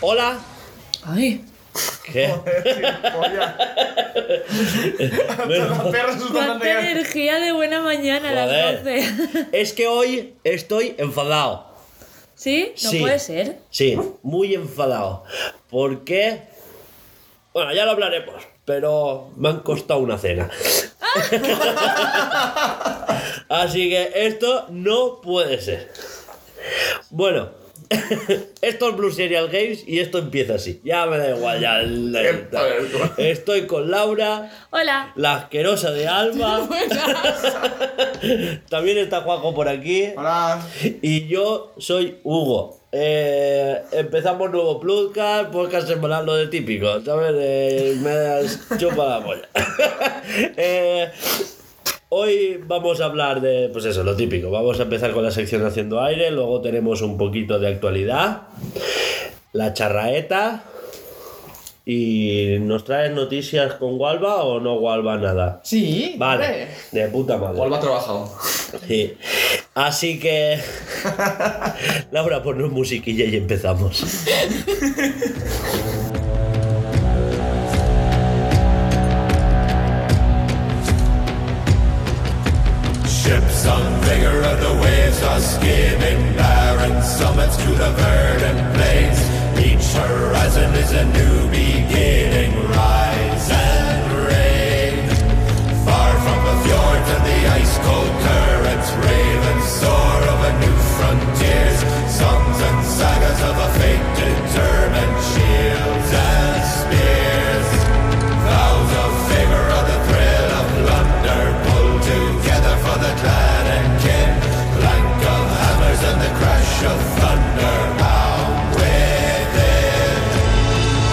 Hola. Ay. ¿Qué? Los perros sus bandas Cuánta negras. energía de buena mañana Joder. a las 12. Es que hoy estoy enfadado. ¿Sí? No Sí. puede ser. Sí, muy enfadado. Porque. Bueno, ya lo hablaremos, pero me han costado una cena. Así que esto no puede ser. Bueno, esto es Blue Serial Games y esto empieza así. Ya me da igual, ya. Estoy con Laura, Hola. la asquerosa de Alma. También está Juanjo por aquí. Hola. Y yo soy Hugo. Eh, empezamos nuevo podcast, podcast semanal, lo de típico, ¿sabes? Eh, me has chupa la polla. Eh, hoy vamos a hablar de, pues eso, lo típico. Vamos a empezar con la sección Haciendo Aire, luego tenemos un poquito de actualidad, la charraeta. ¿Y nos traes noticias con Gualba o no Gualba nada? Sí. Vale, de puta madre. Igual va trabajado. Sí. Así que. Laura, ponnos musiquilla y empezamos. Ships on vigor of the waves are skimming barren summits to the verdant plains. Each horizon is a new beginning. Rise and reign. Far from the fjords and the ice cold currents, ravens soar over new frontiers. Songs and sagas of a fate determined, shields and spears. Vows of favor are the thrill of plunder pulled together for the clan and kin. Clank of hammers and the crash of thunder bound within.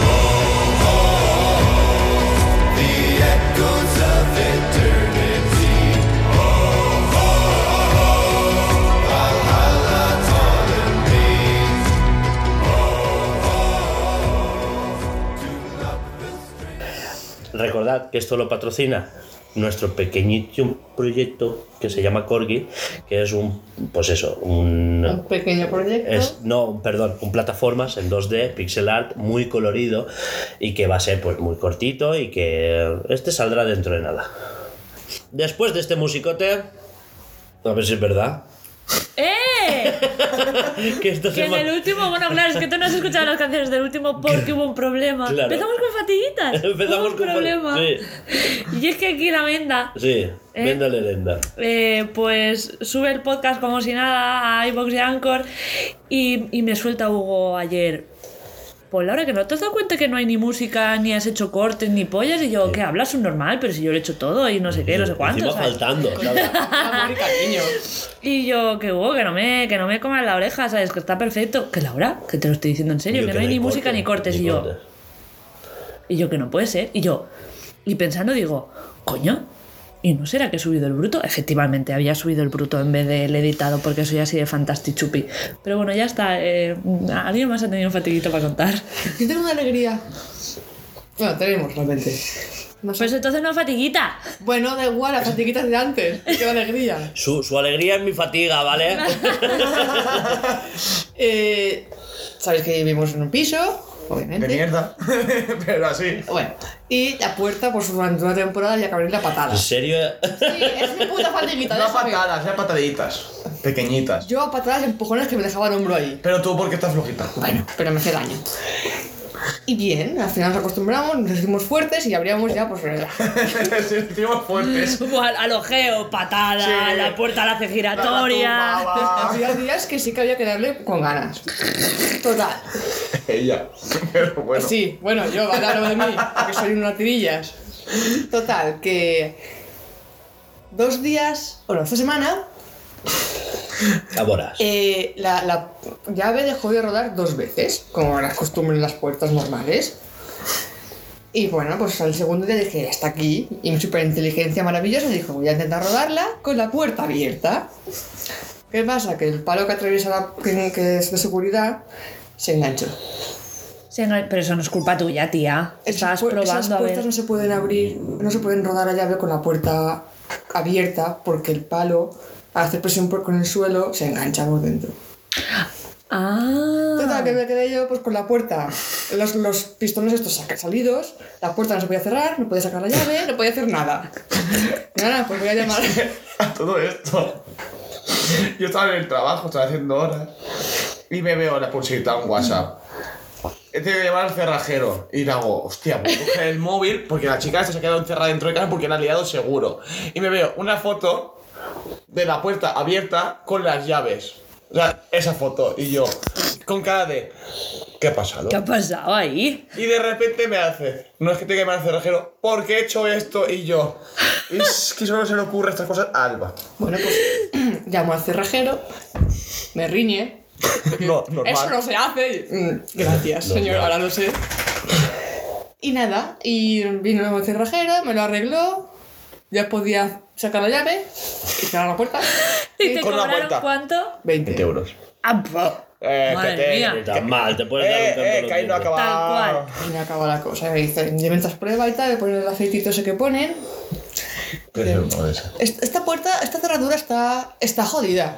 Oh, oh, oh, the echoes of eternity. Oh, oh, oh, Valhalla calling me. Oh, oh, oh, to love is Recordad que esto lo patrocina nuestro pequeñito proyecto que se llama Corgi, que es un. Pues eso, un. Un pequeño proyecto. Es, no, perdón, un plataformas en 2D, pixel art, muy colorido y que va a ser pues muy cortito y que este saldrá dentro de nada. Después de este musicote, a ver si es verdad, ¡Eh! que esta Que en semana- el último, bueno, claro, es que tú no has escuchado las canciones del último porque hubo un problema. Claro. Empezamos con fatiguitas. Empezamos Hubo con un problema. Y es que aquí la venda, Sí, ¿Eh? venda leyenda. eh, pues sube el podcast como si nada a iBox y Anchor. Y, y me suelta Hugo ayer. Pues Laura, que no te has dado cuenta que no hay ni música, ni has hecho cortes, ni pollas. Y yo, ¿qué hablas? Un normal, pero si yo lo he hecho todo y no sé qué, no sé cuánto. Encima ¿sabes? faltando, ¿sabes? Amor y cariño. Y yo, que hubo, que no me, que no me coman la oreja, ¿sabes? Que está perfecto. Que Laura, que te lo estoy diciendo en serio, Yo que, no hay ni corte, música ni cortes. y yo, cortes. y yo, que no puede ser. Y yo, y pensando, digo, coño, ¿y no será que he subido el bruto? Efectivamente, había subido el bruto en vez del editado porque soy así de fantastichupi. Pero bueno, ya está. eh, Alguien más ha tenido un fatiguito para contar. Yo tengo una alegría. Bueno, tenemos realmente. No sé. Pues entonces no fatiguita. Bueno, da igual, las fatiguitas de antes. Qué alegría. Su, su alegría es mi fatiga, ¿vale? Eh, Sabéis que vivimos en un piso, obviamente. De mierda. Pero así. Bueno, y la puerta, pues durante una temporada ya que abrir la patada. ¿En Sí, serio? es mi puta fatiguita. No a déjame. patadas, ya pataditas. Pequeñitas. Yo a patadas y empujones que me dejaba el hombro ahí. Pero tú, porque estás flojita? Bueno, pero me hace daño. Y bien, al final nos acostumbramos, nos hicimos fuertes y abríamos ya, pues. Sí, Sentimos fuertes. Como al, al ojeo, patada, Sí. la puerta la hace giratoria. Había días que sí que había que darle con ganas. Total. Ella. Pero bueno. Sí, bueno, yo, van a hablar de mí, que soy unas tirillas. Total, que. Dos días, bueno, esta semana, Aboras. eh, la, la llave dejó de rodar dos veces, como las costumbres en las puertas normales. Y bueno, pues al segundo día dije, hasta aquí. Y mi superinteligencia maravillosa dijo, voy a intentar rodarla con la puerta abierta. ¿Qué pasa? Que el palo que atraviesa la, que- que es de seguridad se enganchó. Sí, no, pero eso no es culpa tuya, tía. Estabas pu- esas probando a puertas ver. no se pueden abrir, no se pueden rodar a llave con la puerta abierta porque el palo, al hacer presión por, con el suelo, se engancha por dentro. Ah. Total, que me quedé yo pues con la puerta, los, los pistones estos saca- salidos, la puerta no se podía cerrar, no podía sacar la llave, no podía hacer nada. Y Nada, pues voy a llamar. a todo esto. Yo estaba en el trabajo, estaba haciendo horas. Y me veo la pulsita un WhatsApp. He tenido que llamar al cerrajero. Y le hago, hostia, voy a coger el móvil porque la chica esta se ha quedado encerrada dentro de casa porque la ha liado seguro. Y me veo una foto de la puerta abierta con las llaves. O sea, esa foto. Y yo, con cara de, ¿qué ha pasado? ¿Qué ha pasado ahí? Y de repente me hace, no es que tenga que llamar al cerrajero, ¿por qué he hecho esto? Y yo, es que solo se le ocurre estas cosas a Alba. Bueno, pues llamo al cerrajero, me riñe. No, normal. Eso no se hace. Mm, Gracias, señor, ahora lo sé. Y nada, y vino el cerrajero, me lo arregló, ya podía sacar la llave y cerrar la puerta. ¿Y te Con la cobraron vuelta. cuánto? 20 20. euros. Ah, po. Eh, Madre que te- mía. Tan mal, te puedes Eh, dar un eh, canto que ahí no ha los dientes. Tal acabado. cual. Y me acaba la cosa. Me dicen, lleven estas pruebas y tal, le ponen el aceitito ese que ponen. Es- Esta puerta, esta cerradura está, está jodida.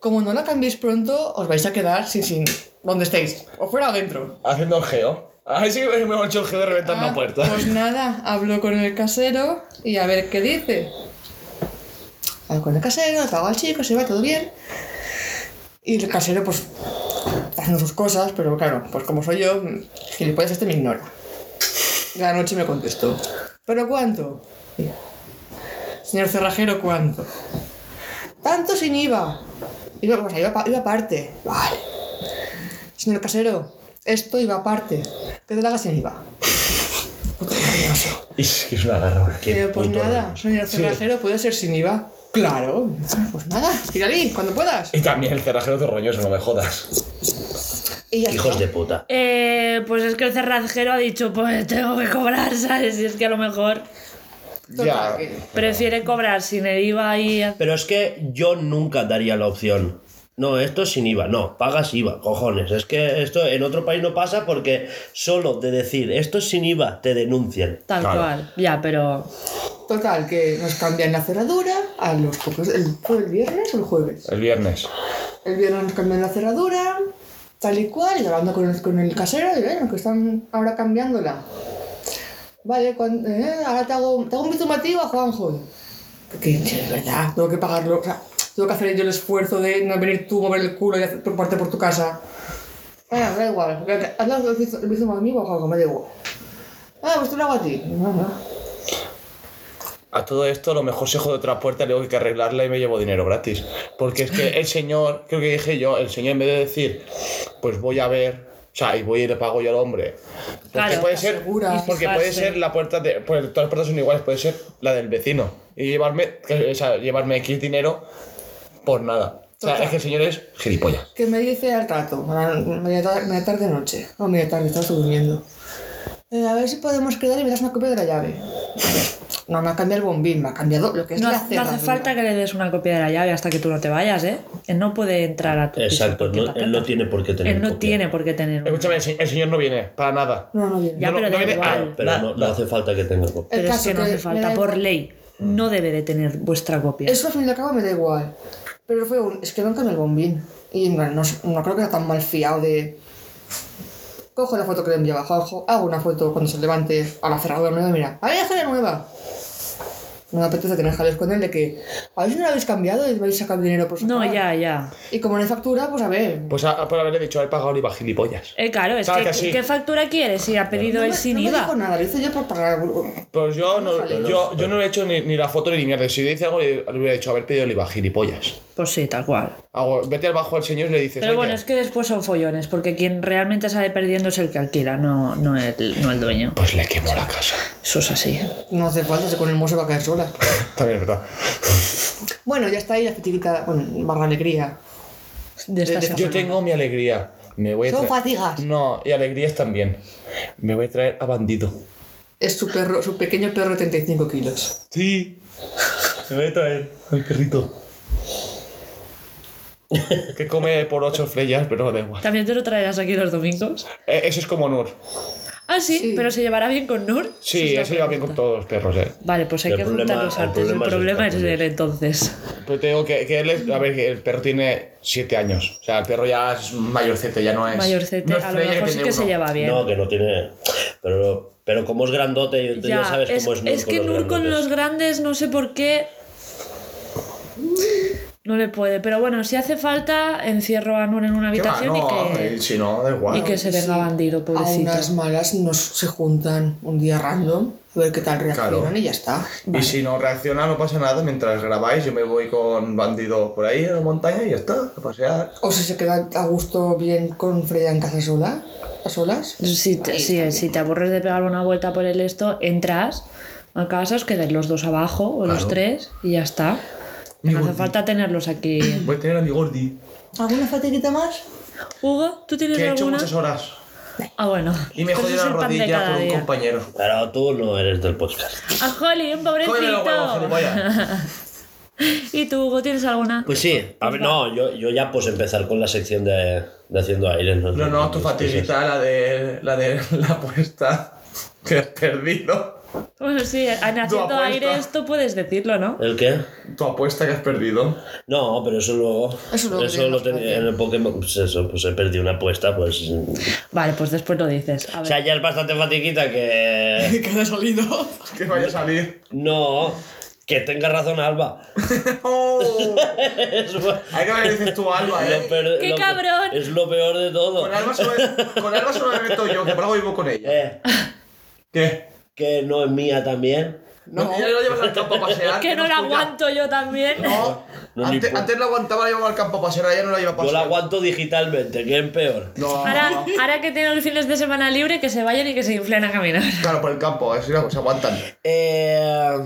Como no la cambiéis pronto, os vais a quedar sin, sin donde estéis. O fuera o dentro. Haciendo el geo. Ahí sí que me he hecho el geo de reventar Ah, una puerta. Pues nada, hablo con el casero y a ver qué dice. Hablo con el casero, le pago al chico, se va todo bien. Y el casero, pues, haciendo sus cosas, pero claro, pues como soy yo, gilipollas este me ignora. La noche me contestó. ¿Pero cuánto? Mira. Señor cerrajero, ¿cuánto? Tanto sin IVA. Iba, o sea, iba, pa- iba aparte. Vale. Señor casero, esto iba aparte. Que te lo hagas sin IVA. Puto engañoso. Es que es una garra. Qué Eh, pues puto nada, señor cerrajero, puede ser sin IVA. Claro. Pues nada, tírale, cuando Eh, puedas. Y también el cerrajero es roñoso, no me jodas. Y ya Hijos está. de puta. Eh, pues es que el cerrajero ha dicho, pues tengo que cobrar, ¿sabes? Y es que a lo mejor Total, Ya. que- prefiere cobrar sin el IVA y... Pero es que yo nunca daría la opción. No, esto es sin IVA. No, pagas IVA, cojones. Es que esto en otro país no pasa porque solo de decir esto es sin IVA te denuncian. Tal Claro. cual. Ya, pero... Total, que nos cambian la cerradura a los pocos. ¿El, fue el viernes o el jueves? El viernes. El viernes nos cambian la cerradura, tal y cual, y hablando con el, con el casero, y bueno, que están ahora cambiándola. Vale, cuan- eh, ahora te hago, te hago un bitumativo a Juanjo. Que de verdad, tengo que pagarlo, o sea, tengo que hacer yo el esfuerzo de no venir tú, mover el culo y hacer- preocuparte por tu casa. Bueno, da igual, que- que- hazlo el bizu- el bitumativo a Juanjo, me da igual. Ah, pues te lo hago a ti. No, no. A todo esto, lo mejor se jode otra puerta, luego hay que arreglarla y me llevo dinero gratis. Porque es que el señor, creo que dije yo, el señor en vez de decir, pues voy a ver, o sea, y voy y le pago yo al hombre. Porque Claro, puede ser, asegura. porque puede Fijarse. ser la puerta de, pues todas las puertas son iguales, puede ser la del vecino. Y llevarme, que- o sea, llevarme X dinero por nada. O sea, Total. es que el señor es gilipollas. que me dice al rato, a la media, tar- media tarde noche, o media tarde, estás durmiendo. Eh, a ver si podemos quedar y me das una copia de la llave. No me ha cambiado el bombín, me ha cambiado lo que es No, la hace- no cerradura. hace falta que le des una copia de la llave hasta que tú no te vayas, ¿eh? Él no puede entrar a tu piso Exacto, porque no- te él no atacan. tiene por qué tener Él no copia. tiene por qué tener. una. Escúchame, el, se- el señor no viene, para nada. No, no, bien. Ya, No, pero no da viene- Ah, igual. Pero La- no, no la- hace falta que tenga copia. Pero El es caso que no que hace me falta. da Por igual. ley, no debe de tener vuestra copia. Eso al fin y al cabo me da igual. Pero fue un, es que me han cambiado el bombín. Y no, no, no creo que era tan mal fiado de... Cojo la foto que le enviaba a Juanjo, hago una foto cuando se levante a la cerradura nueva, mira, ¡a ver, déjale nueva! No me apetece tener jaleos con él de que, a ver si no lo habéis cambiado y vais a sacar dinero por su no, cara". ya, ya. Y como no hay factura, pues a ver. Pues a- por haberle dicho, he pagado el IVA gilipollas. Eh, claro, es Claro que, que sí. ¿qué factura quieres si ha pedido no el me- sin no me IVA? dijo nada, lo hice yo por pagar. Pues yo no, yo, yo no le he hecho ni, ni la foto ni mierda. Si dice algo, le, le hubiera dicho haber pedido el IVA, gilipollas. Pues sí, tal cual. Hago, vete al bajo al señor y le dices. Pero "Oye, bueno, es que después son follones, porque quien realmente sale perdiendo es el que alquila, no, no, el, no el dueño. Pues le quemó la casa. Eso es así. No hace falta, si con el mozo va a caer sola. También es verdad. Bueno, ya está ahí la fatiga, bueno, barra alegría. De esta de- semana. Eh, Yo tengo mi alegría. Me voy a Son traer- fatigas. No, y alegrías también. Me voy a traer a bandido. Es su perro, su pequeño perro de 35 kilos. Sí. Me voy a traer al perrito. que come por ocho fleyas, pero da igual. También te lo traerás aquí los domingos. Eh, Eso es como Nur. Ah, sí, Sí. pero se llevará bien con Nur. Sí, Esa es la eso lleva bien con pregunta. todos los perros, eh. Vale, pues hay El que problema- juntarlos el antes. problema El es pues. problema es estar él unidos. entonces. Pero te digo que, que él es- a ver, que el perro tiene 7 años. O sea, el perro ya es mayorcete, ya no es. Mayorcete, no es a lo Freya, mejor sí tiene que se uno. lleva bien. No, que no tiene. Pero, pero como es grandote, y tú ya, sabes cómo es Nur. que con los Nur con grandotes. los grandes no sé por qué no le puede. Pero bueno, si hace falta, encierro a Nur en una ¿Qué va? habitación No, y que... eh, si no, da igual. Y que se venga Sí. bandido, A pobrecito. unas malas nos se juntan un día random, a ver qué tal reaccionan Claro. y ya está. Y si no reacciona, no pasa nada. Mientras grabáis, yo me voy con bandido por ahí en la montaña y ya está, a pasear. O si se queda a gusto bien con Freya en casa sola, a solas. Si te, Ahí sí, está si te aburres de pegar una vuelta por el esto, entras a casa, os quedáis los dos abajo o los Claro. tres y ya está. Mi No hace gordito. falta tenerlos aquí. Voy a tener a mi gordi, ¿Alguna fatiguita más? Hugo, ¿tú tienes que he hecho alguna? muchas horas. Ah, bueno. Y me Pues jodí es la el pan de rodilla cada por un día. compañero. Pero tú no eres del podcast. ¡Ah, Jolín, Cómeme los huevos, pobrecito! gilipollas. ¿Y tú, Hugo, tienes alguna? Pues sí, a ver, no, yo, yo ya pues empezar con la sección de, de haciendo aire. No, No, no, tu fatiguita, la de la, de, la apuesta que has perdido. Bueno, sí, en haciendo apuesta. aire esto puedes decirlo, ¿no? ¿El qué? Tu apuesta que has perdido. No, pero eso luego. Eso luego tiene lo más tenía gracia. en el Pokémon. Pues eso, pues he perdido una apuesta, pues. Vale, pues después lo dices. A O ver. sea, ya es bastante fatiguita que. Que ha salido. Que vaya a salir. No, que tenga razón Alba. ¡Oh! Es lo- Hay que ver, dices tú, Alba, lo eh. peor- ¡Qué lo- cabrón! Es lo peor de todo. Con Alba solo, con Alba solo me meto yo, que por algo vivo con ella. Eh, ¿Qué? que no es mía también. No. No, que ya lo llevas al campo a pasear. que no es la tuya. aguanto yo también. No. No, ni antes, pu- antes la aguantaba, la llevaba al campo a pasear, ahora ya no la lleva a Yo pasear. la aguanto digitalmente, que es peor. No. Ahora, ahora que tienen los fines de semana libre, que se vayan y que se inflen a caminar. Claro, por el campo, así la- se aguantan. Eh,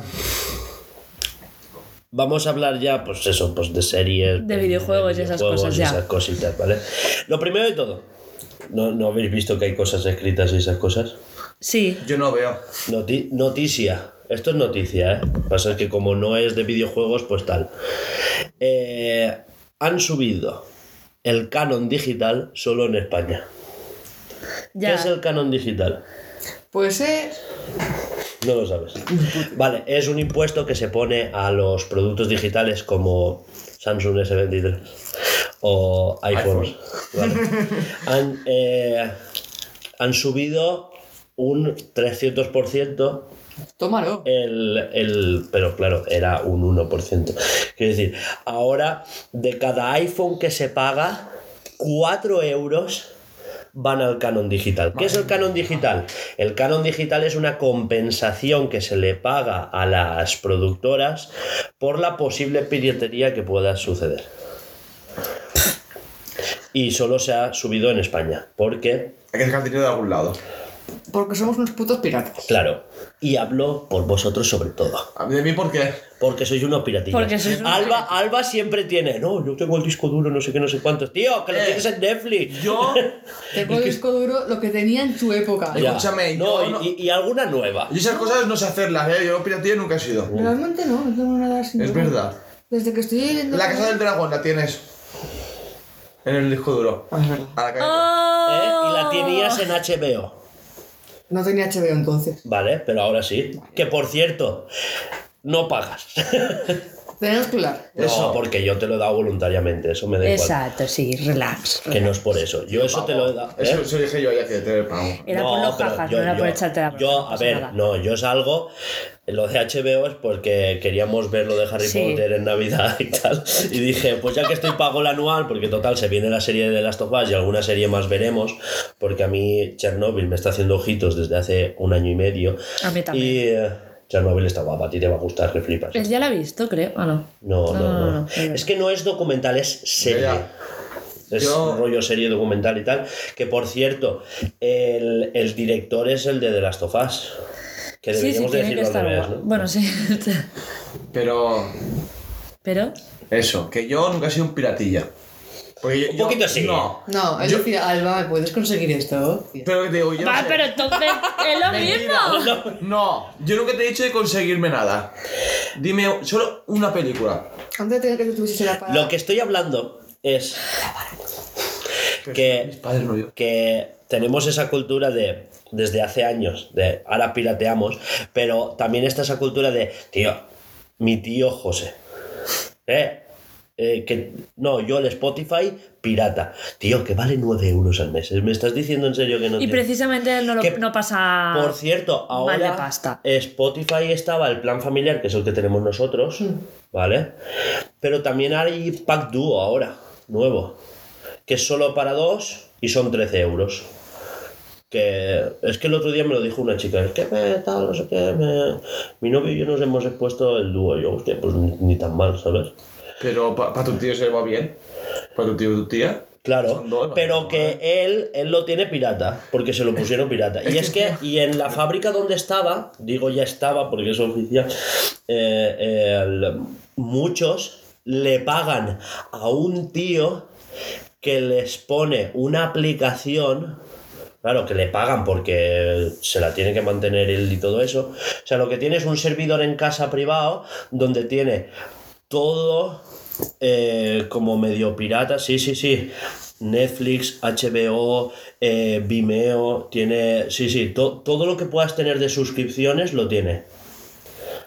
vamos a hablar ya, pues eso, pues de series. De videojuegos y esas cosas, y ya. esas cositas, ¿vale? Lo primero de todo, ¿no, no habéis visto que hay cosas escritas y esas cosas? Sí. Yo no veo. Noti- noticia. Esto es noticia, ¿eh? Lo que Pasa es que como no es de videojuegos, pues tal. Eh, han subido el canon digital solo en España. Ya. ¿Qué es el canon digital? Pues eh, No lo sabes. Vale, es un impuesto que se pone a los productos digitales como Samsung S23 o iPhones. Vale. Han, eh, han subido un 300% tómalo. el, el- Pero claro, era un 1%. Quiero decir, ahora de cada iPhone que se paga, 4 euros van al canon digital. ¿Qué es el canon digital? El canon digital es una compensación que se le paga a las productoras por la posible piratería que pueda suceder. Y solo se ha subido en España, porque Hay que sacar dinero de algún lado. Porque somos unos putos piratas. Claro, y hablo por vosotros sobre todo. A mí- ¿De mí por qué? Porque sois unos piratillas. Porque sois unos Alba, Alba siempre tiene. No, yo tengo el disco duro, no sé qué, no sé cuántos. Tío, que lo Eh. tienes en Netflix. Yo, Tengo el disco duro, lo que tenía en su época. Ya. escúchame, No, yo y, no- y- y alguna nueva. ¿eh? yo esas cosas no sé hacerlas, ¿eh? Yo piratería nunca he sido. Realmente no, no tengo nada así. Es verdad. Desde que estoy leyendo. La casa del dragón la tienes en el disco duro. Ah, es verdad. A la calle. ¿eh? ¡Oh! Y la tenías en HBO. No tenía HBO entonces. Vale, pero ahora sí. Que por cierto, no pagas. Tenemos que hablar. Eso, Eso. porque yo te lo he dado voluntariamente. Eso me da igual. Exacto, sí, relax. Que no es por eso. Yo eso te lo he dado. ¿eh? Eso, eso dije yo ya que te pago. Era por los pero jajas, yo- no era por yo- echarte la bronca, Yo, no a pasa ver, nada. no, yo salgo. Lo de HBO es porque queríamos ver lo de Harry Sí. Potter en Navidad y tal. Y dije, pues ya que estoy pago el anual, porque total, se viene la serie de Last of Us y alguna serie más veremos, porque a mí Chernobyl me está haciendo ojitos desde hace un año y medio. A mí Y también. eh, Chernobyl está guapa, a ti te va a gustar, que flipas. Él Pues ya la ha visto, creo. Ah, no. No, no, no. no, no. Es que no es documental, es serie. Ya. Es Yo- un rollo serie documental y tal. Que por cierto, el, el director es el de The Last of Us. Que Sí, sí, deberíamos tiene que decirlo estar al revés, guapo. ¿no? Bueno, sí. Pero Pero. eso, que yo nunca he sido un piratilla. Porque yo- Un yo- poquito sí. No. No, él Yo- decía, Alba, ¿me puedes conseguir esto? Pero te digo, yo. no Va, sé. pero entonces es lo mismo. Mentira. No, yo nunca te he dicho de conseguirme nada. Dime solo una película. Antes de tener que tú tuvieses la palabra. Lo que estoy hablando es Pero Que- Eh. Mis padres no yo. que tenemos esa cultura de desde hace años, de ahora pirateamos, pero también está esa cultura de, tío, mi tío José. ¿Eh? eh, que, no, yo el Spotify pirata. Tío, que vale 9 euros al mes. ¿Me estás diciendo en serio que no Y tiene- precisamente no, lo- Que- no pasa. por cierto, ahora Vale pasta. Spotify estaba el plan familiar, que es el que tenemos nosotros, ¿vale? Pero también hay pack dúo ahora, nuevo, que es solo para dos y son 13 euros. Que es que el otro día me lo dijo una chica, es que me, tal, no sé qué, me- mi novio y yo nos hemos expuesto el dúo. Y Yo, hostia, pues ni, ni tan mal, ¿sabes? Pero para tu tío se va bien. Para tu tío y tu tía. Claro, Son dos, ¿no? pero que él, él lo tiene pirata, porque se lo pusieron pirata. Y es que, y en la fábrica donde estaba, digo ya estaba porque es oficial, eh, eh, el- muchos le pagan a un tío que les pone una aplicación. Claro, que le pagan porque se la tiene que mantener él y todo eso. O sea, lo que tiene es un servidor en casa privado donde tiene todo eh, como medio pirata, sí, sí, sí. Netflix, HBO, eh, Vimeo, tiene, sí, sí, to- todo lo que puedas tener de suscripciones lo tiene.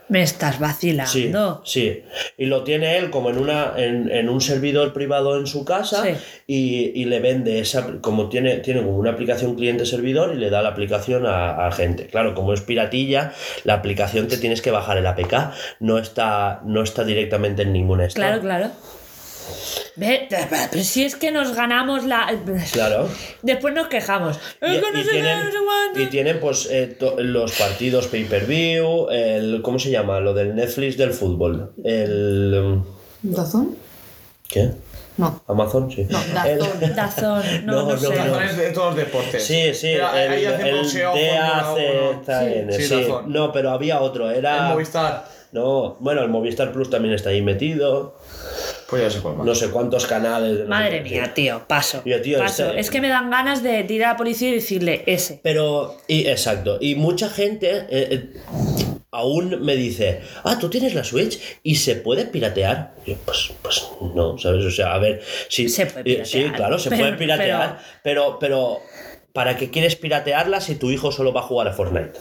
Me estás Sí, vacilando. sí. Y lo tiene él como en, una, en, en un servidor privado en su casa Sí. y, y le vende esa, como tiene, tiene como una aplicación cliente-servidor y le da la aplicación a, a gente. Claro, como es piratilla, la aplicación te tienes que bajar el APK, no está, no está directamente en ninguna store. Claro, claro. Ve, pero si es que nos ganamos la. Claro. Después nos quejamos. Y, Es que no y sé qué, tienen, no sé cuánto. y tienen, pues eh, to- los partidos pay-per-view, el ¿cómo se llama? Lo del Netflix del fútbol. El um, ¿Dazón? ¿qué? No. Amazon, sí. No, Dazón. El- Dazón, no, No, no, no, sé. no. Razones de todos los deportes. Sí, sí, Pero ahí el, hacen el boxeo, Fórmula uno. DAZN, Sí, sí, razón. No, pero había otro, El era... Movistar. No, bueno, el Movistar Plus también está ahí metido, Pues ya sé cuál más. no sé cuántos canales... Madre mía, tío, paso. Yo, tío, paso. este- Es que me dan ganas de ir a la policía y decirle ese. Pero, y, exacto, y mucha gente eh, eh, aún me dice, ah, tú tienes la Switch y se puede piratear. Y yo, pues, pues no, ¿sabes? O sea, a ver, sí, Se puede eh, piratear, sí claro, se pero- puede piratear, pero, pero, ¿para qué quieres piratearla si tu hijo solo va a jugar a Fortnite?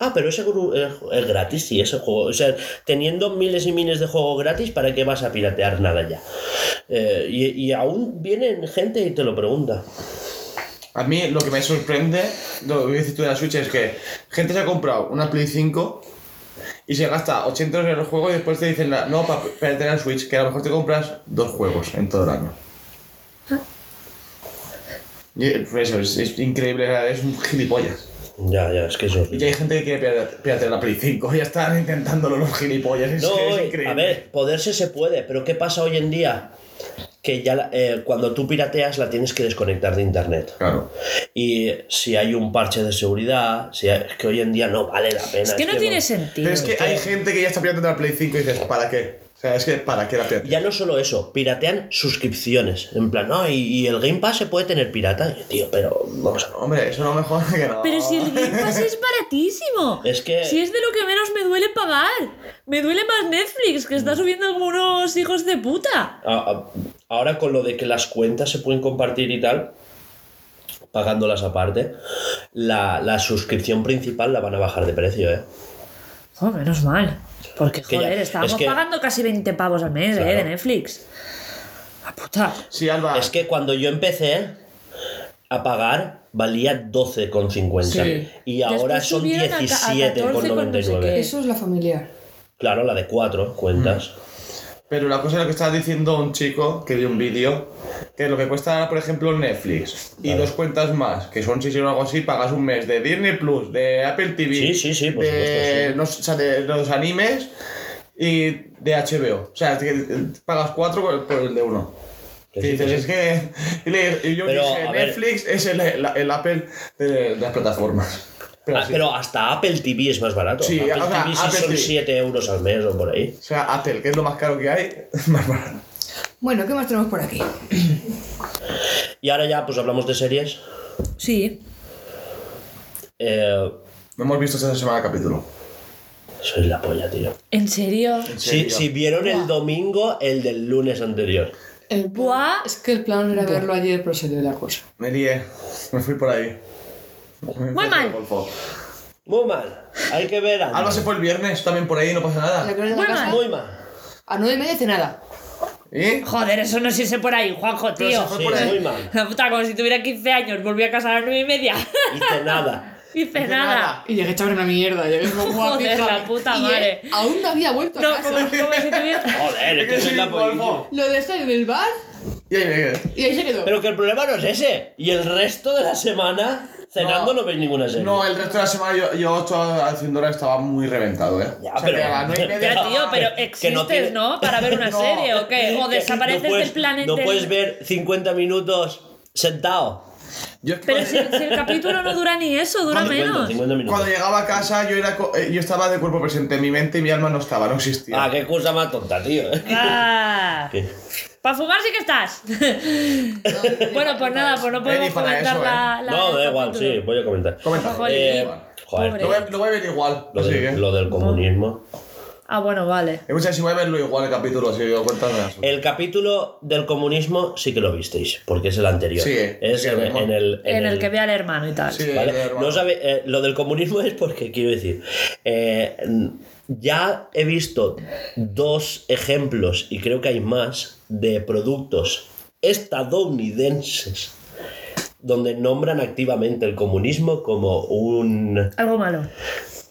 Ah, pero ese gru- eh, es gratis, sí, ese juego. O sea, teniendo miles y miles de juegos gratis, ¿para qué vas a piratear nada ya? Eh, y, y aún vienen gente y te lo pregunta. A mí lo que me sorprende, lo que voy a decir tú de la Switch, es que gente se ha comprado una Play 5 y se gasta 80 euros en el juego y después te dicen, la- no, para tener la Switch, que a lo mejor te compras dos juegos en todo el año. Y eso, es, es increíble, es un gilipollas. Ya, ya, es que eso es Y hay gente que quiere pirate- piratear la Play 5, ya están intentándolo los gilipollas, es, No, que es eh, increíble. a ver, poderse se puede, pero ¿qué pasa hoy en día? Que ya la- eh, cuando tú pirateas la tienes que desconectar de internet. Claro. Y si hay un parche de seguridad, si hay- es que hoy en día no vale la pena. Es que no tiene sentido. Pero es que hay gente que ya está pirateando la Play 5 y dices, ¿para qué? O sea, es que ¿para qué la pirateas? Ya no solo eso, piratean suscripciones. En plan, no, y, y el Game Pass se puede tener pirata. Y yo, tío, pero vamos a Hombre, eso no me jodas que no. Pero si el Game Pass es baratísimo. Es que- Si es de lo que menos me duele pagar. Me duele más Netflix, que Mm. está subiendo como unos hijos de puta. A- a- ahora con lo de que las cuentas se pueden compartir y tal, pagándolas aparte, la, la suscripción principal la van a bajar de precio, ¿eh? Oh, menos mal. Porque, Que ya- joder, es estábamos que- pagando casi 20 pavos al mes, eh, de Claro. Netflix. La puta. Sí, Alba. Es que cuando yo empecé a pagar valía 12,50 Sí. y ahora Después son subieron a ca- a 14,99. 17,99. Eso es la familiar. Claro, la de 4 cuentas. Mm. Pero la cosa es lo que estaba diciendo un chico que vi un vídeo, que lo que cuesta, por ejemplo, Netflix y dos cuentas más, que son 6 euros o algo así, pagas un mes de Disney Plus, de Apple TV, Sí, sí, sí, por de, supuesto, sí. los, o sea, de los animes y de HBO. O sea, que pagas 4 por, por el de uno. Que Que sí, dices, que es que. Y, le- y yo Pero, dije, a ver. Netflix es el, la- el Apple de las plataformas. Pero Ah, sí. pero hasta Apple TV es más barato. Sí, Apple o sea, TV sí Apple son TV. 7 euros al mes o por ahí. O sea, Apple, que es lo más caro que hay, más barato. Bueno, ¿qué más tenemos por aquí? Y ahora ya, pues hablamos de series. Sí. Eh, No hemos visto esta semana el capítulo. sois la polla, tío. ¿En serio? Si, serio. si vieron el domingo, el del lunes anterior. El Buah. Es que el plan era verlo ayer, pero se dio la cosa. Me lié, me fui por ahí. Muy mal. Muy mal. Hay que ver a Alba Ah, se fue el viernes también por ahí, no pasa La nada. creo que Muy en la casa, Muy mal. a nueve y media cenada. ¿Eh? Joder, eso no es irse por ahí, Juanjo, Pero tío. se fue Sí, por ahí. muy mal. La puta, como si tuviera 15 años, volví a casa a las 9 y media. Hice nada. Hice nada. Y llegué a echarme una mierda. Llegué como Joder, la puta madre. aún no había vuelto No, a casa. como, como si tuviera. Joder, es que Es que soy sí, la Juanjo. polilla. Lo dejé en el bar Y ahí me quedé. y ahí se quedó. Pero que el problema no es ese. Y el resto de la semana, cenando no, veis ninguna serie. No, el resto de la semana yo, yo estaba haciendo hora estaba muy reventado, ¿eh? Ya, O sea, pero- que a las nueve y media Ya, Ya, tío, estaba- pero que existes, no ¿no? tiene- Para ver una No. serie o qué. O Que desapareces no puedes- del planeta. No puedes ver 50 minutos sentado. Yo es que Pero si, si el capítulo no dura ni eso, dura Cuando- menos. 50 minutos. cuando llegaba a casa yo, era, co- eh, yo estaba de cuerpo presente, mi mente y mi alma no estaba, no existía. Ah, qué cosa más tonta, tío. Ah, ¿Qué? para fumar sí que estás. bueno, pues nada, pues no Eh, podemos ni para comentar eso, ¿eh? la, la- no, da el igual, capítulo. sí, voy a comentar. Comenta. Joder, Eh, joder, pobre. Lo voy, a- lo voy a ver igual. lo, así de- que- lo del comunismo. Ah, bueno, vale. Escucha, si voy a verlo igual el capítulo, así que cuéntame. eso. El capítulo del comunismo sí que lo visteis, porque es el anterior. Sí, es sí, en, mismo. en el, En, el que ve al hermano y tal. Sí, ¿Vale? de verdad. No sabe, eh, lo del comunismo es porque, quiero decir, eh, ya he visto dos ejemplos, y creo que hay más, de productos estadounidenses donde nombran activamente el comunismo como un... Algo malo.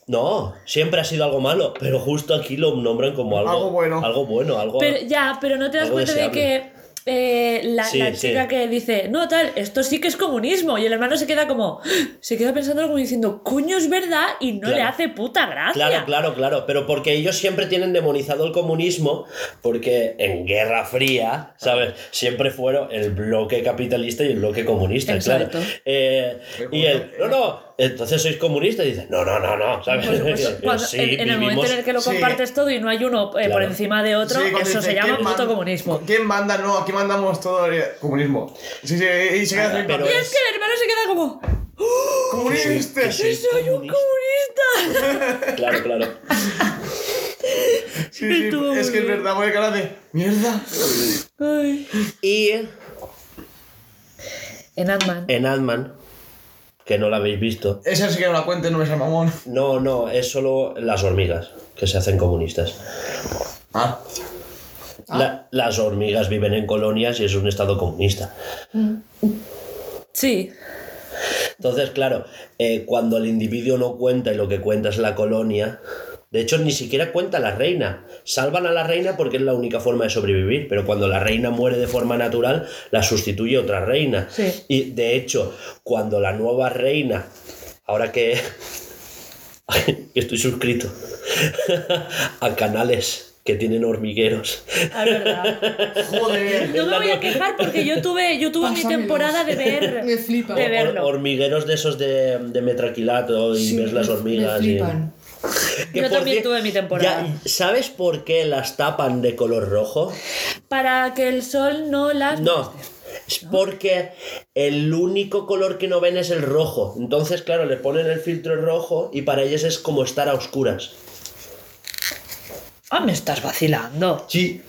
No, siempre ha sido algo malo, pero justo aquí lo nombran como algo, Algo bueno. Algo bueno, algo... Pero, ya, pero no te das Algo cuenta de deseable. que eh, la, Sí, la sí. chica que dice, no, tal, esto sí que es comunismo. Y el hermano se queda como, se queda pensando como diciendo, coño, es verdad, y no le Claro. hace puta gracia. Claro, claro, claro, pero porque ellos siempre tienen demonizado el comunismo, porque en Guerra Fría, ¿sabes? Siempre fueron el bloque capitalista y el bloque comunista, Exacto. claro. Eh, y él, no, no, entonces sois comunistas, y dice, no, no, no, no, ¿sabes? Por supuesto, Pues, cuando- sí, en, en el momento vivimos... en el que lo sí. compartes todo y no hay uno eh, por Claro. encima de otro, Sí, cuando eso se dice, llama ¿quién puto man- comunismo. ¿Quién manda? No, aquí mandamos todo el comunismo. Sí, sí, y se queda sin Ah, Pero papel. Y es que el hermano se queda como, Comunista. que sí. soy un comunista. Claro, claro. Sí, sí, Tú, es que es bien. verdad, voy a cara de mierda. Ay. Y En Ant-Man. en Ant-Man, que no la habéis visto, Esa sí que no la cuente, no me llama mamón. no, no, es solo las hormigas que se hacen comunistas. Ah, Ah. La- las hormigas viven en colonias y es un estado comunista. Sí, Entonces, claro, eh, cuando el individuo no cuenta y lo que cuenta es la colonia, de hecho ni siquiera cuenta la reina. Salvan a la reina porque es la única forma de sobrevivir, pero cuando la reina muere de forma natural, la sustituye otra reina. Sí. Y de hecho, cuando la nueva reina, ahora que estoy suscrito a canales que tienen hormigueros, es Ah, verdad. joder. No me voy a quejar porque yo tuve, yo tuve mi Pásamelo. temporada de ver. Me flipa. De hor- verlo. hormigueros de esos de, de metraquilato y Sí, ves las me- hormigas. Me y- flipan. Que Yo por también cier- tuve mi temporada. Ya, ¿Sabes por qué las tapan de color rojo? Para que el sol no las. No. Es porque el único color que no ven es el rojo. Entonces, claro, le ponen el filtro rojo y para ellas es como estar a oscuras. Ah, me estás vacilando. Sí.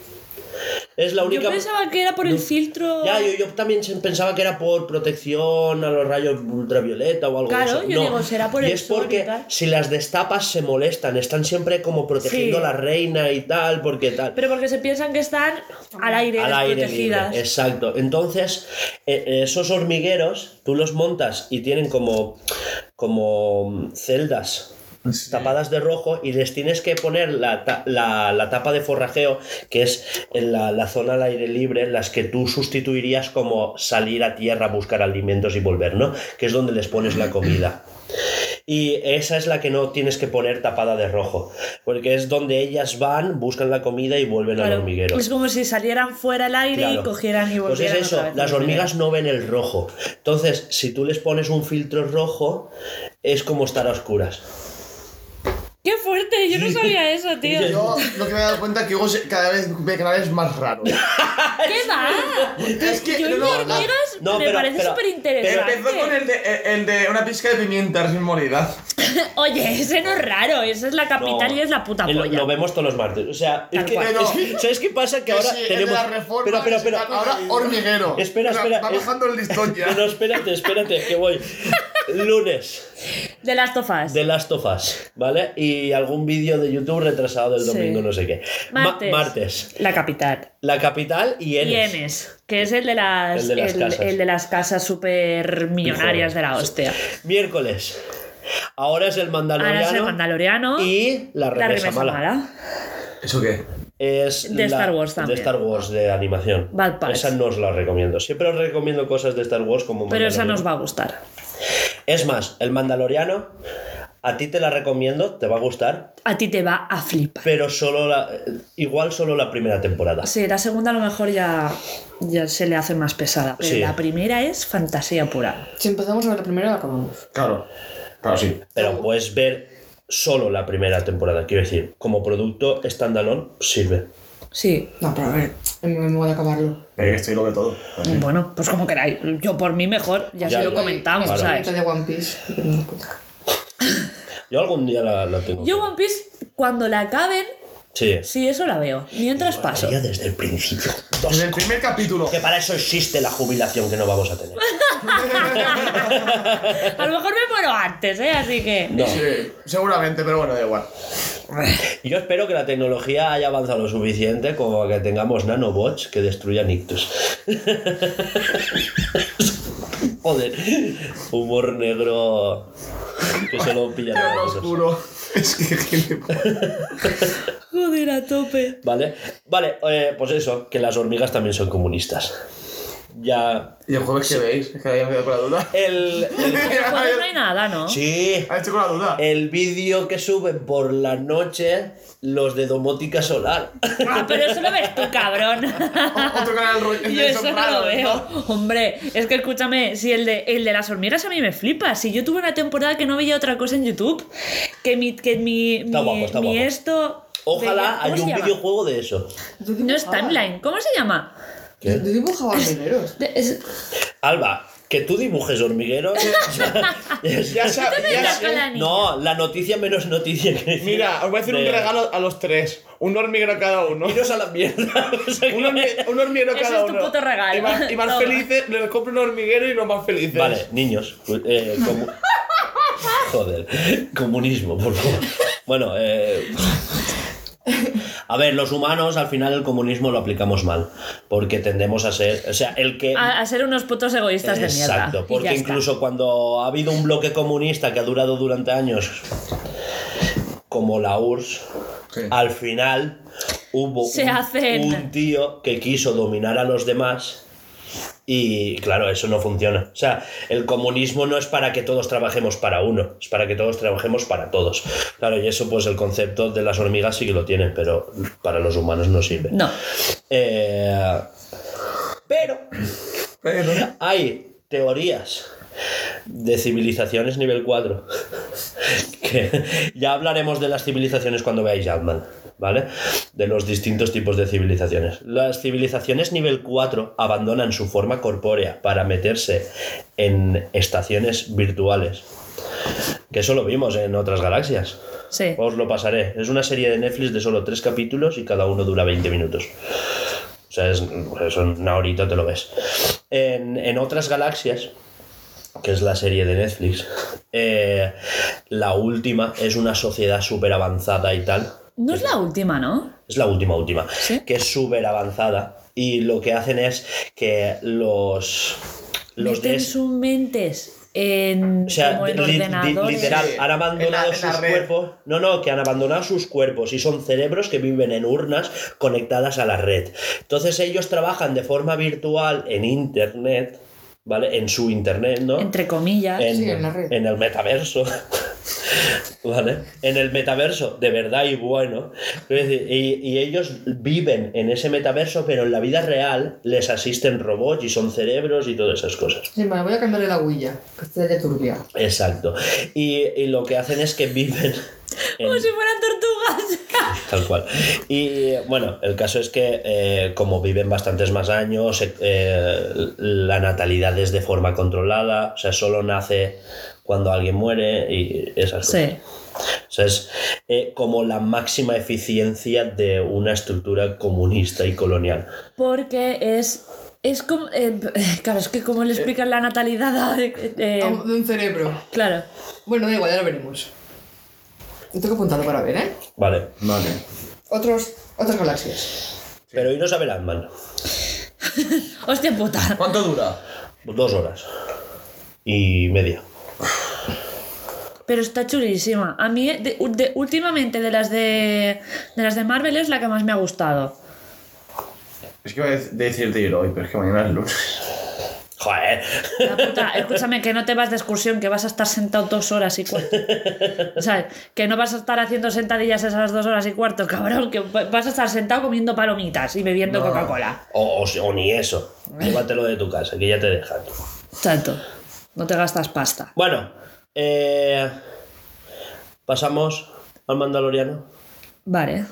Es la única. Yo pensaba que era por el filtro. Ya, yo, yo también se- pensaba que era por protección a los rayos ultravioleta o algo de Claro, eso. yo No. digo, será por y el es sol y porque tal. si las destapas se molestan, están siempre como protegiendo Sí. a la reina y tal, porque tal. Pero porque se piensan que están al aire, al aire desprotegidas. libre, exacto. Entonces, eh, esos hormigueros, tú los montas y tienen como, como celdas tapadas de rojo y les tienes que poner la, ta- la- la tapa de forrajeo, que es en la, la zona al aire libre, en las que tú sustituirías como salir a tierra a buscar alimentos y volver, ¿no? Que es donde les pones la comida. Y esa es la que no tienes que poner tapada de rojo, porque es donde ellas van, buscan la comida y vuelven al Claro, hormiguero. Es como si salieran fuera al aire y Claro. cogieran y Pues volvieran. es eso, otra vez las al aire. hormigas no ven el rojo. Entonces, si tú les pones un filtro rojo, es como estar a oscuras. ¡Qué fuerte! Yo no sabía eso, tío. Yo lo que me he dado cuenta es que Hugo se- cada vez ve canales más raros. ¿Qué va? es que Yo no, en no, hormigas No, me pero- parece pero- súper Empezó con interesante. el de, eh, el de una pizca de pimienta sin morida. Oye, ese no es raro, esa es la capital No, y es la puta eh, lo, polla. lo vemos todos los martes. O sea, es Tal que, cual. es que- ¿sabes qué pasa? Que ahora sí, el de tenemos. la reforma, Espera, espera, espera. Ahora hormiguero. Espera, O sea, espera, Va eh. bajando el listón ya. No, espérate, espérate, que voy. Lunes. De las tofas. de las tofas, ¿vale? Y algún vídeo de YouTube retrasado del Sí. domingo, no sé qué. Ma- Martes. martes. La capital. La capital y Enes. Yenes, que es el de las, El de las casas. el de las casas super millonarias de la hostia. Miércoles. Ahora es el Mandaloriano. Ahora es el Mandaloriano. Y la La remesa, remesa mala. mala. ¿Eso qué? Es De la- Star Wars también. De Star Wars de animación. Bad Patch. Esa no os la recomiendo. Siempre os recomiendo cosas de Star Wars como Pero esa Mandaloriano. nos va a gustar. Es más, el Mandaloriano, a ti te la recomiendo, te va a gustar, A ti te va a flipar. pero solo la, igual solo la primera temporada. Sí, la segunda a lo mejor ya, ya se le hace más pesada. Pero Sí. la primera es fantasía pura. Si empezamos a ver la primera, la acabamos. Claro. Claro, sí. Pero puedes ver solo la primera temporada, quiero decir, como producto standalone sirve. Sí. No, pero a ver, me voy a acabarlo. Eh, estoy lo de todo. Bueno, pues como queráis. Yo por mí mejor, ya, Ya, se lo ya. comentamos, Claro. ¿sabes? de One Piece. que no cuenta. Yo algún día la, la tengo. Yo One Piece, cuando la acaben, Sí. sí, eso la veo. Mientras paso. Yo desde el principio. Dos- En el primer capítulo. Que para eso existe la jubilación que no vamos a tener. A lo mejor me muero antes, ¿eh? Así que... No. Sí, seguramente, pero bueno, da igual. Yo espero que la tecnología haya avanzado lo suficiente como que tengamos nanobots que destruyan ictus. Joder, humor negro que solo pillan a Pero los otros. oscuro. Es que gilipollas. Joder, a tope. Vale, vale eh, pues eso, que las hormigas también son comunistas. Ya. ¿Y el jueves que veis? Es que había quedado con la duda. El. el- Pues no hay nada, ¿no? sí, Ha hecho con la duda. el vídeo que suben por la noche los de domótica solar. Ah, pero eso lo ves tú, cabrón. O- Otro canal rollo. Yo de eso no Sopranos, lo veo. Hombre, es que escúchame, si el de, el de las hormigas a mí me flipa. Si yo tuve una temporada que no veía otra cosa en YouTube, que mi, que mi, mi, guapo, está mi guapo. esto. Ojalá veía- ¿cómo haya se un llama? videojuego de eso. Yo No es dibujaba- timeline, ¿cómo se llama? Yo dibujaba hormigueros. De- es- Alba, que tú dibujes hormiguero. Ya sa- ya la sé. cola ni- Ah, no, la noticia menos noticia que decía Mira, os voy a hacer un de- regalo a los tres. Un hormiguero a cada uno. Iros a la mierda. O sea que- Un, hormi- un hormiguero Ese cada es tu uno. puto regalo. Y más, y más Toma. felices, les compro un hormiguero y los más felices. Vale, niños. eh, comu- Joder, comunismo, por favor. Bueno, eh, a ver, los humanos al final el comunismo lo aplicamos mal, porque tendemos a ser, o sea, el que... a, a ser unos putos egoístas de mierda. Exacto, Y ya porque está. incluso cuando ha habido un bloque comunista que ha durado durante años, como la URSS, Sí. al final hubo Se un, hacen- un tío que quiso dominar a los demás. Y claro, eso no funciona. O sea, el comunismo no es para que todos trabajemos para uno, es para que todos trabajemos para todos. Claro, y eso pues el concepto de las hormigas sí que lo tienen, pero para los humanos no sirve. No. Eh, pero Pero- hay teorías de civilizaciones nivel 4. Que ya hablaremos de las civilizaciones cuando veáis Ant-Man, ¿vale? De los distintos tipos de civilizaciones. Las civilizaciones nivel 4 abandonan su forma corpórea para meterse en estaciones virtuales. Que eso lo vimos en otras galaxias. Sí. Os lo pasaré. Es una serie de Netflix de solo tres capítulos y cada uno dura 20 minutos. O sea, es, es una horita te lo ves. En, en otras galaxias, que es la serie de Netflix, eh, la última es una sociedad súper avanzada y tal. No es la última, ¿no? Es la última, última. Sí. Que es súper avanzada. Y lo que hacen es que los... Los de Meten es- sus mentes en, O sea, como en li- li- ordenadores. literal, Sí, han abandonado en la- en la sus red. cuerpos. No, no, que han abandonado sus cuerpos y son cerebros que viven en urnas conectadas a la red. Entonces ellos trabajan de forma virtual en internet, ¿vale? En su internet, ¿no? Entre comillas. Sí, en la red. en el metaverso. ¿Vale? En el metaverso, de verdad y bueno. Es decir, Y, y ellos viven en ese metaverso, pero en la vida real les asisten robots y son cerebros y todas esas cosas. Sí, me la voy a cambiar de la huilla, que esté de turbia. Exacto. Y, y lo que hacen es que viven. en- Como si fueran tortugas. Tal cual. Y bueno, el caso es que eh, como viven bastantes más años, eh, eh, la natalidad es de forma controlada, o sea, solo nace cuando alguien muere y esas cosas. sí. O sea, es eh, como la máxima eficiencia de una estructura comunista y colonial. Porque es Es como. eh, claro, es que como le explican la natalidad. eh, eh, A un- De un cerebro. claro. Bueno, da igual, ya lo veremos. Yo tengo apuntado para ver, ¿eh? Vale. Vale. Otros, otras galaxias. Pero hoy no sabe el man Hostia puta. ¿Cuánto dura? Dos horas y media. Pero está chulísima. A mí, de- de- últimamente, de las de, de las de Marvel es la que más me ha gustado. Es que iba a dec- decirte ir hoy, pero es que mañana es lunes. Joder. La puta, escúchame, que no te vas de excursión, que vas a estar sentado dos horas y cuarto. O sea, que no vas a estar haciendo sentadillas esas dos horas y cuarto, cabrón, que va- vas a estar sentado comiendo palomitas y bebiendo Coca-Cola. O, o- o ni eso. Llévatelo de tu casa, que ya te dejan. Chato, no te gastas pasta. Bueno, eh, pasamos al Mandaloriano. Vale.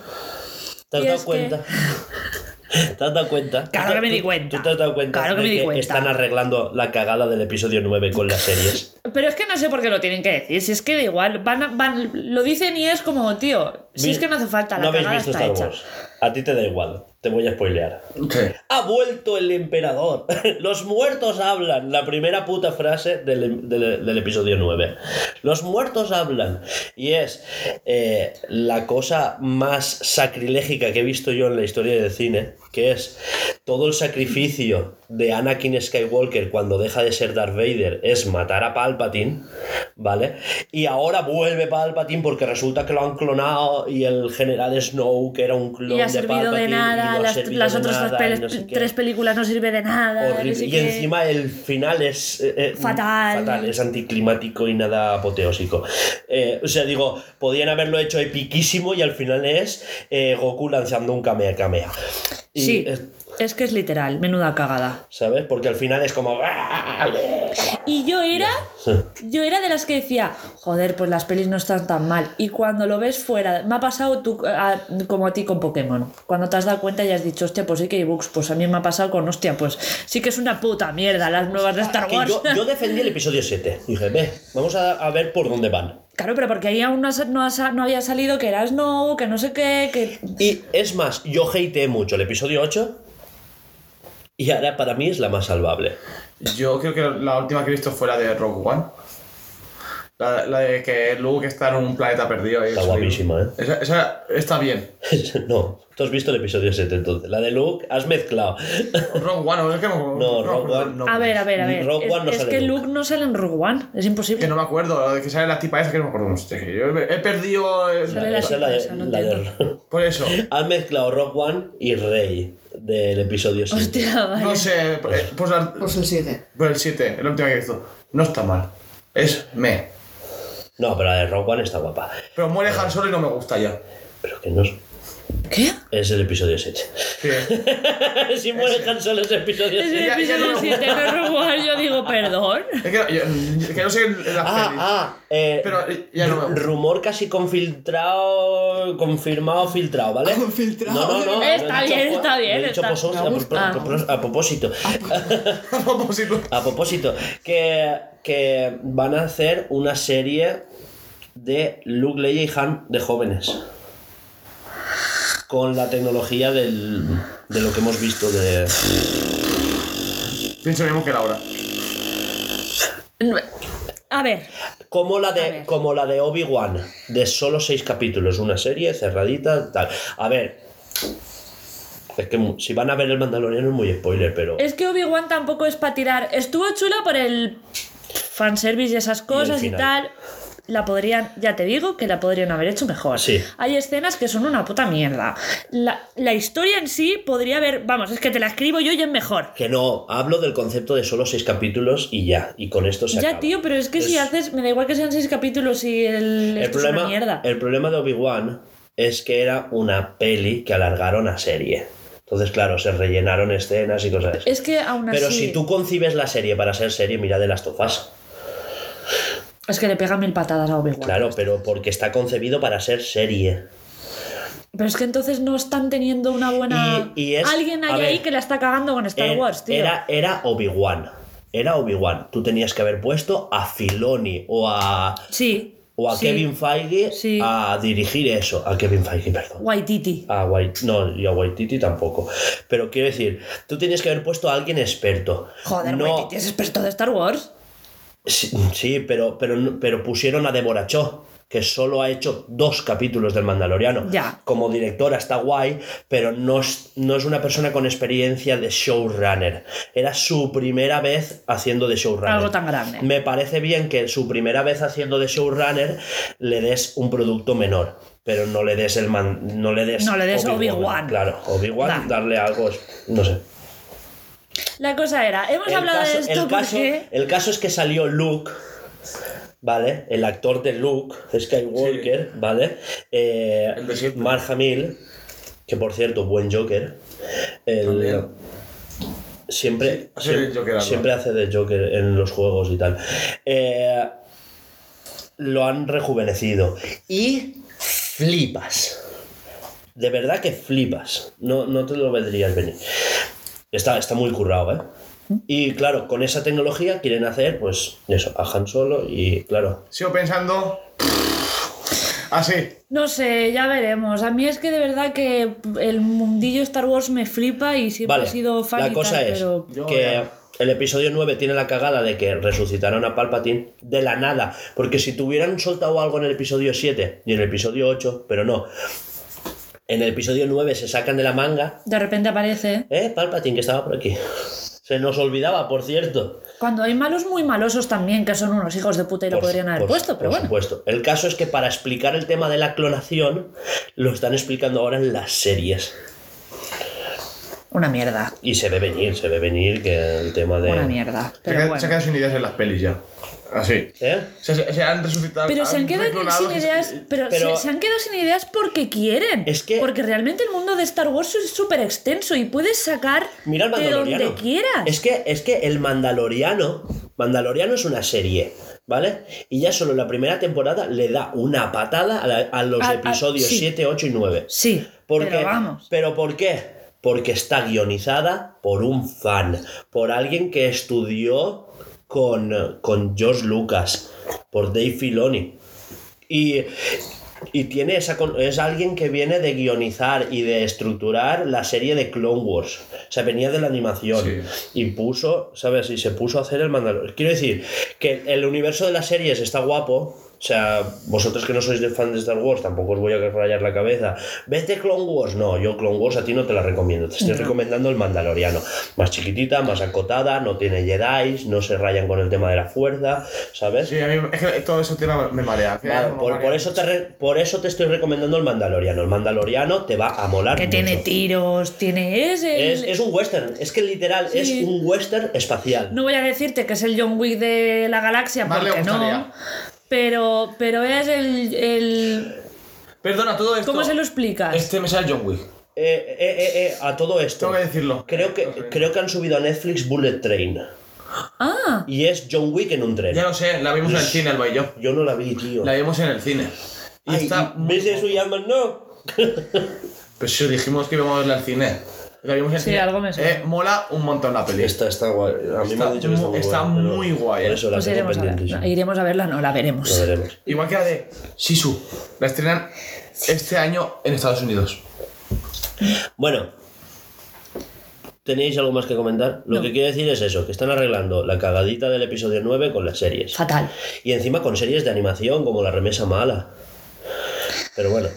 ¿Te has Y dado es que- cuenta? ¿Te has dado cuenta? Claro ¿Tú- que me tú- di cuenta. ¿Tú te has dado cuenta? Claro que de me di cuenta. Están arreglando la cagada del episodio 9 con las series. Pero es que no sé por qué lo tienen que decir. Si es que da igual, van, a- van, lo dicen y es como, tío, si Vi- es que no hace falta, la No habéis cagada visto está Star hecha. Wars. A ti te da igual. Te voy a spoilear. ¿Qué? Ha vuelto el emperador. Los muertos hablan. La primera puta frase del, del- del episodio 9. Los muertos hablan. Y es eh, la cosa más sacrilégica que he visto yo en la historia del cine, que es todo el sacrificio de Anakin Skywalker cuando deja de ser Darth Vader es matar a Palpatine, ¿vale? Y ahora vuelve Palpatine porque resulta que lo han clonado y el general Snow, que era un clon Y ha de servido de Palpatine, y nada, no ha las, servido las de otras dos nada, pel- y no sé qué. tres películas no sirve de nada. Horrible. no sé y qué. encima el final es eh, eh, Fatal. fatal, es anticlimático y nada apoteósico. Eh, o sea, digo, podían haberlo hecho epiquísimo y al final es eh, Goku lanzando un Kamehameha. Y, Sí, eh, es que es literal, menuda cagada. ¿Sabes? Porque al final es como. "Ah, Y yo era, yo era de las que decía, joder, pues las pelis no están tan mal. Y cuando lo ves fuera, me ha pasado tú, a- como a ti con Pokémon. Cuando te has dado cuenta y has dicho, hostia, pues sí que hay bugs, pues a mí me ha pasado con, hostia, pues sí que es una puta mierda las nuevas de Star Que Wars. yo, yo defendí el episodio 7. Dije, ve, vamos a, a ver por dónde van. Claro, pero porque ahí aún no, ha sa- no ha sa- no había salido que eras no, que no sé qué, que... Y es más, yo hateé mucho el episodio 8. Y ahora para mí es la más salvable. Yo creo que la última que he visto fue la de Rogue One. La, la de que Luke está en un planeta perdido. y Está eso, guapísima, ¿eh? Esa, esa está bien. No, tú has visto el episodio 7 entonces. La de Luke, has mezclado. Rogue One, es que no, No, Rogue One. A ver, a ver, a ver. Rogue es One no es sale que Luke. Luke no sale en Rogue One, es imposible. Que no me acuerdo, la de que sale la tipa esa que no me acuerdo. Hostia, que yo he, he perdido. eh, Sale Esa la es sorpresa, no de- entiendo. Por eso. Has mezclado Rock One y Rey del episodio 7. Hostia, vale. No sé, eh, pues, la- Pues el 7. pues el 7, el último que he visto. No está mal. Es me. No, pero la de Rock One está guapa. Pero muere Han Solo y no me gusta ya. Pero que no es, ¿Qué? es el episodio 7. Sí. si muere Han Solo es el episodio Es 7. el Ya- ya episodio no- 7, no Rogue One, yo digo, perdón. Es que, yo- que no sé en las Ah, pelis. ah, eh, Pero eh, ya no me gusta. rumor casi confiltrado, confirmado, filtrado, ¿vale? Confiltrado. No, no, no. lo Está he dicho bien, por- está lo he bien, dicho está- por sos- me a por- gusta. a por- a propósito. Ah. A propósito. A propósito, que, que van a hacer una serie de Luke, Leia y Han de jóvenes. Con la tecnología del, de lo que hemos visto de... Pienso mismo que Laura. A ver, Como la A de, ver. como la de Obi-Wan, de solo seis capítulos, una serie cerradita, tal. A ver... Es que mu- si van a ver el Mandaloriano es muy spoiler, pero... es que Obi-Wan tampoco es para tirar. Estuvo chula por el fanservice y esas cosas y, final. tal. La podrían, ya te digo, que la podrían haber hecho mejor. Sí. Hay escenas que son una puta mierda. La, la historia en sí podría haber. Vamos, es que te la escribo yo y es mejor. Que no, hablo del concepto de solo seis capítulos y ya. Y con esto se ya, acaba. tío, pero es que si Es- haces. Me da igual que sean seis capítulos y el. el esto es problema, una mierda. el problema de Obi-Wan es que era una peli que alargaron a serie. Entonces, claro, se rellenaron escenas y cosas así. Es que aún así. Pero si tú concibes la serie para ser serie, mira de las tofas. Es que le pegan mil patadas a Obi-Wan. Claro, pero porque está concebido para ser serie. Pero es que entonces no están teniendo una buena. Y- y es- Alguien hay a ver, ahí que la está cagando con Star Era- Wars, tío. Era, era Obi-Wan. Era Obi-Wan. Tú tenías que haber puesto a Filoni o a. Sí. o a Sí. Kevin Feige Sí. a dirigir eso. A Kevin Feige, perdón. Waititi. A White, no, y a Waititi tampoco. Pero quiero decir, tú tienes que haber puesto a alguien experto. Joder, no, Waititi es experto de Star Wars. Sí, sí, pero, pero, pero pusieron a Deborah Cho, que solo ha hecho dos capítulos del Mandaloriano. Ya. Como directora está guay, pero no es, no es una persona con experiencia de showrunner. Era su primera vez haciendo de showrunner. Algo tan grande. Me parece bien que su primera vez haciendo de showrunner le des un producto menor. Pero no le des el man, no le des, No le des Obi-Wan. Claro, Obi-Wan, Nah. darle algo, es- no sé. La cosa era, hemos El hablado caso- de el esto caso, porque... el caso es que salió Luke, ¿vale? El actor de Luke, Skywalker, ¿vale? Eh, El de siempre. Mark Hamill, que por cierto, buen Joker. El- También. siempre hace de siem- Joker algo. siempre hace de Joker en los juegos y tal. Eh, lo han rejuvenecido. Y flipas. De verdad que flipas. No, no te lo vendrías venir. Está, está muy currado, ¿eh? Y claro, con esa tecnología quieren hacer, pues, eso, a Han Solo y claro. Sigo pensando. Así. No sé, ya veremos. A mí es que de verdad que el mundillo Star Wars me flipa y siempre Vale, he sido fan la y cosa tal, es pero... Yo que ya. el episodio 9 tiene la cagada de que resucitaron a Palpatine de la nada. Porque si tuvieran soltado algo en el episodio 7 y en el episodio 8, pero no. En el episodio 9 se sacan de la manga. De repente aparece. Eh, Palpatine, que estaba por aquí. Se nos olvidaba, por cierto. Cuando hay malos muy malosos también, que son unos hijos de puta y lo Por- podrían haber por- puesto, por pero bueno. supuesto. El caso es que para explicar el tema de la clonación, lo están explicando ahora en las series. Una mierda. Y se ve venir, se ve venir que el tema de. Una mierda. Se Pero queda- bueno. Se quedan sin ideas en las pelis ya. Así. ¿Eh? Se, se- se han resucitado. Pero se han quedado reclonado- sin ideas. Pero, se- pero- se, han quedado sin ideas porque quieren. Es que- Porque realmente el mundo de Star Wars es súper extenso y puedes sacar Mira el de Mandaloriano. donde quieras. Es que, es que el Mandaloriano. Mandaloriano es una serie, ¿vale? Y ya solo la primera temporada le da una patada a, la- a los A- a- episodios sí. 7, 8 y 9. Sí. Porque, pero vamos. ¿Pero por qué? Porque está guionizada por un fan, por alguien que estudió con, con George Lucas, por Dave Filoni. Y, y tiene esa, con- es alguien que viene de guionizar y de estructurar la serie de Clone Wars. O sea, venía de la animación Sí. y puso, ¿sabes? Y se puso a hacer el Mandalorian. Quiero decir que el universo de las series está guapo. O sea, vosotros que no sois de fan de Star Wars, tampoco os voy a rayar la cabeza. Vete Clone Wars. No, yo Clone Wars a ti no te la recomiendo. Te estoy recomendando el Mandaloriano. Más chiquitita, más acotada, no tiene Jedi, no se rayan con el tema de la fuerza, ¿sabes? Sí, a mí es que todo eso tema me marea. que Vale, me por, marea por eso te mucho. re- por eso te estoy recomendando el Mandaloriano. El Mandaloriano te va a molar. Que tiene mucho. tiros, tiene ese. es, es un western, es que literal Sí. es un western espacial. No voy a decirte que es el John Wick de la galaxia, Más le porque no. gustaría. Pero, pero es el, el- Perdona, todo esto. ¿Cómo se lo explicas? Este me sale John Wick. Eh, eh, eh, eh, a todo esto. Tengo que decirlo. Creo que, creo que han subido a Netflix Bullet Train. Ah, Y es John Wick en un tren. Ya lo sé, la vimos en el cine, el yo. Yo no la vi, tío. La vimos en el cine. Y Ay, está. ¿Ves eso, llaman No. Pues sí, dijimos que íbamos a verla al cine. La vimos en el Sí, cine. algo me suena. Eh, mola un montón la peli. Esta está guay. A mí me Está han dicho que está muy mu- está buena, pero muy guay, Por eh. eso la pues tengo iremos a pendientísima. verla. Iremos a verla, no, la veremos. Lo veremos. Igual que la de Sisu. La estrenan este año en Estados Unidos. Bueno. ¿Tenéis algo más que comentar? Lo No. que quiero decir es eso, que están arreglando la cagadita del episodio 9 con las series. Fatal. Y encima con series de animación como La Remesa Mala. Pero bueno.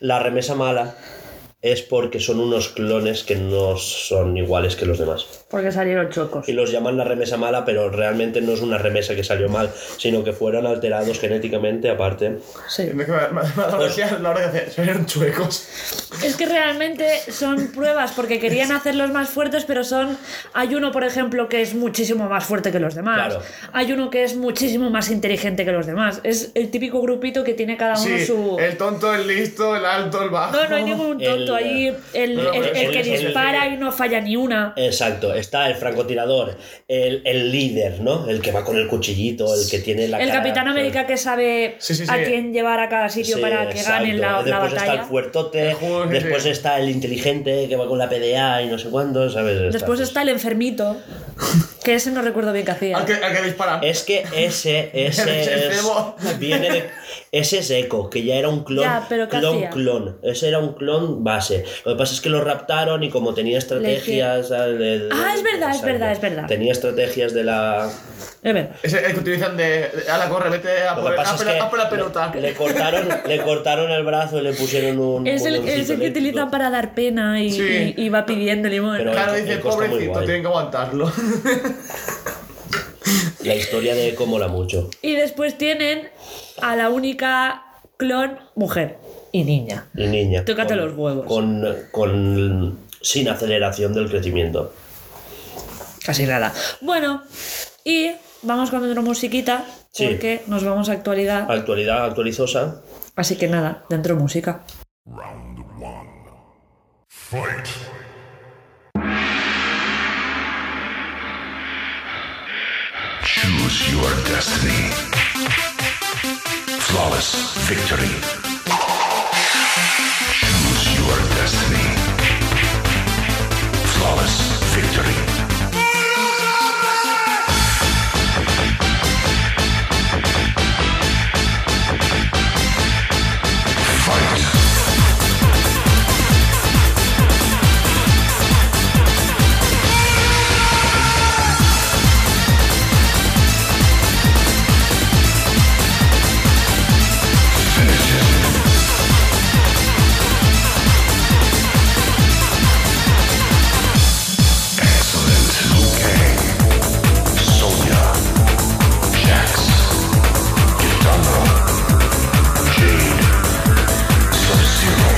La Remesa Mala es porque son unos clones que no son iguales que los demás. Porque salieron chocos. Y los llaman la remesa mala, pero realmente no es una remesa que salió mal, sino que fueron alterados genéticamente aparte. Sí. Me me- me ha dado gracia la hora que hace. Se vieron chuecos. Es que realmente son pruebas porque querían hacerlos más fuertes, pero son. Hay uno, por ejemplo, que es muchísimo más fuerte que los demás. Claro. Hay uno que es muchísimo más inteligente que los demás. Es el típico grupito que tiene cada uno Sí, su. el tonto, el listo, el alto, el bajo. No, no hay ningún tonto. ahí el, No, no, el- pero el sí, que sí, sí, sí. dispara y no falla ni una. Exacto, está el francotirador, el, el líder, ¿no? El que va con el cuchillito, el que tiene la el cara- Capitán América que sabe Sí, sí, sí. a quién llevar a cada sitio Sí, para que exacto. ganen la, la Después está el batalla. fuertote, El juego es después ese. está el inteligente que va con la PDA y no sé cuándo, ¿sabes? Estas Después cosas. está el enfermito, que ese no recuerdo bien qué hacía. Hay Ah, que, hay que disparar. Es que ese, ese Ese es, cebo. viene de, ese es Echo, que ya era un clon, Ya, pero ¿qué clon, hacía? clon. Ese era un clon base. Lo que pasa es que lo raptaron y como tenía estrategias... al- del- Ah, es verdad, es verdad, es verdad. Tenía estrategias de la... Ah, Es verdad. Es el que utilizan de, de, ala, corre, vete a Lo por, que el- pasa a es por la- que a por ah, la pelota. Le, le cortaron, le cortaron el brazo y le pusieron un... Es el, condoncito es el que eléctrico. utilizan para dar pena y, Sí. y- y va pidiendo limón. Pero- Claro, el- dice, el costo muy pobrecito, guay". tienen que aguantarlo. La historia de Echo mola mucho. Y después tienen a la única clon mujer y niña. Y niña. Tócate con- los huevos. Con, con- sin aceleración del crecimiento. Casi nada. Bueno, y vamos con otra musiquita Sí. Ah. porque nos vamos a actualidad. Actualidad actualizosa. Así que nada, dentro música. Round one. Fight. Choose your destiny. Flawless victory. Choose your destiny. Flawless victory. Fight. Excellent. Liu Kang, Sonya, Jax, Kitana, Jade, Sub-Zero,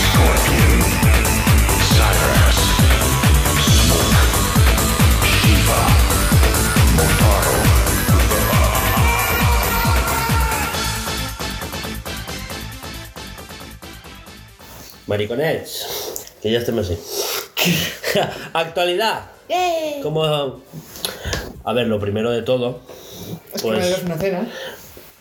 Scorpion, Cyrus, Smoke, Shiva, Motaro. Mariconets. Que ya estemos así. Actualidad. Como. A ver, lo primero de todo. Es que no Pues. es una cena.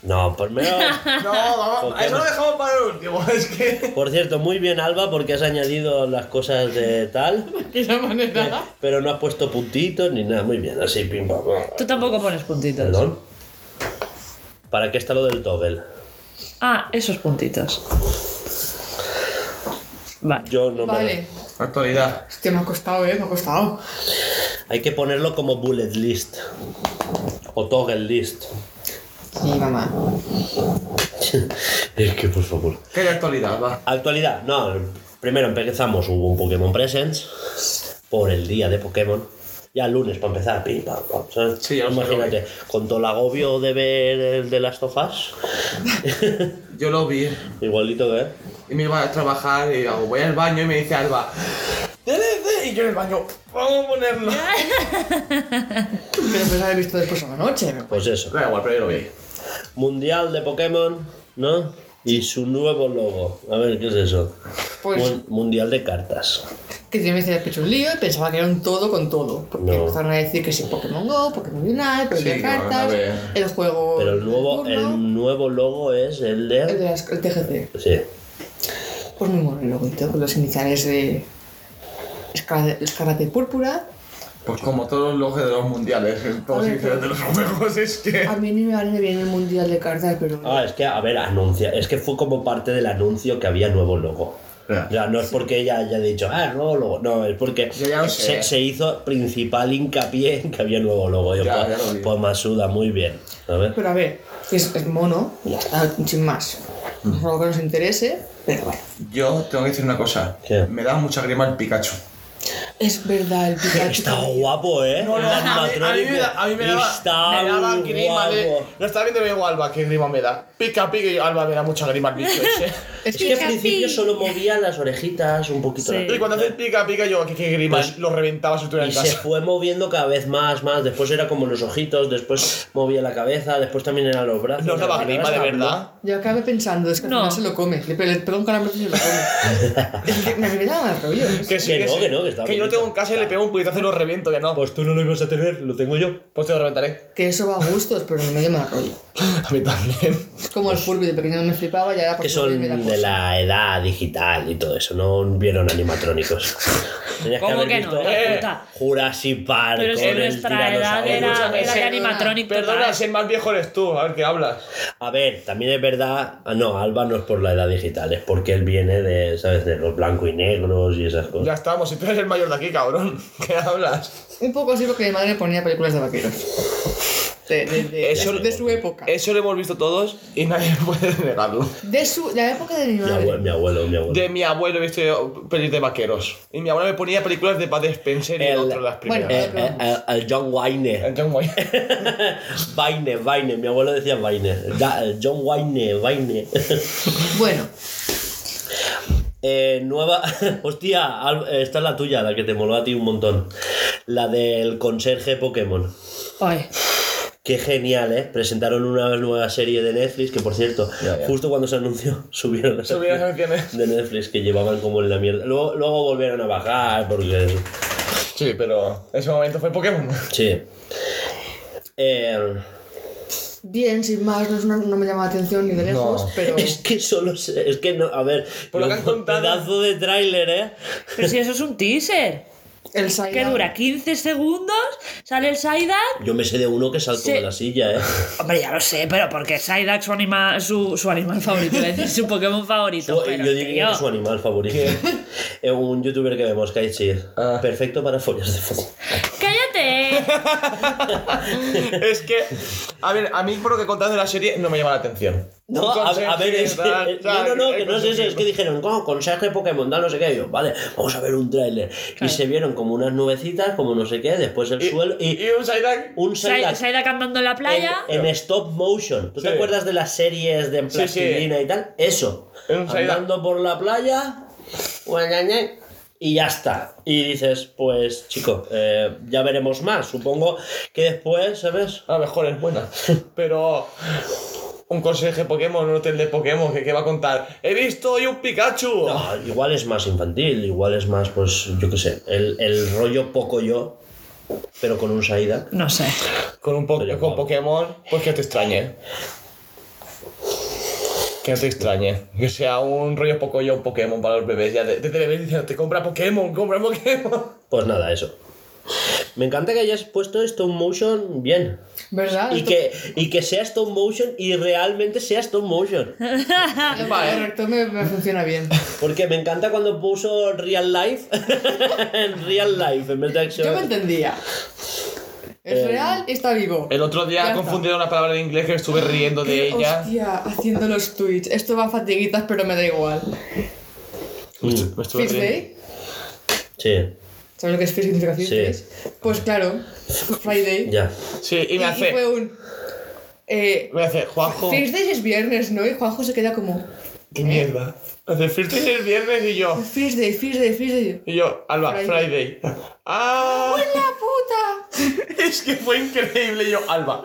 No, primero. No, vamos, Porque eso lo no- dejamos para el último. Es que. Por cierto, muy bien, Alba, porque has añadido las cosas de tal, De esa manera. pero no has puesto puntitos ni nada. Muy bien, así, pim, pam, pam. Tú tampoco pones puntitos. Perdón. ¿Para qué está lo del toggle? Ah, esos puntitos. Vale. Yo no me- Vale. Actualidad. Hostia, me ha costado, eh, me ha costado. Hay que ponerlo como bullet list. O toggle list. Sí, mamá. Es que, por favor. ¿Qué hay actualidad? Va. Actualidad, no, primero empezamos, hubo un Pokémon Presents por el día de Pokémon. Ya el lunes para empezar, pim, pam, pam, ¿sabes? Sí, ya lo sé, Imagínate, con todo el agobio de ver el de las tofas, Yo lo vi. igualito que él. Y me iba a trabajar y hago, voy al baño y me dice Alba. "DLC", Y yo en el baño, vamos a ponerlo. Pero pues haber visto después a la noche. ¿no? Pues eso, Da igual, pero yo lo vi. Mundial de Pokémon, ¿no? Y su nuevo logo. A ver, ¿qué es eso? Pues- Mun- mundial de cartas. Que yo me decía pecho un lío y pensaba que era un todo con todo. Porque No. empezaron a decir que sí, Pokémon Go, Pokémon Unite, Pokémon Sí, de no, a cartas, ver. el juego. Pero el de nuevo, turno, el nuevo logo es el el de de... las- el TGC. Sí. Pues muy mono el loguito, con los iniciales de. escarla- Escarlata y púrpura. Pues como todos los logos de los mundiales, en todos los Oye, inicios de los juegos, es que. A mí ni me vale bien el mundial de cartas, pero. Ah, es que, a ver, anuncia. Es que fue como parte del anuncio que había nuevo logo. Ya. Ya, no es porque ella haya dicho, ah, nuevo logo. No, es porque Yo ya lo se, sé. se hizo principal hincapié en que había nuevo logo. Yo, Ya, pues, ya lo vi. pues Masuda, muy bien. ¿sabes? Pero a ver, que es, es mono y ya está, sin más. Mm. Es algo que nos interese, pero bueno. Yo tengo que decir una cosa. ¿Qué? Me da mucha grima el Pikachu. Es verdad, el Pikachu. Está guapo, ¿eh? No, no, El a mí, a mí me da, a mí me daba- Está me daba muy grima, le- guapo. No está viendo bien Alba, qué grima me da. Pica, pica, y yo, Alba me da mucha grima el bicho ese. Es que al principio solo movía las orejitas un poquito. Sí. la- y cuando hace pica, pica, yo, qué, qué grima, Pues- lo reventaba si estuviera Y en se casa. fue moviendo cada vez más, más. Después era como los ojitos, después movía la cabeza, después también eran los brazos. No daba Al final grima, de hasta habló. verdad. Yo acabé pensando, es que al No. final se lo come. Le pe- le pega un calambre y se lo come. es que me da mal rollo. Que sí, Que no, sí. que no, que está yo lo bonito. tengo en casa y le pego un puñetazo y lo reviento, que no. Pues, Pues tú no lo ibas a tener, lo tengo yo. pues te lo reventaré. Que eso va a gustos, pero me da mal rollo. A mí también. Es como el Furby de pequeño me flipaba y ahora por Que Furby son me da de cosa. la edad digital y todo eso, no vieron animatrónicos. Tenías ¿Cómo haber que no? visto La Eh, puta. Jurassic Park Pero con si el nuestra edad tiranosaurio. era, Escúchame, era de perdona, animatronic total. Perdona, si el más viejo eres tú, a ver qué hablas. A ver, también es verdad. ah, No, Alba no es por la edad digital, es porque él viene de, ¿sabes? De los blanco y negros y esas cosas. Ya estamos, si tú eres el mayor de aquí, cabrón. ¿Qué hablas? Un poco así porque mi madre ponía películas de vaqueros. De, de, de- Eso- de su época. Eso lo hemos visto todos y nadie puede negarlo. De su, la época de mi Mi madre. abuelo, mi abuelo, mi abuelo. Eh, De mi abuelo he visto yo pelis de vaqueros. Y mi abuelo me ponía películas de Bud Spencer y El- el, otro las bueno, primeras. Eh, eh, eh, el John Wayne. El John Wayne. Wayne, Wayne. Mi abuelo decía Wayne. Da- el John Wayne, Wayne. Bueno, Eh, nueva. Hostia, Al- eh, esta es la tuya, la que te moló a ti un montón. La del conserje Pokémon. ay, Qué genial, ¿eh? Presentaron una nueva serie de Netflix que, por cierto, Ya, ya. justo cuando se anunció, subieron las Subieron las canciones. de Netflix que llevaban como en la mierda. Luego, luego volvieron a bajar porque... Sí, pero ese momento fue Pokémon. Sí. Eh, bien, sin más, no, es una- no me llama la atención ni de lejos, No. pero. es que solo... se- Es que no... A ver, Por lo que han un contado. pedazo de tráiler, ¿eh? Pero si eso es un teaser. El Saiyan. Que dura 15 segundos, sale el Psyduck. Yo me sé de uno que saltó Sí. de la silla, ¿eh? Hombre, ya lo sé, pero porque Psyduck su, anima, su, su animal favorito, iba a decir, su Pokémon favorito. Yo- pero, yo diría que tío, es su animal favorito. Es un youtuber que vemos, Kaichi. Ah. Perfecto para follas de fondo. ¡Cállate! es que, a ver, a mí por lo que contaste de la serie no me llama la atención. No, Un a, a ver, conserje, es que, eh, tal, no, tal, no, no, que el no es eso, es que conserje. dijeron, con conserje Pokémon, tal, no sé qué, y yo, vale, vamos a ver un tráiler. Y se vieron como unas nubecitas, como no sé qué, después el Y- suelo y y un Psyduck. un Psy- Psyduck Psyduck andando en la en, playa. en stop motion. ¿Tú te Sí. acuerdas de las series de en Sí, plastilina y tal? Eso, Un Psyduck. andando por la playa, guañañe, y ya está. Y dices, pues chico, eh, ya veremos más, supongo que después, ¿sabes? A lo mejor es buena. Pero. Un conserje Pokémon, un hotel de Pokémon, que, que va a contar. ¡He visto hoy un Pikachu! Ah, igual es más infantil, igual es más, pues, yo qué sé, el, el rollo poco yo, pero con un Saida. No sé. Con un po- Pero con igual. Pokémon, pues que te extrañe. Que no te extrañe. Que sea un rollo poco yo un Pokémon para los bebés. Ya de- desde bebés diciendo, te compra Pokémon, compra Pokémon. Pues nada, eso. Me encanta que hayas puesto stop motion bien. ¿Verdad? Y Esto- que, y que sea stop motion y realmente sea stop motion. Vale. Correcto, me, me funciona bien. Porque me encanta cuando puso real life en real life en vez de Yo me acción. entendía. Eh. Es real y está vivo. El otro Ya día está. confundieron una palabra en inglés que estuve riendo de Qué ella. Hostia, haciendo los tweets. Esto va a fatiguitas, pero me da igual. Me estuve Fist riendo. Day. Sí, ¿Sabes lo que es Fist significa Fist Sí. Days? Pues claro, Friday. ya. Sí, y me hace. fue un. Eh, Me hace, Juanjo. Fist Days es viernes, ¿no? Y Juanjo se queda como. Qué mierda. Me hace, First Day es viernes y yo. Fist Day, Fist Day, Fist Day. Y yo, Alba, Friday. Friday. ¡Ah! ¡La puta! Es que fue increíble yo, Alba.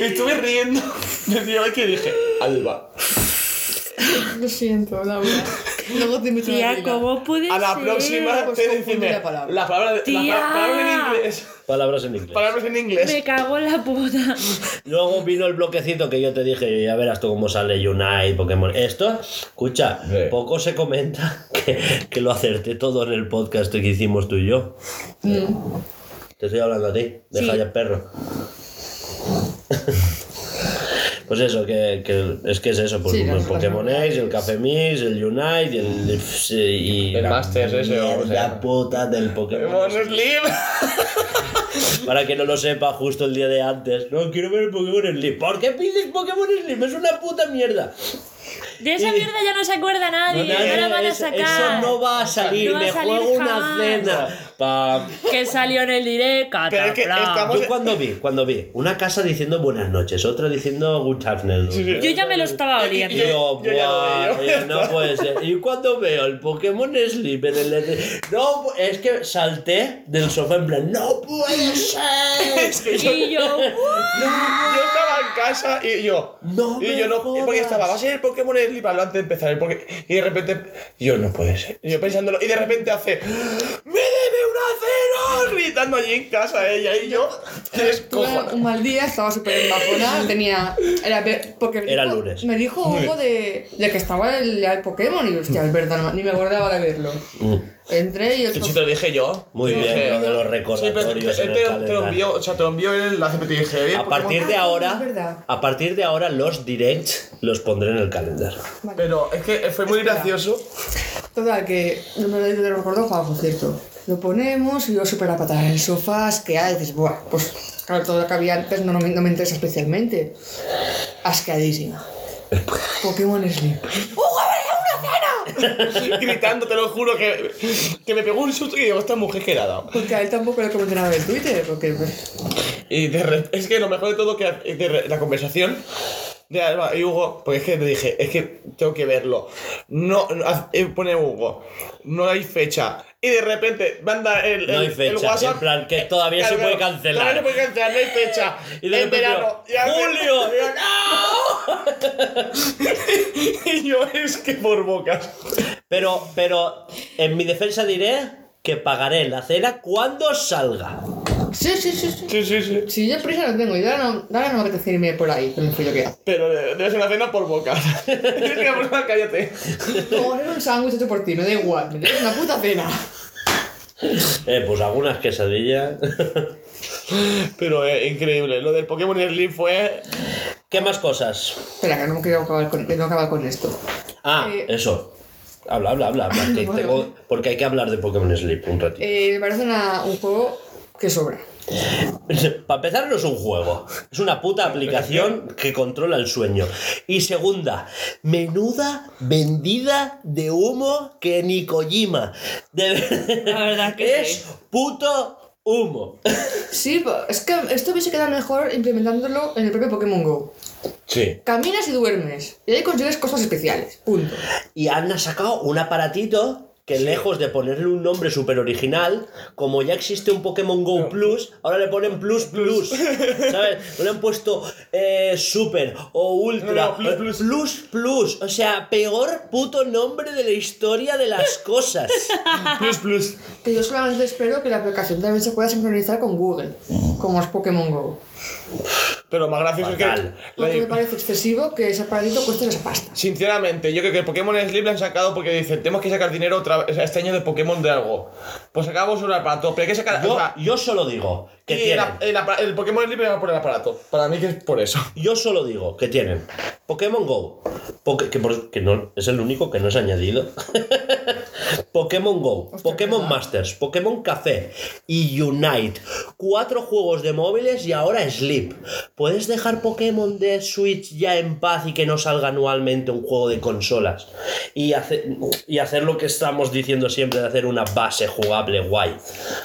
Estuve riendo desde hoy que dije, Alba. Lo siento, Laura. Luego te meto una Tía, pila. ¿cómo puede A la ser? próxima pues te confundí decime la palabra. la palabra, de- la Tía. pa- palabra en inglés. Palabras en inglés. Palabras en Me inglés. cago en la puta. Luego vino el bloquecito que yo te dije, ya verás tú cómo sale Unite, Pokémon. Esto, escucha, Sí. poco se comenta que, que lo acerté todo en el podcast que hicimos tú y yo. Te estoy hablando a ti, deja Sí. ya el perro. Pues eso, que, que es que es eso, pues Sí, el las- Pokémon las- X, el Café Mix, el Unite, el... y- Y El la Masters ese, o mierda sea. puta del Pokémon. Pokémon Slim. Para que no lo sepa justo el día de antes. No, quiero ver Pokémon Slim. ¿Por qué pides Pokémon Slim? Es una puta mierda. De esa Y- mierda ya no se acuerda nadie, no, nadie- la van a eso- sacar. Eso no va a salir, No va a me salir juego una jamás. cena. Pam. Que salió en el directo. Pero es que estamos- Yo cuando vi, cuando vi una casa diciendo buenas noches, otra diciendo good afternoon. Yo ya me lo estaba Y oliendo. digo, Yo ya lo "Buah, veo". oye, no puede ser. Y cuando veo el Pokémon Sleep en el LT, no, es que salté del sofá en plan, no puede ser. Y yo, "Uh". Yo estaba en casa y yo. No Y me yo no. jodas. Porque estaba, va a ser el Pokémon Sleep hablando antes de empezar. el Poké- y de repente. y Yo no puede ser. Y yo pensándolo. Y de repente hace. ¡Me debe una cero! Gritando allí en casa ella y yo. tres Tuve un mal día, estaba súper embajona, tenía... Era, pe- porque me Era dijo- lunes. Me dijo Hugo de, de que estaba el, el Pokémon y hostia, es verdad, no- ni me acordaba de verlo. Mm. Entré y el Sí, sí, te lo dije yo. Muy Te bien, dije- lo de los Sí, pero recordatorios te- en el te- te lo calendario. envió, o sea, te lo envió el enlace, pero te dije, oye, pues, A Pokémon- partir de Ah, ahora, es verdad. a partir de ahora los directs los pondré en el calendario. Pero es que fue muy gracioso. Total, que no me lo, te lo recordó Juanjo, cierto. Lo ponemos y yo súper a patada en el sofá, asqueada, y dices, buah, pues claro, todo lo que había antes no, no me, no me interesa especialmente. Asqueadísima. Pokémon Sleep. Gritando, te lo juro, que, que me pegó un susto y digo, esta mujer que le ha dado. Porque a él tampoco le comenté nada en Twitter, porque pues, Y de re- es que lo mejor de todo que de re- la conversación de Alba y Hugo, porque es que te dije, es que tengo que verlo. No, no, haz- eh, pone Hugo, no hay fecha. Y de repente manda el, el, No hay el fecha, WhatsApp. en plan, que todavía se Claro, puede claro, cancelar. Todavía se puede cancelar, no hay fecha. Y de En repente, verano. y hace- ¡Julio! Y yo, y yo, es que por bocas. Pero, pero en mi defensa diré que pagaré la cena cuando salga. sí, sí, sí, sí. Sí, sí, sí. Si yo prisa no tengo, y ahora no, ahora no me apetece irme por ahí, que me fui yo que Pero eh, debe ser una cena por bocas. es que por favor, cállate. Como hacer un sándwich hecho por ti, me da igual, me da una puta pena. Eh, pues algunas quesadillas. Pero eh, increíble, lo del Pokémon Sleep fue. ¿Qué más cosas? Espera, que no quiero acabar con, que no acabar con esto. Ah, Eh, eso. Habla, habla, habla. habla, que Vale, tengo- vale. porque hay que hablar de Pokémon Sleep un ratito. Eh, me parece una- un juego que sobra. Para empezar, no es un juego. Es una puta aplicación que controla el sueño. Y segunda, menuda vendida de humo que ni Kojima. De- La verdad que es sí. puto humo. Sí, pa- es que esto hubiese quedado mejor implementándolo en el propio Pokémon GO. Sí. Caminas y duermes. Y ahí consigues cosas especiales. Punto. Y han sacado un aparatito que lejos de ponerle un nombre súper original, como ya existe un Pokémon Go Plus, ahora le ponen Plus Plus. ¿Sabes? No le han puesto eh, Super o Ultra. No, no, Plus eh, Plus. plus Plus. O sea, peor puto nombre de la historia de las cosas. Plus, plus. Que yo solamente espero que la aplicación también se pueda sincronizar con Google, como es Pokémon GO. Pero lo más gracioso Fatal. es que. la- Porque me parece excesivo que ese aparatito cueste esa pasta. Sinceramente, yo creo que el Pokémon Sleep lo han sacado porque dicen, tenemos que sacar dinero otra vez, o sea, este año de Pokémon de algo. Pues sacamos un aparato, pero hay que sacar... Yo, o sea, yo solo digo que y el, tienen. ap- el apa- el Pokémon Sleep va por el aparato. Para mí que es por eso. Yo solo digo que tienen Pokémon Go, Poké- que, por- que no, es el único que no se ha añadido. Pokémon Go, Pokémon Masters, Pokémon Café y Unite. Cuatro juegos de móviles y ahora Sleep. ¿Puedes dejar Pokémon de Switch ya en paz y que no salga anualmente un juego de consolas? Y, hace- y hacer lo que estamos diciendo siempre de hacer una base jugable guay.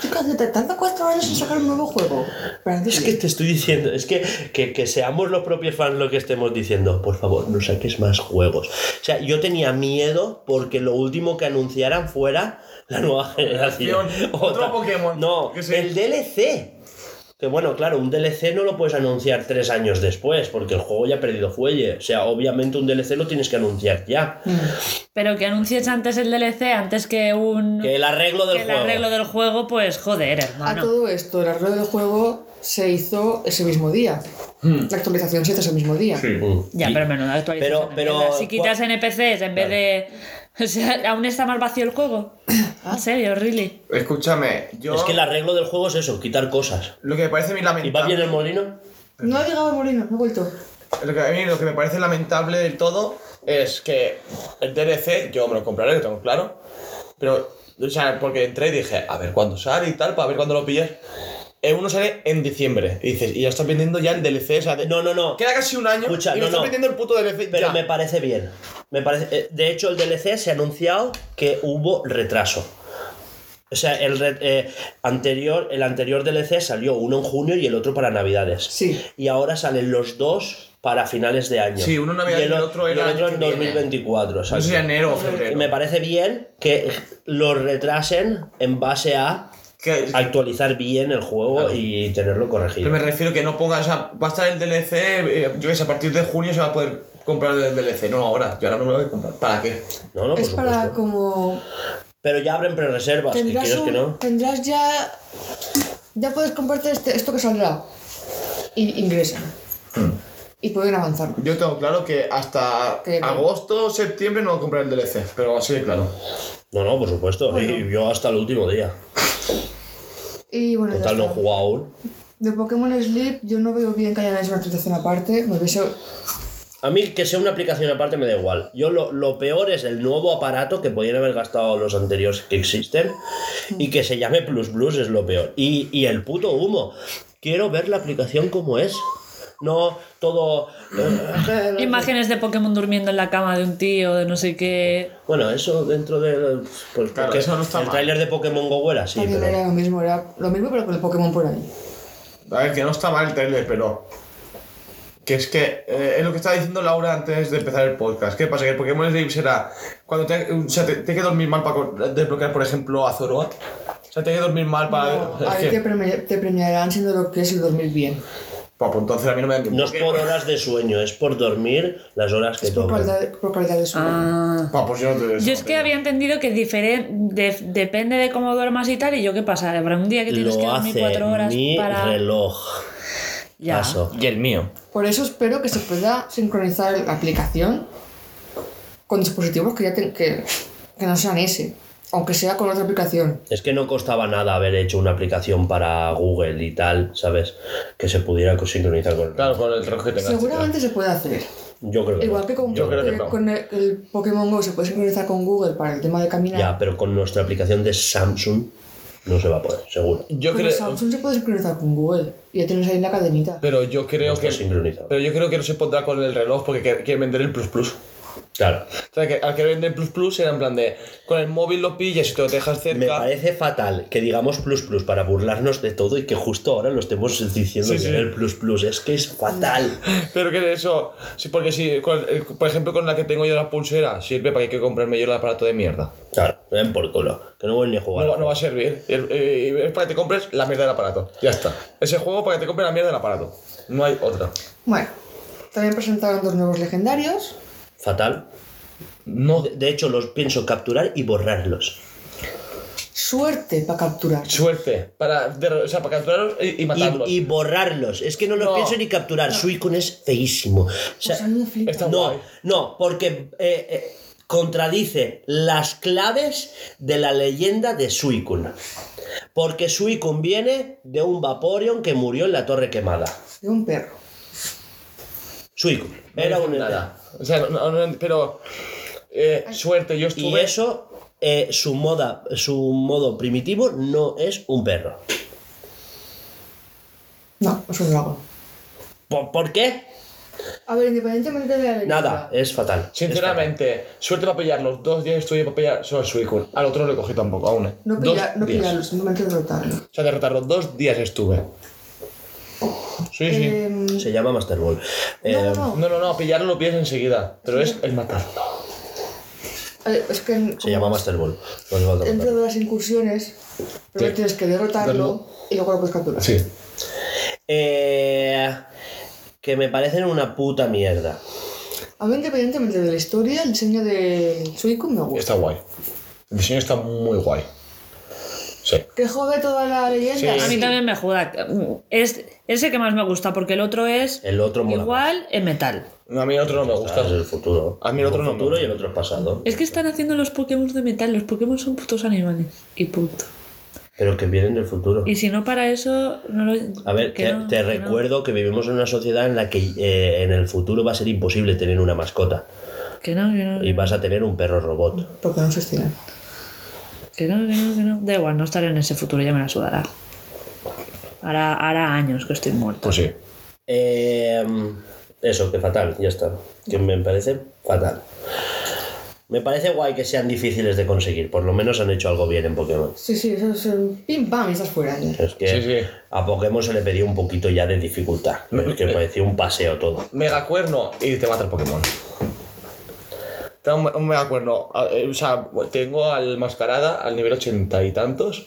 Chicos, te tarda cuatro años en sacar un nuevo juego. Pero antes Es que te estoy diciendo, es que, que, que seamos los propios fans lo que estemos diciendo. Por favor, no saques más juegos. O sea, yo tenía miedo porque lo último que anunciaran fuera la nueva generación. Otro Otra- Pokémon. No, Que sí. el DLC. Que bueno, claro, un DLC no lo puedes anunciar tres años después porque el juego ya ha perdido fuelle. O sea, obviamente un DLC lo tienes que anunciar ya. Pero que anuncies antes el DLC, antes que un. Que el arreglo del que el juego. arreglo del juego, pues joder, A hermano. todo esto, el arreglo del juego se hizo ese mismo día. Hmm. La actualización se hizo ese mismo día. Mm. Ya, Y- pero menuda actualización. Pero- de pero- mierda. si quitas cua- NPCs en vez de. O sea, aún está más vacío el juego. Ah. En serio, really. Escúchame, yo... Es que el arreglo del juego es eso, quitar cosas. Lo que me parece a mí ¿Y va bien lamentable... el molino? No ha llegado Molino, no ha vuelto. Lo que, a mí lo que me parece lamentable del todo es que el DLC, yo me lo compraré, lo tengo claro. Pero, o sea, porque entré y dije, a ver cuándo sale y tal, para ver cuándo lo pillas. eh, uno sale en diciembre. Y dices, y ya estás vendiendo ya el DLC. O sea, de- No, no, no. Queda casi un año Escucha, y no, no, estás no. vendiendo el puto DLC. Pero ya. me parece bien. Me parece, eh, de hecho, el DLC se ha anunciado que hubo retraso. O sea, el, re- eh, anterior, el anterior DLC salió uno en junio y el otro para Navidades. Sí. Y ahora salen los dos para finales de año. Sí, uno en Navidad y el otro era y el el año otro en que viene. 2024. No exacto. sé si enero o Y febrero. me parece bien que lo retrasen en base a Que- actualizar bien el juego y tenerlo corregido. Pero me refiero que no pongas, o sea, va a estar el DLC, eh, yo que sé, a partir de junio se va a poder comprar el DLC. No, ahora, yo ahora no me lo voy a comprar. ¿Para qué? No, no, por es para supuesto. como. Pero ya abren prerreservas, que Tendrás, quieres un- que no. tendrás ya. Ya puedes comprarte este- esto que saldrá. Y ingresan. Hmm. Y pueden avanzar. Yo tengo claro que hasta Que no. agosto septiembre no voy a comprar el DLC, pero así de claro. No, no, por supuesto. Y yo hasta el último día. Y bueno, ya Total, no he está. jugado aún. de Pokémon Sleep yo no veo bien que hayan hecho una aplicación aparte. Me hubiese... A mí que sea una aplicación aparte me da igual. Yo lo, lo peor es el nuevo aparato que podían haber gastado los anteriores que existen y que se llame Plus Plus es lo peor. Y, y el puto humo. Quiero ver la aplicación como es. No todo... eh, Imágenes de Pokémon durmiendo en la cama de un tío, de no sé qué. Bueno, eso dentro de... Pues Claro, porque eso no está el mal. tráiler de Pokémon GO era así, también pero... era lo mismo, era lo mismo pero con el Pokémon por ahí. A ver, que no está mal el trailer, pero. Que es que eh, es lo que estaba diciendo Laura antes de empezar el podcast. ¿Qué pasa? Que el Pokémon Sleep será. Cuando te, o sea, te, te hay que dormir mal para co- desbloquear, por ejemplo, a Zoroark. O sea, te hay que dormir mal para. No, es ahí que- te, premi- te premiarán siendo lo que es el dormir bien. Buah, pues entonces a mí no me da tiempo. No es por horas de sueño, es por dormir las horas que Es por tocan. calidad, por calidad de sueño. Ah. Buah, pues yo no te- Yo es que había entendido que diferen- de- depende de cómo duermas y tal, y yo qué pasa, habrá un día que tienes que Lo dormir hace cuatro horas mi para... reloj. Ya. Paso. Y el mío. Por eso espero que se pueda sincronizar la aplicación con dispositivos que ya ten- que, que no sean ese, aunque sea con otra aplicación. Es que no costaba nada haber hecho una aplicación para Google y tal, ¿sabes? Que se pudiera sincronizar con el Claro, con el reloj que tengas. Seguramente se puede hacer. Yo creo que Igual no. que con, Yo creo que que no. con el, el Pokémon Go se puede sincronizar con Google para el tema de caminar. Ya, pero con nuestra aplicación de Samsung no se va a poder, seguro. Yo Con creo. Samsung se puede sincronizar con Google. Y ya tienes ahí la cadenita. Pero yo creo Está que. sincronizado. Pero yo creo que no se pondrá con el reloj porque quer- quieren vender el Plus Plus. Claro. O sea, que al que venden Plus Plus era en plan de. Con el móvil lo pillas y te lo dejas cerca. Me parece fatal que digamos plus plus para burlarnos de todo y que justo ahora lo estemos diciendo Sí, que sí. era el plus plus. Es que es fatal. Pero que eso, sí, porque si, con- eh, por ejemplo, con la que tengo yo la pulsera, sirve para que comprarme yo el aparato de mierda. Claro, me den por culo. Que no voy ni a jugar. No, no va a servir. El- eh, Es para que te compres la mierda del aparato. Ya está. Ese juego para que te compres la mierda del aparato. No hay otra. Bueno, también presentaron dos nuevos legendarios. Fatal. No. De- De hecho, los pienso capturar y borrarlos. Suerte para capturar. Suerte. Para, de- o sea, para capturarlos y, y Y, matarlos. y borrarlos. Es que no los No. pienso ni capturar. Suicune es feísimo. O sea, Pues a mí me flipa. Está no, guay. no, porque eh, eh, contradice las claves de la leyenda de Suicune. Porque Suicune viene de un Vaporeon que murió en la Torre Quemada. De un perro. Suicune. No era dicen un E nada. O sea, no- no- no- pero. eh, suerte, Y yo estuve. eso, eh, su, moda, su modo primitivo no es un perro. No, es un dragón. ¿Por, por qué? A ver, independientemente de la leyenda. Nada, es fatal. es Sinceramente, suerte para pillarlos. Dos días estuve para pillar solo el Suicune. Al otro no le cogí tampoco, aún. eh. No, Dos pilla, no días. pillarlo, simplemente derrotarlo. O sea, derrotarlo dos días estuve. Sí, sí. Em, fatal. Se llama Master Ball. Eh, no, no, no. No, no, no, pillarlo lo pillas enseguida. Pero es el matarlo. Eh, Es que en- Se llama Master Ball. No hace falta dentro contar. de las incursiones, primero Sí. tienes que derrotarlo y luego lo puedes capturar. Sí. Eh, que me parecen una puta mierda. A mí, independientemente de la historia, el diseño del Suicune me gusta. Está guay. El diseño está muy guay. Sí. Que jode toda la leyenda. Sí. A mí también me joda. Es, es el que más me gusta, porque el otro es El otro mola igual en metal. No, a mí el otro no me Claro, gusta. es el futuro. A mí el otro no me futuro gusta. y el otro es pasado. Es que están haciendo los Pokémon de metal, los Pokémon son putos animales. Y punto. Pero que vienen del futuro. Y si no para eso, no lo... A ver, que te, no, te que no. recuerdo que vivimos en una sociedad en la que eh, en el futuro va a ser imposible tener una mascota. Que no, que no. Y vas a tener un perro robot. Porque no se estiran. Que no, que no, que no. Da igual, no estaré en ese futuro, ya me la sudará. Ahora, ahora años que estoy muerto. Pues sí. Eh, eso, que fatal, ya está. Que me parece fatal. Me parece guay que sean difíciles de conseguir. Por lo menos han hecho algo bien en Pokémon. Sí, sí, eso es un pim pam y estás fuera. ¿eh? ya. Es que Sí, sí. a Pokémon se le pedía un poquito ya de dificultad. Es que parecía un paseo todo. Mega cuerno y te mata el Pokémon. Te da un, un mega cuerno. a- eh, O sea, tengo al mascarada al nivel ochenta y tantos.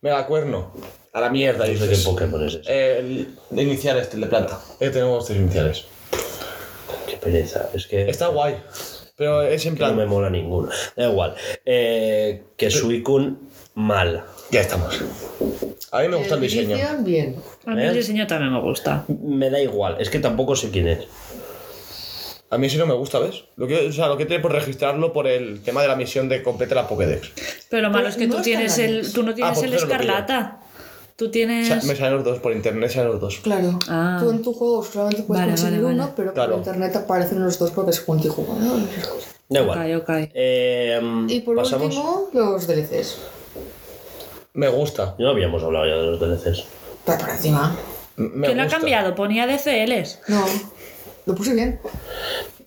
Mega cuerno. A la mierda, No sé qué dices. Pokémon es ese. Eh, el- de iniciales, el de plata. Eh, tenemos tres iniciales. Qué pereza. Es que Está guay. Pero es en no plan. me mola ninguno. Da igual. Eh, que Suicune, mal. Ya estamos. A mí me gusta el diseño. Inicia Bien. A mí ¿Eh? el diseño también me gusta. Me da igual. Es que tampoco sé quién es. A mí sí no me gusta, ¿ves? Lo que, o sea, lo que tiene por registrarlo por el tema de la misión de completa la Pokédex. Pero lo malo es que no tú, está tienes mal. el, tú no Ah, tienes pues el entonces lo pillo. escarlata. Tú O tienes... sea, me salen los dos por internet, salen los dos. Claro. Ah. Tú en tu juego solamente puedes Vale, conseguir vale, uno, vale. pero Claro. por internet aparecen los dos porque es multijugador. Da igual. Ok, ok. Eh, Y por pasamos. último, los DLCs. Me gusta. No habíamos hablado ya de los DLCs. Pero por encima. m- Me ¿Quién lo ha gusta. cambiado? Ponía DCLs. No. Lo puse bien.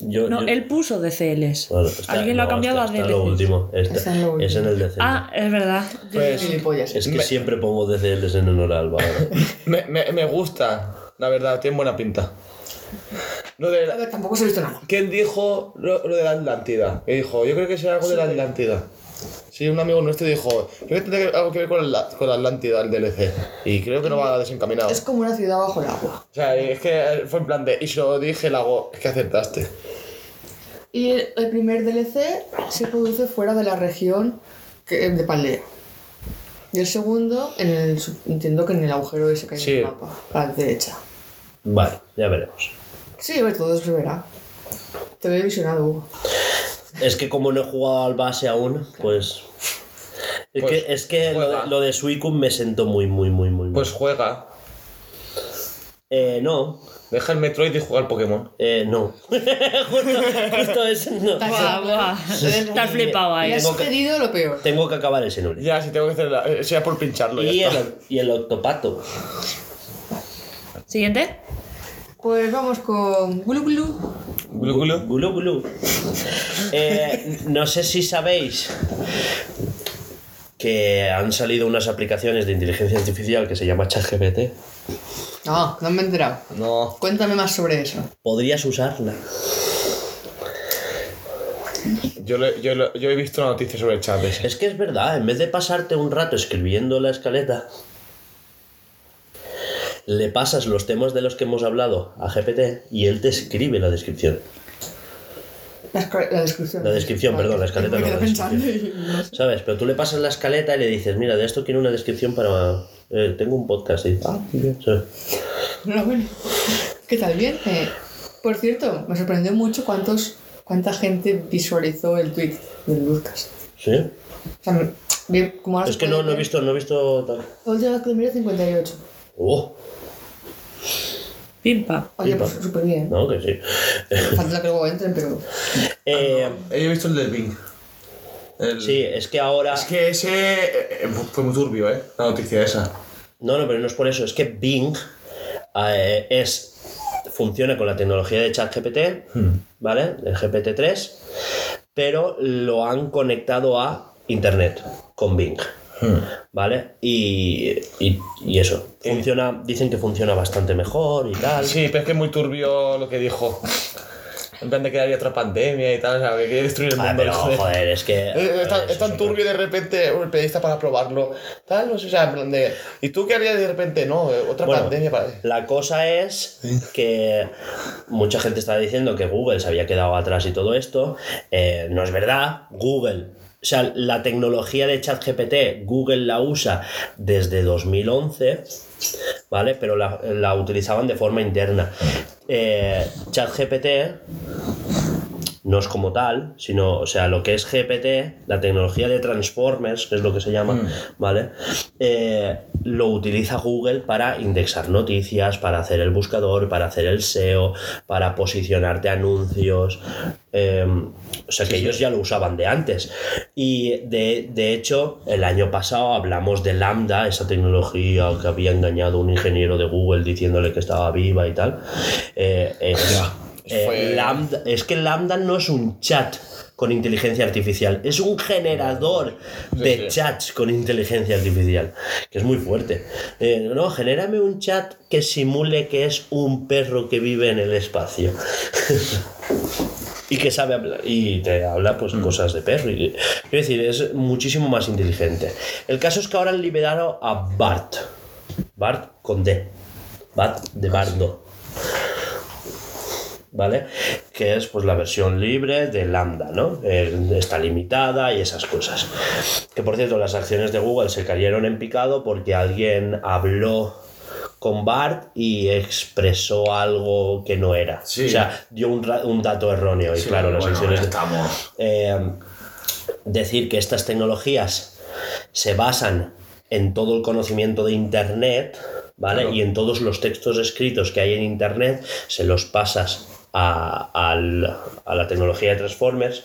Yo, No, yo- él puso DCLs. Bueno, está- Alguien lo ha no, cambiado está- a está lo DCLs. último. Está- Está en lo es en último. el DCL. Ah, es verdad. Yo- Pues Gilipollas. es que me- siempre pongo DCLs en honor a Alba. Me, me, me gusta, la verdad, tiene buena pinta. Lo de A la- ver, tampoco se ha visto nada. ¿Quién dijo lo, lo de la Atlántida? Que dijo, yo creo que será algo de la Atlántida. Sí, un amigo nuestro dijo, yo creo que tendrá que- algo que ver con la, con la Atlántida, el DLC. Y creo que no va desencaminado. Es como una ciudad bajo el agua. O sea, es que fue en plan de, y se lo dije, hago es que acertaste. Y el, el primer DLC se produce fuera de la región que- de Paldea. Y el segundo, en el, sub- entiendo que en el agujero ese que hay en el Sí. mapa, a la derecha. Vale, ya veremos. Sí, a ver, todo se verá. Te veo visionado, Hugo. Es que como no he jugado al base aún, pues. Es Pues, que, es que lo, juega. de- lo de Suicune me sentó muy, muy, muy, muy. mal. Pues juega, Eh, no, deja el Metroid y juega al Pokémon. eh, no. justo, justo eso, no. Guau, guau. Te has flipado Le ahí. has tengo que- pedido lo peor. Tengo que acabar ese número. Ya, si tengo que hacer la, eh, sea por pincharlo, Y ya está. el, y el octopato. Siguiente. Pues vamos con Glu Glu. Glu, glu. Gulú, gulú. Eh, no sé si sabéis que han salido unas aplicaciones de inteligencia artificial que se llama ChatGPT. No, no me he enterado. No. Cuéntame más sobre eso. Podrías usarla. Yo, le- yo, le- yo he visto una noticia sobre el chat ese. Es que es verdad, en vez de pasarte un rato escribiendo la escaleta, le pasas los temas de los que hemos hablado a GPT y él te escribe la descripción. La, esca- la descripción. La descripción, perdón, la escaleta Me no, quedé la pensando y no sé. ¿Sabes? Pero tú le pasas la escaleta y le dices, mira, de esto quiero una descripción para... eh, tengo un podcast. Y, ah, ¿sabes? Enhorabuena. ¿Qué tal? Bien. Eh, por cierto, me sorprendió mucho cuántos, cuánta gente visualizó el tweet del Lucas. ¿Sí? O sea, me- bien, como ahora Es se que no, puede no he ver, visto, no he visto tal. La última vez que lo miré, 58. Oh, Pimpa. Oye, Flipa. pues súper bien. Ah, no, que sí. Falta que luego entren, pero. Eh, He visto el del Bing. El- sí, es que ahora. Es que ese eh, eh, fue muy turbio, ¿eh? La noticia esa. No, no, pero no es por eso. Es que Bing eh, es. Funciona con la tecnología de ChatGPT, Hmm. ¿vale? El GPT-3, pero lo han conectado a Internet con Bing, Hmm. ¿vale? Y, y- y eso. Funciona, dicen que funciona bastante mejor y tal. Eh. Sí, pero es que es muy turbio lo que dijo. En plan de que había otra pandemia y tal, o sea, que quiere destruir el Ah, mundo. pero joder. joder, es que. Eh, Es joder, tan, eso es tan un- turbio de repente un periodista para probarlo. Tal, no sé, o sea, en plan de. ¿Y tú qué harías de repente? No, eh, otra Bueno, pandemia para. La cosa es que mucha gente está diciendo que Google se había quedado atrás y todo esto. Eh, no es verdad. Google. O sea, la tecnología de ChatGPT, Google la usa desde 2011, ¿vale? Pero la, la utilizaban de forma interna. Eh, ChatGPT no es como tal, sino, o sea, lo que es GPT, la tecnología de Transformers, que es lo que se llama, ¿vale? Eh, lo utiliza Google para indexar noticias, para hacer el buscador, para hacer el SEO, para posicionarte anuncios. eh, o sea, que ellos ya lo usaban de antes. Y de, de hecho, el año pasado hablamos de Lambda, esa tecnología que había engañado un ingeniero de Google diciéndole que estaba viva y tal. Eh, es- eh, Fue- Lambda- es que Lambda no es un chat con inteligencia artificial, es un generador de sí. chats con inteligencia artificial, que es muy fuerte. Eh, no, genérame un chat que simule que es un perro que vive en el espacio y que sabe hablar y te habla pues Mm. cosas de perro. y- Quiero decir, es muchísimo más inteligente. El caso es que ahora han liberado a Bart. Bart con D. Bart Ah, de Bardo. ¿Vale? Que es pues la versión libre de Lambda, ¿no? Eh, está limitada y esas cosas. Que por cierto, las acciones de Google se cayeron en picado porque alguien habló con Bart y expresó algo que no era. Sí. O sea, dio un, ra- un dato erróneo y claro, las bueno, acciones ya de- estamos. eh, decir que estas tecnologías se basan en todo el conocimiento de Internet, ¿vale? Claro. Y en todos los textos escritos que hay en Internet, se los pasas a, al- a la tecnología de Transformers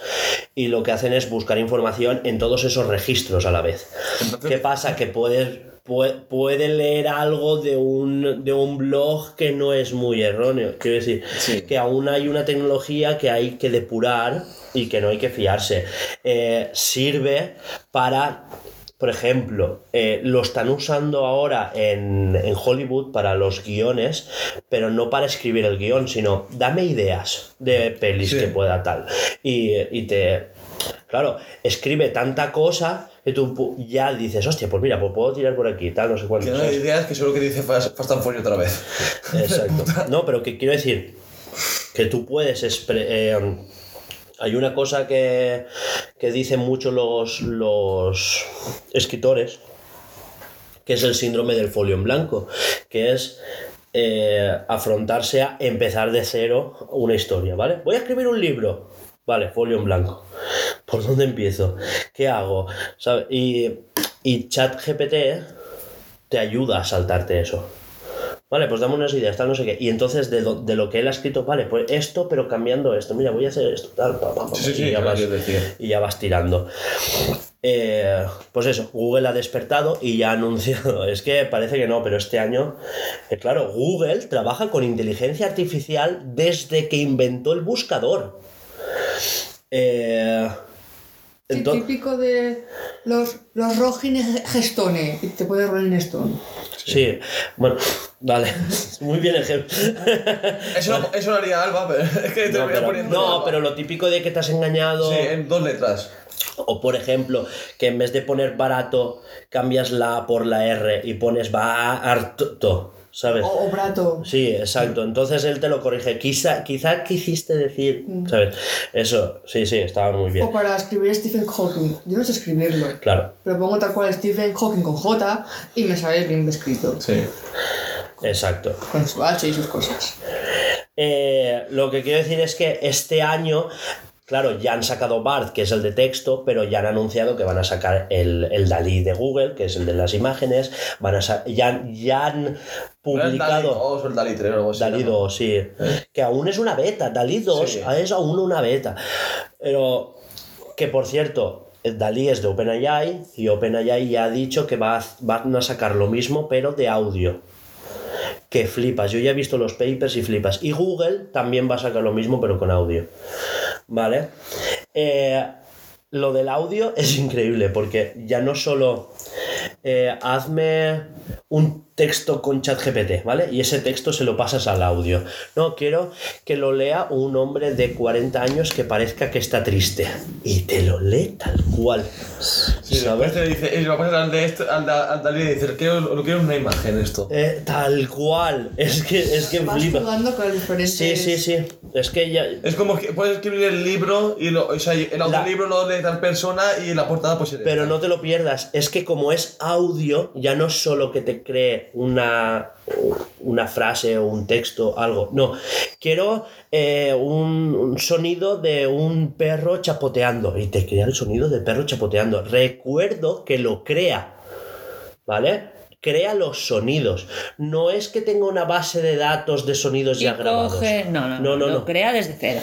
y lo que hacen es buscar información en todos esos registros a la vez. Entonces- ¿Qué pasa? Que puedes... pue- Puede leer algo de un, de un blog que no es muy erróneo. Quiero decir, Sí. que aún hay una tecnología que hay que depurar y que no hay que fiarse. Eh, sirve para, por ejemplo, eh, lo están usando ahora en, en Hollywood para los guiones, pero no para escribir el guión, sino dame ideas de pelis Sí. que pueda tal. Y, y te... Claro, escribe tanta cosa que tú pu- ya dices, hostia, pues mira, pues puedo tirar por aquí, tal, no sé cuánto. Que no ¿sabes? hay ideas que solo que dice Fast Fast and Furious otra vez. Exacto. No, pero que quiero decir que tú puedes expre- eh, hay una cosa que, que dicen mucho los, los escritores, que es el síndrome del folio en blanco, que es eh, afrontarse a empezar de cero una historia, ¿vale? Voy a escribir un libro, vale, folio en blanco. ¿Por dónde empiezo? ¿Qué hago? ¿Sabe? Y, y ChatGPT te ayuda a saltarte eso. Vale, pues dame unas ideas, tal, no sé qué. Y entonces de, lo- de lo que él ha escrito, vale, pues esto, pero cambiando esto. Mira, voy a hacer esto, tal, pa, pa, pa, Sí, sí, y sí, ya claro, vas- quiero decir. y ya vas tirando. Eh, pues eso, Google ha despertado y ya ha anunciado. Es que parece que no, pero este año, eh, claro, Google trabaja con inteligencia artificial desde que inventó el buscador. Eh, Sí, ento- típico de los, los rojines gestone. Y te puede rolar en esto. sí, bueno, vale, muy bien ejemplo. Eso, lo- eso lo haría Alba, pero es que te No lo voy a pero, poniendo. no, Alba. pero lo típico de que te has engañado. Sí, eh. en dos letras. O por ejemplo, que en vez de poner barato, cambias la A por la R y pones harto, ¿sabes? O, o brato. Sí, exacto. Entonces él te lo corrige. Quizá, quizá quisiste decir, ¿sabes? Eso, sí, sí, estaba muy bien. O para escribir Stephen Hawking. Yo no sé escribirlo. Claro, Pero pongo tal cual Stephen Hawking con J y me sale bien escrito. Sí. exacto. Con su H y sus cosas. Eh, lo que quiero decir es que este año, claro, ya han sacado Bart, que es el de texto, pero ya han anunciado que van a sacar el, el Dalí de Google, que es el de las imágenes. Van a sa- ya, han- ya han publicado. O oh, el Dalí 3 o algo así. Dalí ¿no? 2, sí. Que aún es una beta. Dalí 2 Sí. es aún una beta. Pero que por cierto, Dalí es de OpenAI y OpenAI ya ha dicho que va a, van a sacar lo mismo, pero de audio. Que flipas. Yo ya he visto los papers y flipas. Y Google también va a sacar lo mismo, pero con audio. ¿Vale? Eh, lo del audio es increíble porque ya no solo eh, hazme un texto con ChatGPT, ¿vale? Y ese texto se lo pasas al audio. No, quiero que lo lea un hombre de 40 años que parezca que está triste. Y te lo lee tal cual. Sí, ¿sabes? después te dice, y lo pones al, de esto, al, da- al Dalí y dices, quiero, lo quiero en una imagen esto. Eh, tal cual. Es que, es que Vas flipa. jugando con diferentes. Sí, sí, sí. Es que ya. Es como que puedes escribir el libro y lo, o sea, el audiolibro lo lee tal persona y la portada pues eres. Pero no te lo pierdas. Es que como es audio ya no es solo que te cree una, una frase o un texto, algo. No, quiero eh, un, un sonido de un perro chapoteando y te crea el sonido de perro chapoteando. Recuerdo que lo crea, ¿vale? Crea los sonidos. No es que tenga una base de datos de sonidos Y Pues ya grabados. coge- No, no, no, no, Lo no. crea desde cero.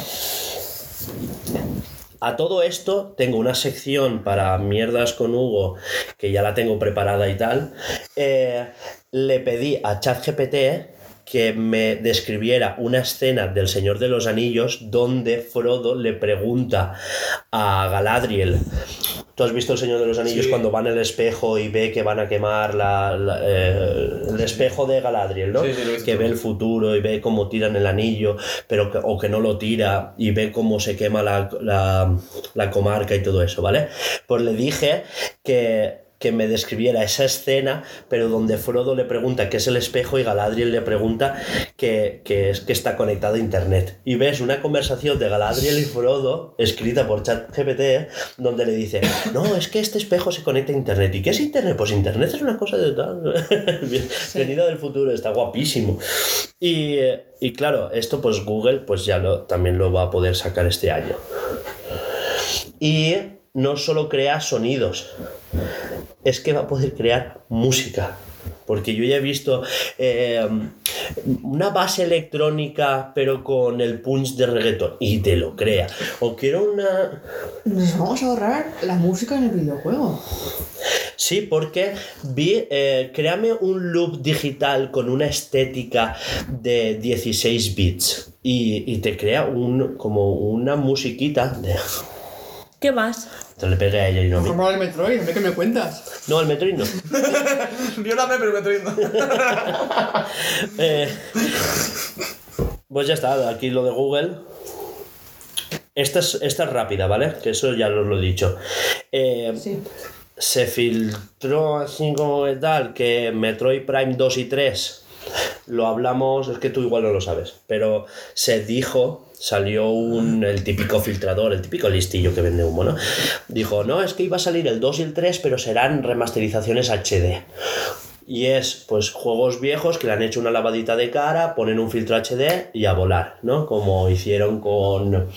A todo esto tengo una sección para mierdas con Hugo, que ya la tengo preparada y tal. Eh, le pedí a ChatGPT que me describiera una escena del Señor de los Anillos donde Frodo le pregunta a Galadriel. ¿Tú has visto el Señor de los Anillos Sí. cuando va en el espejo y ve que van a quemar la- la- eh, el espejo de Galadriel, ¿no? Sí, sí, lo he visto. que ve el futuro y ve cómo tiran el anillo, pero que- o que no lo tira y ve cómo se quema la, la- la comarca y todo eso, ¿vale? Pues le dije que, que me describiera esa escena, pero donde Frodo le pregunta qué es el espejo y Galadriel le pregunta que, que es que está conectado a internet. Y ves una conversación de Galadriel y Frodo, escrita por ChatGPT, donde le dice, no, es que este espejo se conecta a internet. ¿Y qué es internet? Pues internet es una cosa de tal. Bien- Venido del futuro, está guapísimo. Y, eh, y claro, esto pues Google pues ya lo, también lo va a poder sacar este año. Y no solo crea sonidos, es que va a poder crear música. Porque yo ya he visto eh, una base electrónica, pero con el punch de reggaeton. Y te lo crea. O quiero una. Nos vamos a ahorrar la música en el videojuego. Sí, porque vi, eh, créame un loop digital con una estética de 16 bits y, y te crea un, como una musiquita. De... ¿Qué más? Te le pegué a ella y no a mí. Formar el Metroid, a ver qué me cuentas. No, al Metroid no. Viólame, pero me estoy viendo. Eh, pues ya está, aquí lo de Google. Esta es, esta es rápida, ¿vale? Que eso ya os lo he dicho. Eh, Sí. se filtró así como que tal que Metroid Prime 2 y 3 lo hablamos, es que tú igual no lo sabes, pero se dijo, salió un, el típico filtrador, el típico listillo que vende humo, ¿no? Dijo, no, es que iba a salir el 2 y el 3, pero serán remasterizaciones HD. Y es, pues, juegos viejos que le han hecho una lavadita de cara, ponen un filtro HD y a volar, ¿no? Como hicieron con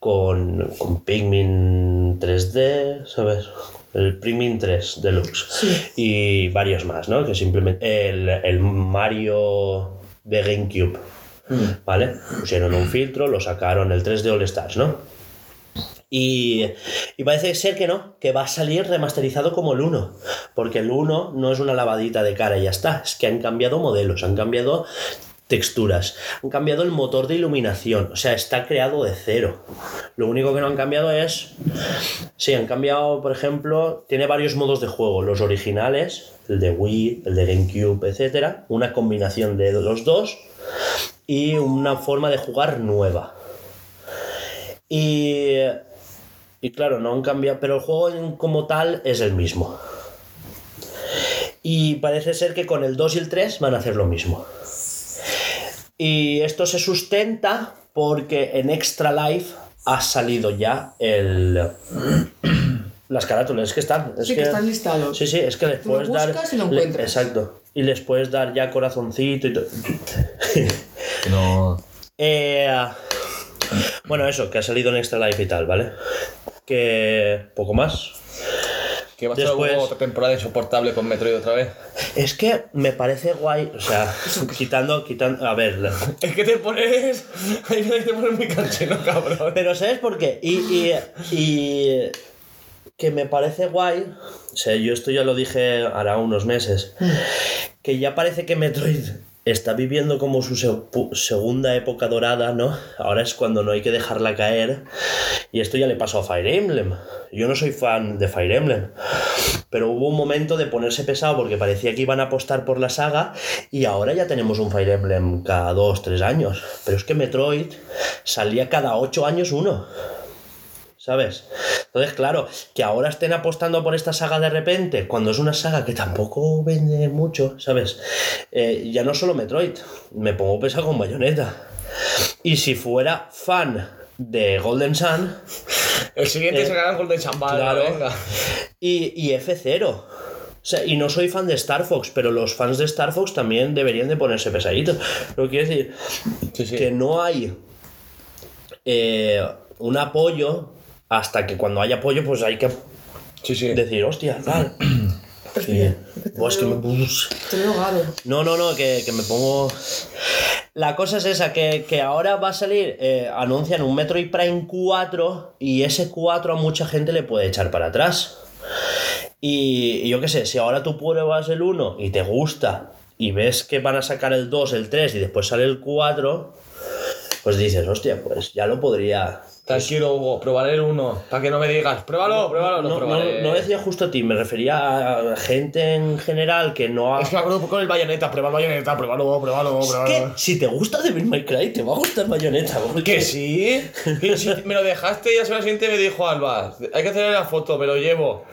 con, con Pikmin 3D, ¿sabes? El Pikmin 3 Deluxe. Y varios más, ¿no? Que simplemente. El, el Mario de GameCube. ¿Vale? Pusieron un filtro, lo sacaron el 3D All Stars, ¿no? Y, y parece ser que no, que va a salir remasterizado como el 1, porque el 1 no es una lavadita de cara y ya está, es que han cambiado modelos, han cambiado texturas, han cambiado el motor de iluminación, o sea, está creado de cero. Lo único que no han cambiado es, sí, han cambiado, por ejemplo, tiene varios modos de juego, los originales, el de Wii, el de GameCube, etcétera, una combinación de los dos y una forma de jugar nueva. Y y claro, no han cambiado, pero el juego en- como tal es el mismo. Y parece ser que con el 2 y el 3 van a hacer lo mismo. Y esto se sustenta porque en Extra Life ha salido ya el... Las carátulas, es que están. es Sí, que están listados. Sí, sí, es que les Tú lo puedes dar. buscas y lo le- encuentras. exacto. Y les puedes dar ya corazoncito y todo. No. Eh, bueno, eso, que ha salido en Extra Life y tal, ¿vale? Que poco más. Que va a Después- ser otra temporada insoportable con Metroid otra vez. Es que me parece guay, o sea, quitando, quitando, a ver, la- Es que te pones. Hay que te pones muy canchero, cabrón. pero ¿sabes por qué? Y, y, y que me parece guay, o sea, yo esto ya lo dije hará unos meses, que ya parece que Metroid está viviendo como su se- pu- segunda época dorada, ¿no? Ahora es cuando no hay que dejarla caer. Y esto ya le pasó a Fire Emblem. Yo no soy fan de Fire Emblem. Pero hubo un momento de ponerse pesado porque parecía que iban a apostar por la saga y ahora ya tenemos un Fire Emblem cada 2, 3 años. Pero es que Metroid salía cada 8 años uno. ¿Sabes? Entonces, claro, que ahora estén apostando por esta saga de repente, cuando es una saga que tampoco vende mucho, ¿sabes? Eh, ya no solo Metroid, me pongo pesado con bayoneta. Y si fuera fan de Golden Sun, El siguiente Eh, se gana con de chambal. claro. venga. y, y F0. O sea, y no soy fan de Star Fox, pero los fans de Star Fox también deberían de ponerse pesaditos. Lo que quiero decir que no hay eh, un apoyo hasta que cuando hay apoyo, pues hay que Sí, sí. decir, hostia, tal. Sí. Buah, es que me puse- Estoy ahogado. no, no, no, que, que me pongo. La cosa es esa, que, que ahora va a salir, eh, anuncian un Metroid Prime 4 y ese 4 a mucha gente le puede echar para atrás. Y, y yo qué sé, si ahora tú pruebas el 1 y te gusta y ves que van a sacar el 2, el 3 y después sale el 4, pues dices, hostia, pues ya lo podría. Tranquilo, Hugo, probaré el uno. Para que no me digas, pruébalo, pruébalo, No, lo no, probaré. no decía justo a ti, me refería a gente en general que no ha Es que me acuerdo un poco del bayoneta, prueba el bayoneta, pruébalo, pruébalo, pruébalo. que si te gusta Devil May Cry, te va a gustar Bayonetta. Porque Que sí, que sí, me lo dejaste y a la semana siguiente me dijo Alba, hay que hacerle la foto, me lo llevo.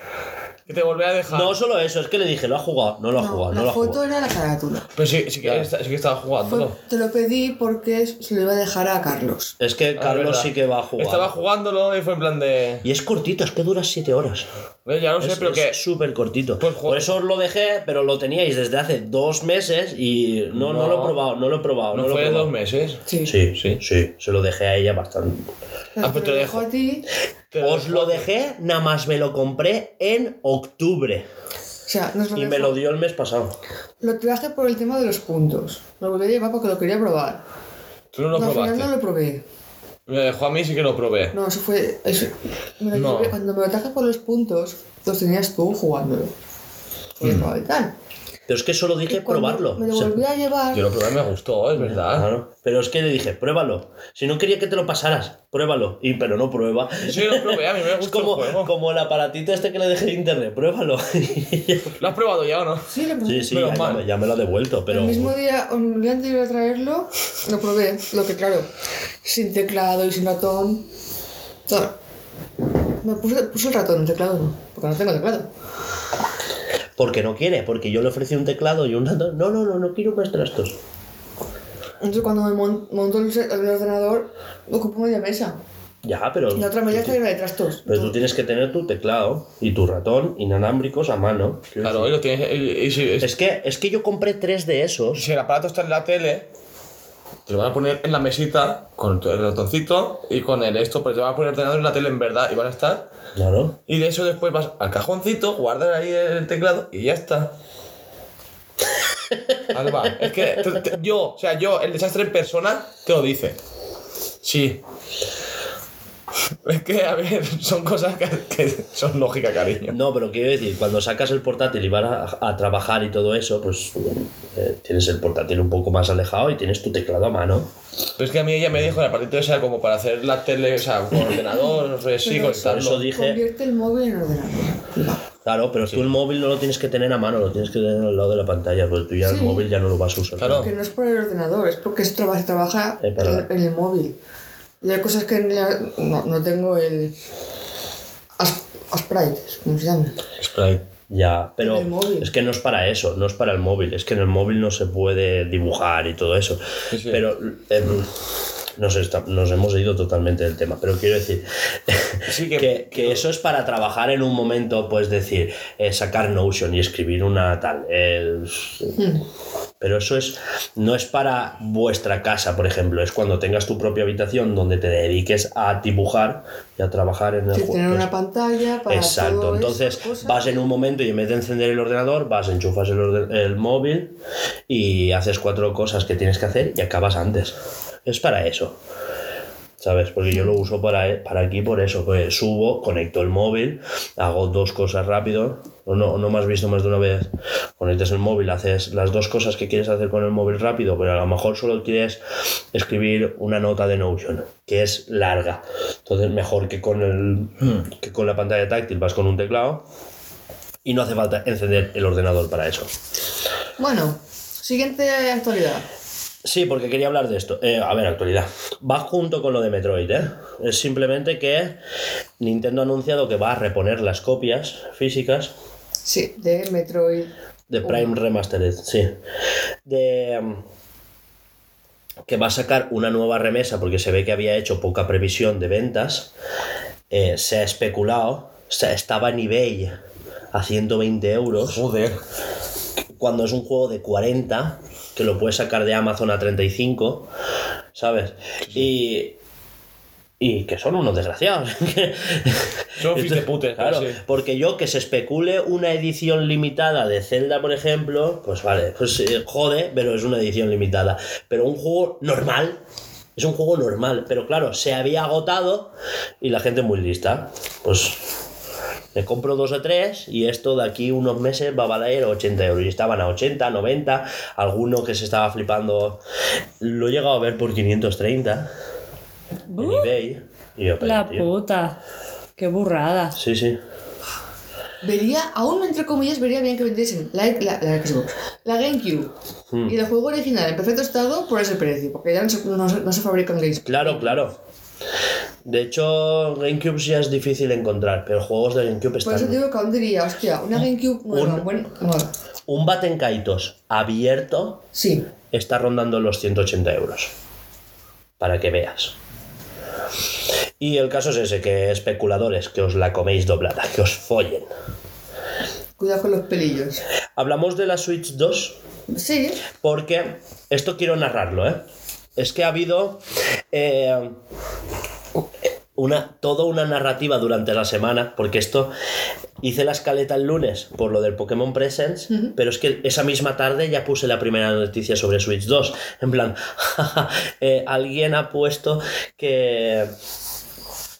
Que te volveré a dejar. No solo eso, es que le dije, lo ha jugado, no lo ha jugado, no la lo ha foto jugado. era la carátula. Pero sí, sí, que, Claro. sí que estaba jugando. Fue- te lo pedí porque se lo iba a dejar a Carlos. Es que Ah, Carlos verdad. sí que va a jugar. Estaba jugándolo y fue en plan de. Y es cortito, es que dura 7 horas. "Ve, Ya lo sé, es pero es que. súper cortito. Pues juega- Por eso os lo dejé, pero lo teníais desde hace dos meses y no, no. No. lo he probado, no lo he probado. No lo he fue de probado. dos meses. Sí. Sí, Sí. sí, sí, se lo dejé a ella bastante. Ah, pues te lo dejo. a ti. Te Os lo dejé, nada más me lo compré en octubre O sea, nos lo, y dejó- me lo dio el mes pasado. lo traje por el tema de los puntos. Lo volví a llevar porque lo quería probar. Tú no lo No, al probaste. final no lo probé. Me lo dejó a mí sí que lo probé. No, eso fue. eso- me lo No. llevé- cuando me lo traje por los puntos, los tenías tú jugándolo. Pues no, y tal. Pero es Mm. que solo Y dije cuando probarlo. Me lo o sea, volví a llevar. Yo lo probé y me gustó, es verdad. Claro, pero es que le dije, pruébalo. Si no quería que te lo pasaras, pruébalo. Y pero no prueba. Sí, lo probé, a mí me Es gustó como, el juego. como el aparatito este que le dejé de internet, pruébalo. sí, ¿Lo has probado ya o no? Sí, lo probé. sí, Menos ya, ya mal. me- ya me lo ha devuelto, pero. El mismo día, o el día anterior a traerlo, lo probé. Lo que, claro, sin teclado y sin ratón. Todo. Me puse, puse el ratón, el teclado no, porque no tengo teclado. Porque no quiere, porque yo le ofrecí un teclado y un ratón. No, no, no, no quiero más trastos. Entonces, cuando me mon- monto el, se- el ordenador, ocupo media mesa. Ya, pero. La otra media está llena de trastos. Pero tú tienes que tener tu teclado y tu ratón inalámbricos a mano. Quiero Claro, y decir, lo tienes. y- y si- Es que, es que yo compré tres de esos. si el aparato está en la tele, te lo van a poner en la mesita con el ratoncito y con el esto, pero te van a poner el ordenador en la tele en verdad y van a estar. Claro. Y de eso después vas al cajoncito, guardas ahí el teclado y ya está. Alba, es que te- te- yo, o sea, yo, el desastre en persona te lo dice. Sí. Es que, a ver, son cosas que, que son lógica, cariño. No, pero quiero decir, cuando sacas el portátil y vas a, a trabajar y todo eso, pues eh, tienes el portátil un poco más alejado y tienes tu teclado a mano. Pero es que a mí ella me dijo, el apartito esa como para hacer la tele, o sea, con ordenador, no sé, sí, Pero conectarlo. eso dije- Convierte el móvil en ordenador. Claro, pero tú el móvil no lo tienes que tener a mano, lo tienes que tener al lado de la pantalla, porque tú ya el Sí. móvil ya no lo vas a usar. Claro. Que no es por el ordenador, es porque se traba- se trabaja Es verdad. en, en el móvil. Y hay cosas que en la- no, no tengo el. as- Asprites, ¿cómo se llama? Sprite. Ya, pero En el móvil. es que no es para eso, no es para el móvil, es que en el móvil no se puede dibujar y todo eso. Sí, sí. Pero em, nos, esta- nos hemos ido totalmente del tema, pero quiero decir Sí, que, que- que eso es para trabajar en un momento, pues decir, eh, sacar Notion y escribir una tal. eh, Hmm. pero eso es no es para vuestra casa, por ejemplo, es cuando tengas tu propia habitación donde te dediques a dibujar y a trabajar en el Sí, juego. tener Pues- una pantalla para. Exacto, todo entonces esas cosas. vas en un momento y en vez de encender el ordenador, vas, enchufas el, orde- el móvil y haces cuatro cosas que tienes que hacer y acabas antes. Es para eso. ¿Sabes? Porque yo lo uso para, para aquí por eso. pues, subo, conecto el móvil, hago dos cosas rápido. ¿O no, no me has visto más de una vez? Conectas el móvil, haces las dos cosas que quieres hacer con el móvil rápido, pero a lo mejor solo quieres escribir una nota de Notion, que es larga. Entonces, mejor que con, el, que con la pantalla táctil, vas con un teclado y no hace falta encender el ordenador para eso. Bueno, siguiente actualidad. Sí, porque quería hablar de esto. Eh, a ver, actualidad. Va junto con lo de Metroid, ¿eh? Es simplemente que Nintendo ha anunciado que va a reponer las copias físicas Sí, de Metroid. de Prime Remastered, sí. De. mm, que va a sacar una nueva remesa porque se ve que había hecho poca previsión de ventas. Eh, se ha especulado, o sea, estaba en eBay a 120 euros Joder. cuando es un juego de 40 que lo puedes sacar de Amazon a 35, ¿sabes? Y. Y que son unos desgraciados. Son fiteputes, Claro, sí. porque yo que se especule una edición limitada de Zelda, por ejemplo, pues vale, pues eh, jode, pero es una edición limitada. Pero un juego normal, es un juego normal, pero claro, se había agotado y la gente muy lista. Pues me compro dos o tres y esto de aquí unos meses va a valer 80 euros. Y estaban a 80, 90. Alguno que se estaba flipando lo he llegado a ver por 530 en eBay. Y yo, pero, La tío, puta. Qué burrada. Sí, sí. Vería, aún entre comillas, vería bien que vendiesen la, la, la Xbox, la GameCube Hmm. y el juego original en perfecto estado por ese precio, porque ya no se, no, se- no se fabrican games. Claro, claro. De hecho, GameCube ya es difícil encontrar, pero juegos de GameCube Pues Por eso están. digo que aún diría, hostia, una GameCube nueva, Un- bueno, nueva. Un Baten Kaitos abierto Sí, está rondando los 180 euros. Para que veas. Y el caso es ese, que especuladores, que os la coméis doblada, que os follen. cuidado con los pelillos. Hablamos de la Switch 2. Sí, porque esto quiero narrarlo, ¿eh? Es que ha habido eh, una, toda una narrativa durante la semana, porque esto hice la escaleta el lunes por lo del Pokémon Presents, pero es que esa misma tarde ya puse la primera noticia sobre Switch 2. En plan, eh, alguien ha puesto que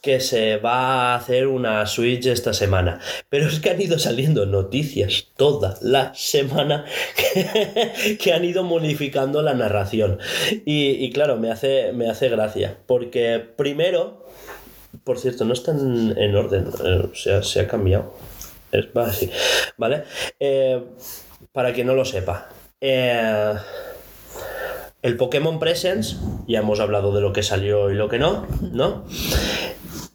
que se va a hacer una Switch esta semana. Pero es que han ido saliendo noticias toda la semana que, que han ido modificando la narración. Y, y claro, me hace, me hace gracia. Porque primero, por cierto, no está en, en orden, eh, se ha, se ha cambiado. Es, va así, ¿vale? Eh, para quien no lo sepa. eh, el Pokémon Presents, ya hemos hablado de lo que salió y lo que no, ¿no?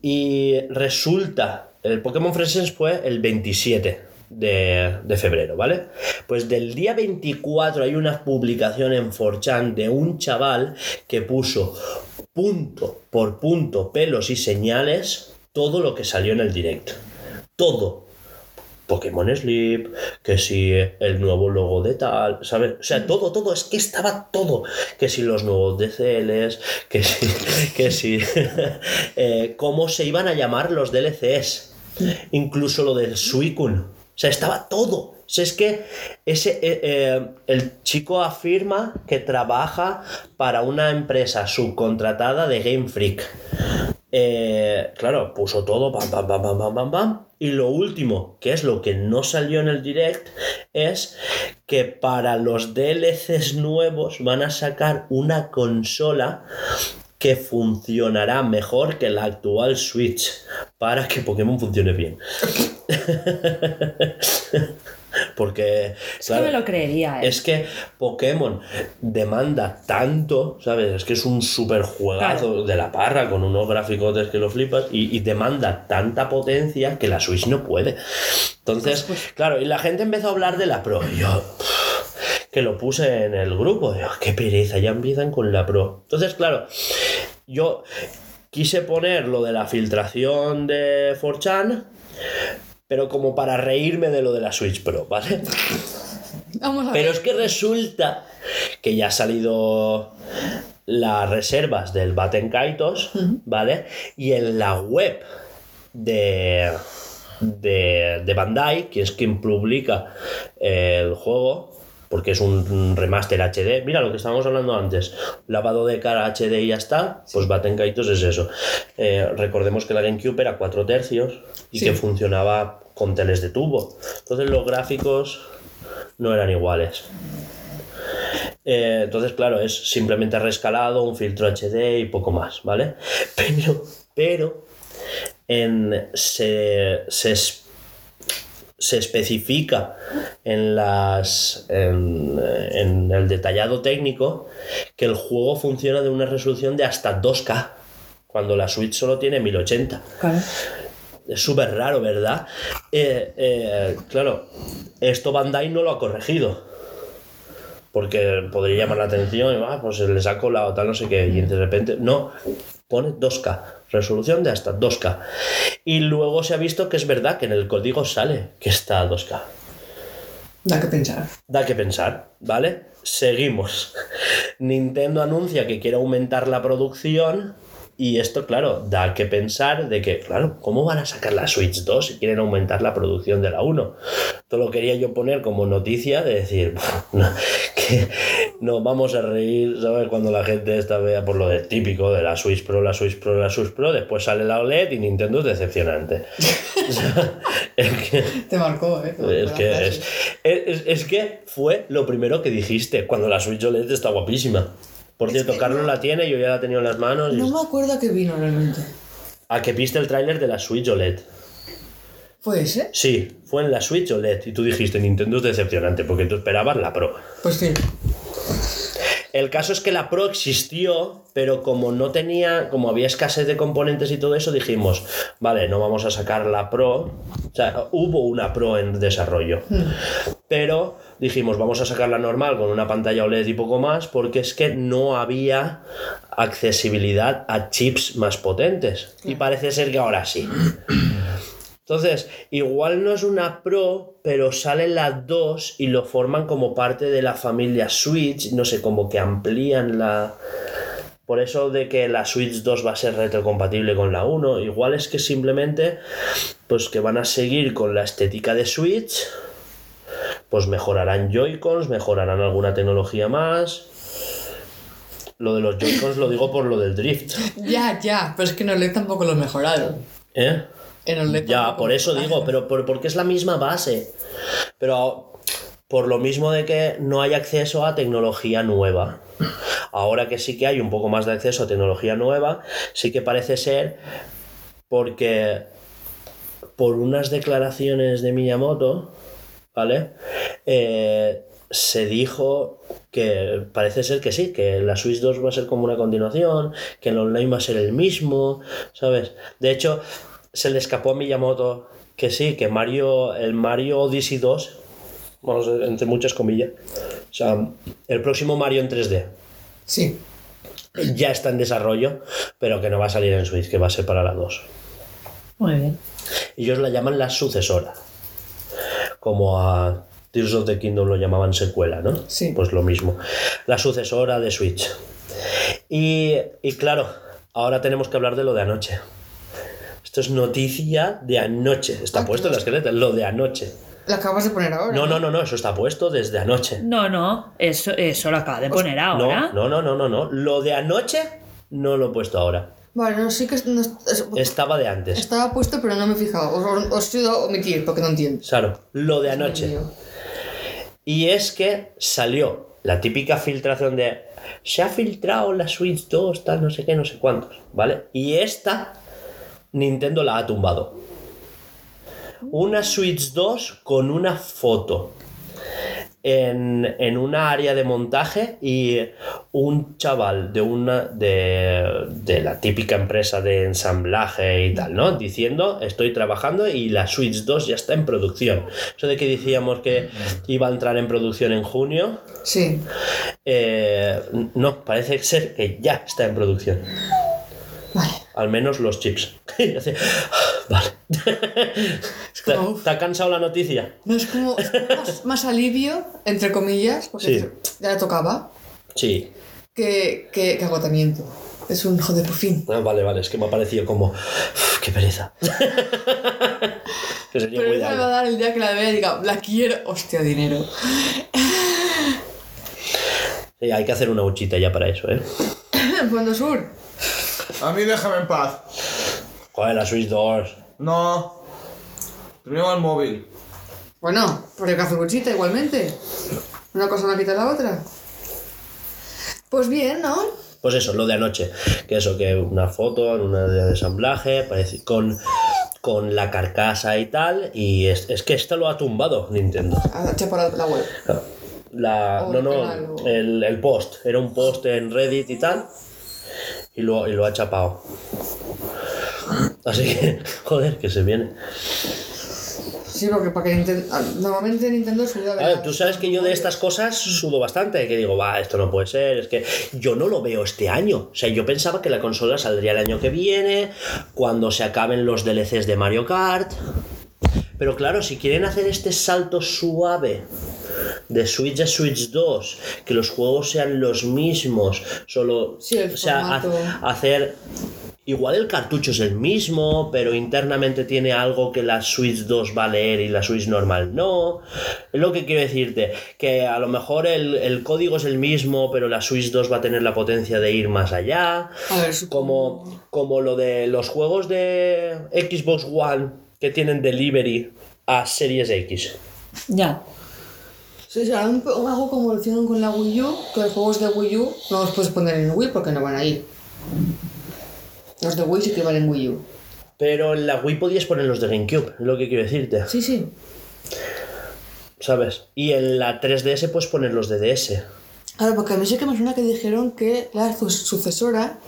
Y resulta, el Pokémon Presents fue el 27 de, de febrero, ¿vale? Pues del día 24 hay una publicación en 4chan de un chaval que puso punto por punto, pelos y señales, todo lo que salió en el directo. Todo. Pokémon Sleep, que si el nuevo logo de tal, ¿sabes? O sea, todo, todo, es que estaba todo. Que si los nuevos DCLs, que si, que si, eh, cómo se iban a llamar los DLCs, incluso lo del Suicune. O sea, estaba todo. O sea, es que ese, eh, eh, el chico afirma que trabaja para una empresa subcontratada de Game Freak. Eh, claro, puso todo, pam, pam, pam, pam, pam, pam, pam. Y lo último, que es lo que no salió en el direct, es que para los DLCs nuevos van a sacar una consola que funcionará mejor que la actual Switch para que Pokémon funcione bien. Porque, Es claro, que me lo creería, ¿eh? es que Pokémon demanda tanto, ¿sabes? Es que es un super juegazo de la parra con unos graficotes que lo flipas y, y demanda tanta potencia que la Switch no puede. Entonces, claro, y la gente empezó a hablar de la Pro. Y yo, pff, que lo puse en el grupo. Yo, qué pereza, ya empiezan con la Pro. Entonces, claro, yo quise poner lo de la filtración de 4chan. Pero como para reírme de lo de la Switch Pro, ¿vale? vamos a ver. Pero es que resulta que ya ha salido las reservas del Baten Kaitos, ¿vale? Y en la web de, de, de Bandai, que es quien publica el juego, porque es un remaster HD, mira lo que estábamos hablando antes, lavado de cara HD y ya está, pues Baten Kaitos es eso. Eh, recordemos que la GameCube era 4 tercios y Sí. que funcionaba con teles de tubo. Entonces los gráficos no eran iguales. Eh, entonces, claro, es simplemente rescalado, un filtro HD y poco más, ¿vale? Pero, pero en, se, se, es- se especifica en, las, en, en el detallado técnico que el juego funciona de una resolución de hasta 2K, cuando la Switch solo tiene 1080 Claro. es súper raro, ¿verdad? Eh, eh, claro, esto Bandai no lo ha corregido. Porque podría "Ah, llamar la atención y va, pues le ha colado tal, no sé qué, y de repente. No, pone 2K, resolución de hasta 2K. Y luego se ha visto que es verdad que en el código sale que está a 2K. Da que pensar. Da que pensar, ¿vale? Seguimos. Nintendo anuncia que quiere aumentar la producción y esto, claro, da que pensar de que, claro, ¿cómo van a sacar la Switch 2 si quieren aumentar la producción de la 1? Esto lo quería yo poner como noticia de decir, no, que nos vamos a reír, ¿sabes? Cuando la gente esta vea por lo de típico de la Switch Pro, la Switch Pro, la Switch Pro, después sale la OLED y Nintendo es decepcionante. O sea, es que... Te marcó, ¿eh? Es que, es, es- es que fue lo primero que dijiste cuando la Switch OLED está guapísima. Por cierto, que Carlos la tiene, yo ya la he tenido en las manos. y- No me acuerdo a qué vino realmente. A que viste el tráiler de la Switch OLED. ¿Fue ese? Sí, fue en la Switch OLED y tú dijiste Nintendo es decepcionante porque tú esperabas la Pro. Pues sí. El caso es que la Pro existió, pero como no tenía, como había escasez de componentes y todo eso, dijimos, vale, no vamos a sacar la Pro. O sea, hubo una Pro en desarrollo. Pero dijimos, vamos a sacar la normal con una pantalla OLED y poco más, porque es que no había accesibilidad a chips más potentes. Y parece ser que ahora sí. Entonces, igual no es una Pro, pero salen las dos y lo forman como parte de la familia Switch, no sé, como que amplían la... Por eso de que la Switch 2 va a ser retrocompatible con la 1, igual es que simplemente pues que van a seguir con la estética de Switch, pues mejorarán Joy-Cons, mejorarán alguna tecnología más. Lo de los Joy-Cons lo digo por lo del drift, Ya, ya, pero es que en OLED tampoco lo mejoraron. ¿eh? En OLED Ya, tampoco por eso mejoraron. digo, pero por- porque es la misma base. Pero por lo mismo de que no hay acceso a tecnología nueva. Ahora que sí que hay un poco más de acceso a tecnología nueva, sí que parece ser porque por unas declaraciones de Miyamoto, ¿vale? Eh, se dijo que parece ser que sí, que la Switch 2 va a ser como una continuación, que el online va a ser el mismo, ¿sabes? De hecho, se le escapó a Miyamoto que sí, que Mario, el Mario Odyssey 2, vamos, entre muchas comillas, o sea, el próximo Mario en 3D Sí. ya está en desarrollo, pero que no va a salir en Switch, que va a ser para la 2. Muy bien. Ellos la llaman la sucesora. Como a Tears of the Kingdom lo llamaban secuela, ¿no? Sí. Pues lo mismo. La sucesora de Switch. Y, y claro, ahora tenemos que hablar de lo de anoche. Esto es noticia de anoche. Está Ah, puesto en las esqueletas, lo de anoche. ¿La acabas de poner ahora? No, no, no, no, eso está puesto desde anoche. No, no, eso, eso lo acaba de poner ahora. Pues No, no, no, no, no, no. Lo de anoche no lo he puesto ahora. Vale, no, sí que es- no es- es- Estaba de antes. estaba puesto, pero no me he fijado. Os, os, os he ido a omitir porque no entiendo. Claro, lo de anoche. Y es que salió la típica filtración de se ha filtrado la Switch 2, tal, no sé qué, no sé cuántos, ¿vale? Y esta Nintendo la ha tumbado. Una Switch 2 con una foto en, en una área de montaje y un chaval de una de, de la típica empresa de ensamblaje y tal, ¿no? Diciendo, estoy trabajando y la Switch 2 ya está en producción. Eso de que decíamos que iba a entrar en producción en junio, Sí. eh, no, parece ser que ya está en producción. Vale. Al menos los chips. Y hace, vale. ¿Te, como, uf. te ha cansado la noticia? No es como es más, más alivio, entre comillas, porque ya tocaba, Sí. que, que, que agotamiento. Es un joder, por fin. Ah, vale, vale, es que me ha parecido como. "Uf, ¡Qué pereza! que sería Pero muy esa me va a dado. dar el día que la vea y diga, la quiero, hostia, dinero. Sí, hay que hacer una huchita ya para eso, ¿eh? Fondo Sur. A mí déjame en paz. Joder, la Switch 2. No. Primero el móvil. Bueno, pero que hace cuchita igualmente. Una cosa no quita la otra. Pues bien, ¿no? Pues eso, lo de anoche. Que eso, que una foto en una de ensamblaje, parece, con, con la carcasa y tal. Y es, es que esto lo ha tumbado Nintendo. A por la, la web. La, O no, el no, canal, o- el, el post. Era un post en Reddit y tal. Y lo, y lo ha chapado. Así que, joder, que se viene. Sí, porque para que Ninten- ah, normalmente Nintendo suele A ver, tú sabes que yo de estas cosas sudo bastante, que digo, va, esto no puede ser, es que yo no lo veo este año. O sea, yo pensaba que la consola saldría el año que viene, cuando se acaben los DLCs de Mario Kart. Pero claro, si quieren hacer este salto suave de Switch a Switch 2, que los juegos sean los mismos, solo Sí, el o sea, ha- formato. hacer igual el cartucho es el mismo, pero internamente tiene algo que la Switch 2 va a leer y la Switch normal no. Es lo que quiero decirte, que a lo mejor el, el código es el mismo, pero la Switch 2 va a tener la potencia de ir más allá A ver, supongo- como, como lo de los juegos de Xbox One que tienen delivery a Series X. Ya. Sí, será un, un- algo como lo hicieron con la Wii U, que los juegos de Wii U no los puedes poner en Wii porque no van ahí. Los de Wii sí que van en Wii U. Pero en la Wii podías poner los de GameCube, lo que quiero decirte, Sí, sí. ¿sabes? Y en la 3DS puedes poner los de DS. Claro, porque a mí sí que me suena que dijeron que la su- sucesora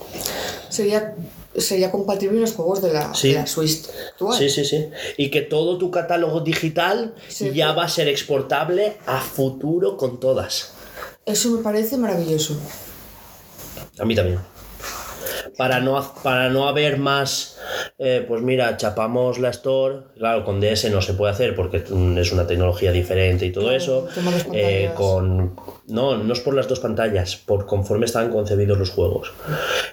sería, sería compatible en los juegos de la, Sí. de la Switch actual. Sí, sí, sí. Y que todo tu catálogo digital Sí. ya va a ser exportable a futuro con todas. Eso me parece maravilloso. A mí también. Para no, ha- para no haber más, eh, pues mira, chapamos la Store, claro, con DS no se puede hacer porque mm, es una tecnología diferente y todo Claro, eso. el tema de las Eh, pantallas. con, no, no es por las dos pantallas, por conforme están concebidos los juegos.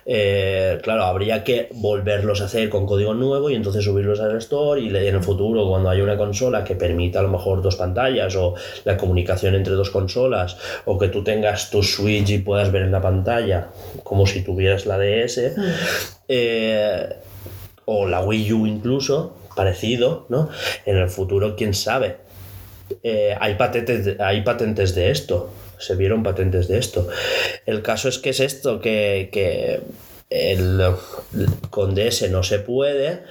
Eh, claro, habría que volverlos a hacer con código nuevo y entonces subirlos al Store y le- en el futuro, cuando haya una consola que permita a lo mejor dos pantallas o la comunicación entre dos consolas o que tú tengas tu Switch y puedas ver en la pantalla como si tuvieras la DS eh, o la Wii U incluso, parecido, ¿no? En el futuro, quién sabe. Eh, hay, patentes, hay patentes de esto, se vieron patentes de esto. El caso es que es esto, que, que el, con DS no se puede,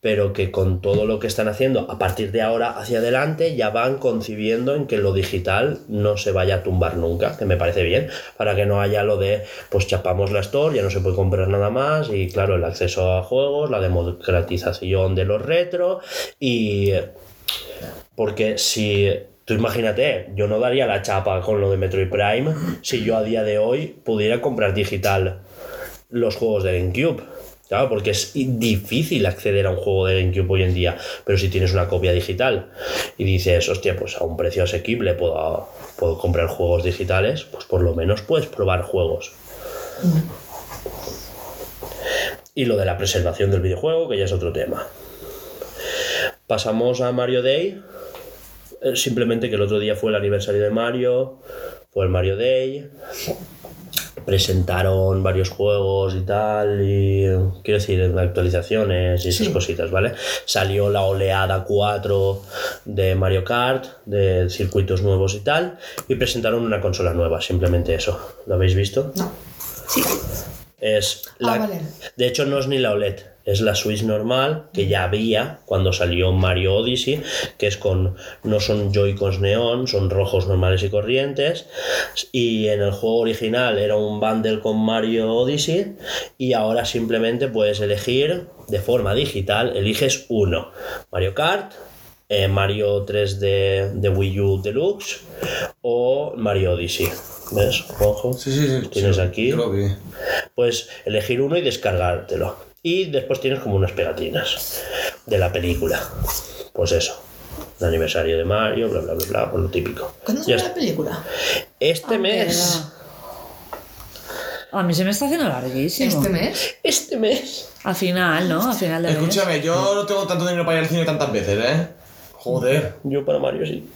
pero que con todo lo que están haciendo a partir de ahora hacia adelante ya van concibiendo en que lo digital no se vaya a tumbar nunca, que me parece bien, para que no haya lo de pues chapamos la store, ya no se puede comprar nada más y claro, el acceso a juegos, la democratización de los retro y... Porque si. Tú imagínate, yo no daría la chapa con lo de Metroid Prime si yo a día de hoy pudiera comprar digital los juegos de GameCube. Claro, porque es i- difícil acceder a un juego de GameCube hoy en día, pero si tienes una copia digital y dices, hostia, pues a un precio asequible puedo, puedo comprar juegos digitales, pues por lo menos puedes probar juegos. Y lo de la preservación del videojuego, que ya es otro tema. Pasamos a Mario Day. Eh, Simplemente que el otro día fue el aniversario de Mario, fue el Mario Day. Presentaron varios juegos y tal, y eh, quiero decir, en actualizaciones y esas Sí. cositas, ¿vale? Salió la oleada 4 de Mario Kart, de circuitos nuevos y tal, y presentaron una consola nueva, simplemente eso. ¿Lo habéis visto? No. Es la- Ah, vale. De hecho, no es ni la OLED, es la Switch normal que ya había cuando salió Mario Odyssey, que es con. No son Joy-Cons neón, son rojos normales y corrientes. Y en el juego original era un bundle con Mario Odyssey, y ahora simplemente puedes elegir de forma digital, eliges uno: Mario Kart. eh, Mario 3 de, de Wii U Deluxe o Mario Odyssey. ¿Ves, Juanjo? Sí, sí, sí. Tienes sí, aquí. Yo lo vi. Puedes elegir uno y descargártelo. Y después tienes como unas pegatinas de la película. Pues eso. El aniversario de Mario, bla, bla, bla, bla, por lo típico. ¿Cuándo Ya sale la está. película? Este mes. Pero- A mí se me está haciendo larguísimo. ¿Este mes? Este mes. Al final, ¿no? Al final de Escúchame, yo no tengo tanto dinero para ir al cine tantas veces, ¿eh? Joder. Yo para Mario sí.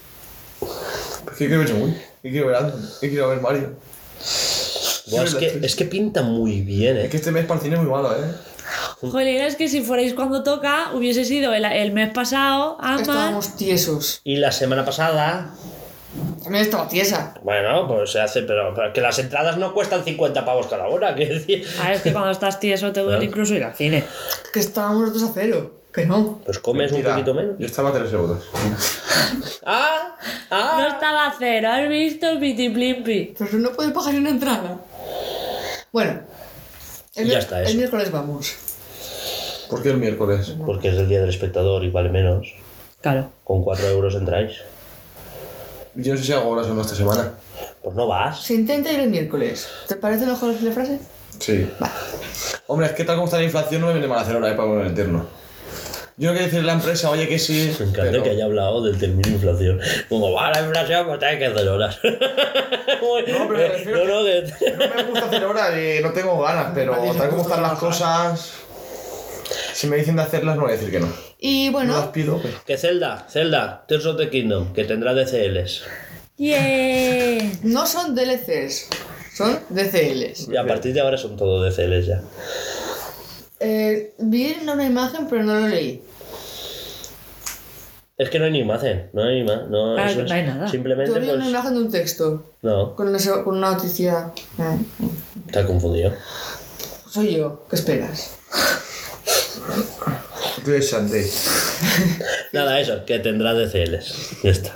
Es que quiero ver John Wick. Y quiero ver Anthony. Y quiero ver Mario. Buah, es, que, es que pinta muy bien, Es ¿eh? que este mes para el cine es muy malo, ¿eh? Jolín, es que si fuerais cuando toca, hubiese sido el, el mes pasado, ambas. Estábamos tiesos. Y la semana pasada. También estaba tiesa. Bueno, pues se hace, pero, pero que las entradas no cuestan 50 pavos cada una, quiero decir. A ver, es que cuando estás tieso te duele Claro. incluso ir al cine. Que estábamos los dos a cero. Que no. Pues comes un Mira, poquito menos. Yo estaba a 3 euros. ¡Ah! No ¡Ah! estaba a cero, ¿has visto? Piti Plimpi. Pero no puedes pagar una entrada. Bueno. El, Ya mi- está, el eso. miércoles vamos. ¿Por qué el miércoles? Porque es el día del espectador y vale menos. Claro. Con 4 euros entráis. Yo no sé si hago horas o no esta semana. Pues no vas. Se intenta ir el miércoles. ¿Te parece mejor la frase? Sí. Vale. Hombre, es que tal como está la inflación no me viene mal hacer hora eh, para meternos. Yo no quiero decirle a la empresa, oye, que sí. Me encanta pero- que haya hablado del término inflación. Como va la inflación, pues hay que hacer horas. No, pero me refiero no, no, que- No me gusta hacer horas y no tengo ganas, pero Vale, tal me como gusta están las trabajar. cosas. Si me dicen de hacerlas, no voy a decir que no. Y No las bueno, pido, pero. Que Zelda, Zelda, Tears of the Kingdom, que tendrá DCLs. Yeah. no son DLCs, son DCLs. Y a partir de ahora son todo DCLs ya. Eh, vi una imagen, pero no lo leí. Es que no hay ni imagen, no hay imagen. No, Ah, eso no es- hay nada. Simplemente Yo vi una pues. imagen de un texto No, con una, se- con una noticia. Eh, te has confundido. Soy yo, ¿qué esperas? Interesante. Nada, eso, que tendrá DCLs. Ya está.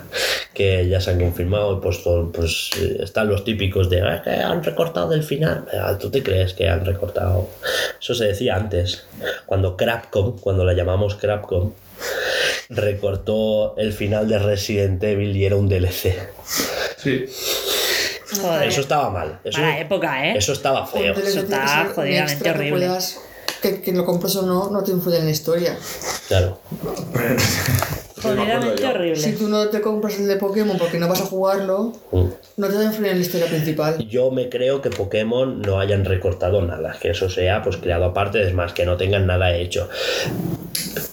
Que ya se han confirmado, pues, todo- pues eh, están los típicos de "Ah, que han recortado del final. Ah, ¿Tú te crees que han recortado? Eso se decía antes, cuando Crapcom, cuando la llamamos Crapcom, recortó el final de Resident Evil y era un DLC. Sí. Joder. Eso estaba mal. Eso, e- Para la época, ¿eh? eso estaba Un feo. DLC eso tiene que está ser un jodidamente extra que horrible. puedas- Que, que lo compres o no, no te influye en la historia. Claro. Jodidamente yo. horrible. Si tú no te compras el de Pokémon porque no vas a jugarlo, Mm. no te va a influir en la historia principal. Yo me creo que Pokémon no hayan recortado nada, que eso sea pues creado aparte, es más, que no tengan nada hecho.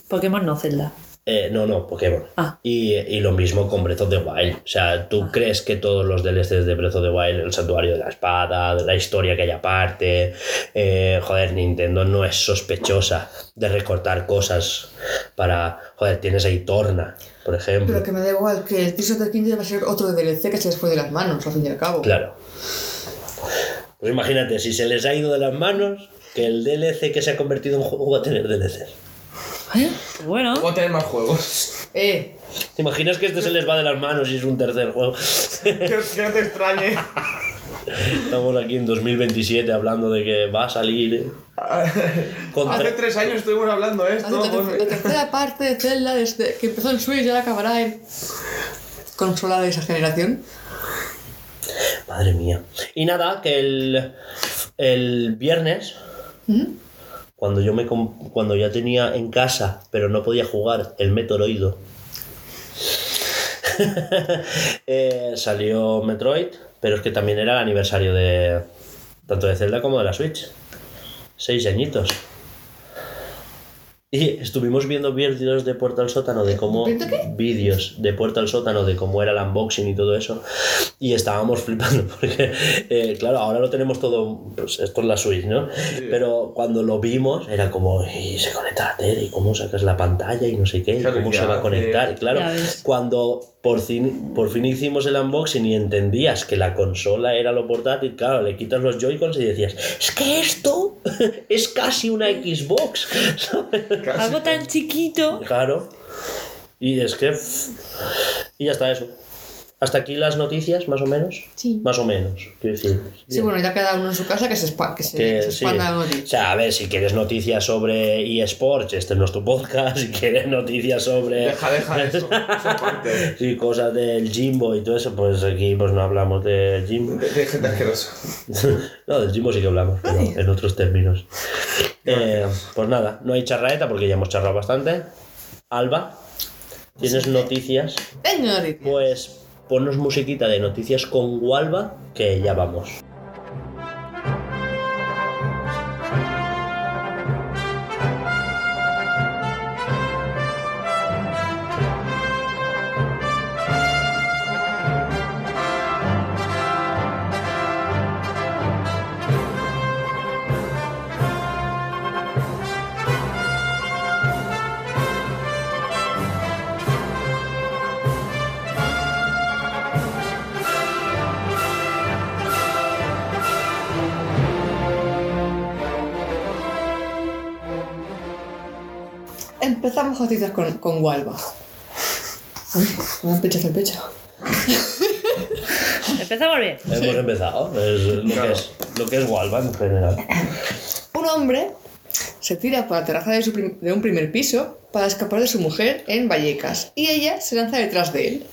Pokémon no Zelda. Eh, no, no, Pokémon. Ah. Y, y lo mismo con Breath of the Wild. O sea, Ah. ¿tú crees que todos los DLCs de Breath of the Wild, el santuario de la espada, la historia que hay aparte, eh, joder, Nintendo no es sospechosa de recortar cosas para, joder, tienes ahí Torna, por ejemplo. Pero que me da igual, que el Tears of the Kingdom va a ser otro DLC que se les fue de las manos, al fin y al cabo. Claro. Pues imagínate, si se les ha ido de las manos, que el DLC que se ha convertido en juego va a tener DLC. ¿Eh? Bueno. Voy a tener más juegos. Eh, ¿Te imaginas que este se les va de las manos y es un tercer juego? que que no te extrañe. Estamos aquí en 2027 hablando de que va a salir. ¿eh? Contra- Hace tres años estuvimos hablando de hace esto. pues, la, ter- la tercera parte de Zelda desde que empezó en Switch ya la acabará en consola de esa generación. Madre mía. Y nada, que el, el viernes, cuando yo me com- cuando ya tenía en casa, pero no podía jugar el Metoroido, eh, salió Metroid, pero es que también era el aniversario de tanto de Zelda como de la Switch. Seis añitos. Y estuvimos viendo vídeos de Puerta al Sótano de cómo. ¿Viendo qué? Vídeos de Puerta al Sótano de cómo era el unboxing y todo eso. Y estábamos flipando porque, eh, claro, ahora lo tenemos todo. Pues esto es la Switch, ¿no? Pero cuando lo vimos era como. Y se conecta la tele, y cómo sacas la pantalla y no sé qué, y Claro, cómo ya, se va a eh, conectar. Y claro, Ya ves. cuando por fin, por fin hicimos el unboxing y entendías que la consola era lo portátil, claro, le quitas los Joy-Cons y decías, es que esto es casi una Xbox. ¿sabes? Algo tan chiquito. claro. Y es que... pff, Y ya está eso. Hasta aquí las noticias, más o menos. Sí. Más o menos, quiero decir. Sí, bueno, ya cada uno en su casa que se, espa- que se, Que se sí. expanda algo O sea, a ver, si quieres noticias sobre eSports, este no es tu podcast. Si quieres noticias sobre. Deja, deja eso. Esa parte. Sí, cosas del Jimbo y todo eso, pues aquí pues no hablamos del Jimbo. De, de gente asquerosa. No, del Jimbo sí que hablamos, pero en otros términos. Eh, pues nada, no hay charraeta porque ya hemos charrado bastante. Alba, ¿tienes noticias? Venga, Rick. Pues ponnos musiquita de noticias con Walba, que ya vamos. Empezamos noticias con, con Walba. Uy, me dan pinchas el pecho. Empezamos bien. Hemos empezado, es lo, que Claro. es lo que es Walba en general. Un hombre se tira por la terraza de, su prim- de un primer piso para escapar de su mujer en Vallecas y ella se lanza detrás de él.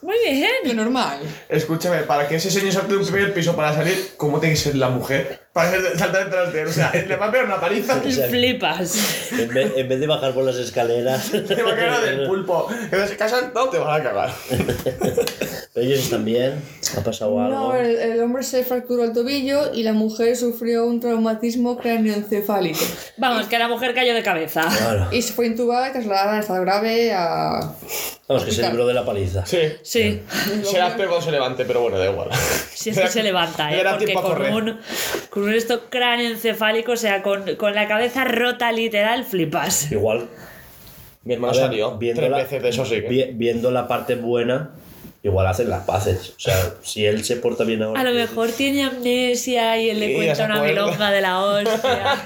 Muy bien. Lo normal. Escúchame, para que ese señor salte de un primer piso para salir, ¿cómo tiene que ser la mujer? Para ser- saltar detrás de él. O sea, le va a pegar una paliza. sea, Flipas. En vez, en vez de bajar por las escaleras. Te va a cagar del pulpo. Que se casan, no te van a cagar. Ellos están bien. ¿Ha pasado algo? No, el, el hombre se fracturó el tobillo y la mujer sufrió un traumatismo cráneoencefálico. Vamos, que la mujer cayó de cabeza. Ah, Claro. Y se fue intubada y trasladada en estado grave a. Vamos, que se libró de la paliza. Sí. Sí, Será peor cuando se levante, pero bueno, da igual. si es que se levanta, Le ¿eh? da Porque tiempo a con correr. un, con un esto cráneo encefálico, o sea, con, con la cabeza rota literal, flipas. Igual. Mi hermano a ver, salió tres la- veces de eso, sí. ¿eh? que- vi- viendo la parte buena, igual hacen las paces. O sea, si él se porta bien ahora. A lo mejor tiene amnesia y él le Sí, cuenta se una acuerda. milonga de la hostia.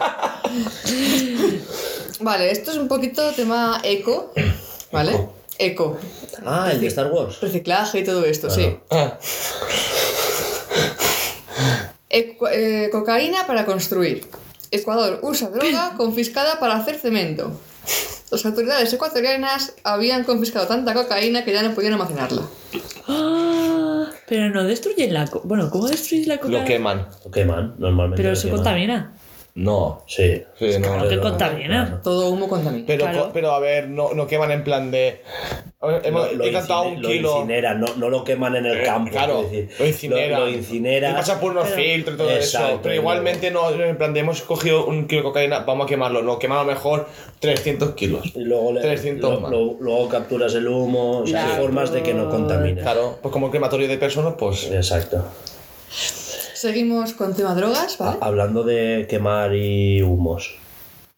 Vale, esto es un poquito tema eco. ¿Vale? Eco. Ah, el de Star Wars. Reciclaje y todo esto, sí. Ah, Ecu- eh, cocaína para construir. Ecuador usa droga confiscada para hacer cemento. Las autoridades ecuatorianas habían confiscado tanta cocaína que ya no podían almacenarla. Ah, Pero no destruyen la co- Bueno, ¿cómo destruís la coca? lo queman. Lo queman, normalmente. Pero lo se queman. contamina. No. Sí. Sí, no. Claro que pero- contamina. Todo humo contamina. Pero, Claro. co- pero a ver, no, no queman en plan de. a ver, hemos, Lo- lo he cantado incine- un lo kilo. incineran, no, no lo queman en el Eh, campo. claro, quiero decir. lo incinera. Lo, lo incinera. Y pasa por unos Pero- filtros y todo eso. Exacto, Pero y luego- igualmente no, en plan de hemos cogido un kilo de cocaína, vamos a quemarlo. Lo quemamos a lo mejor 300 kilos. Y luego, le- 300 lo- más. lo- luego capturas el humo. O sea, hay Claro. formas de que no contamine. Claro, pues como un crematorio de personas, pues. Exacto. Seguimos con tema drogas, ¿vale? Ha- Hablando de quemar y humos,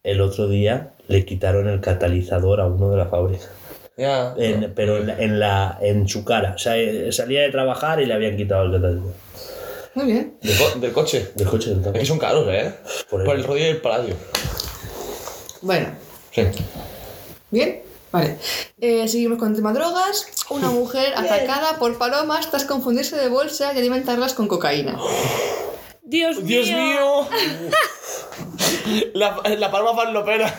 el otro día le quitaron el catalizador a uno de la fábrica. Ya. En- pero en, la- en la, en su cara. O sea, eh, salía de trabajar y le habían quitado el catalizador. Muy bien. Del, co- del coche. Del coche del Es campo. que son caros, ¿eh? Por Por el- el, rodillo y el paladio. Bueno, Sí. bien. Vale. Eh, seguimos con tema drogas. Una mujer atacada por palomas tras confundirse de bolsa y alimentarlas con cocaína. Dios, ¡Dios mío! la, la palma farlopera.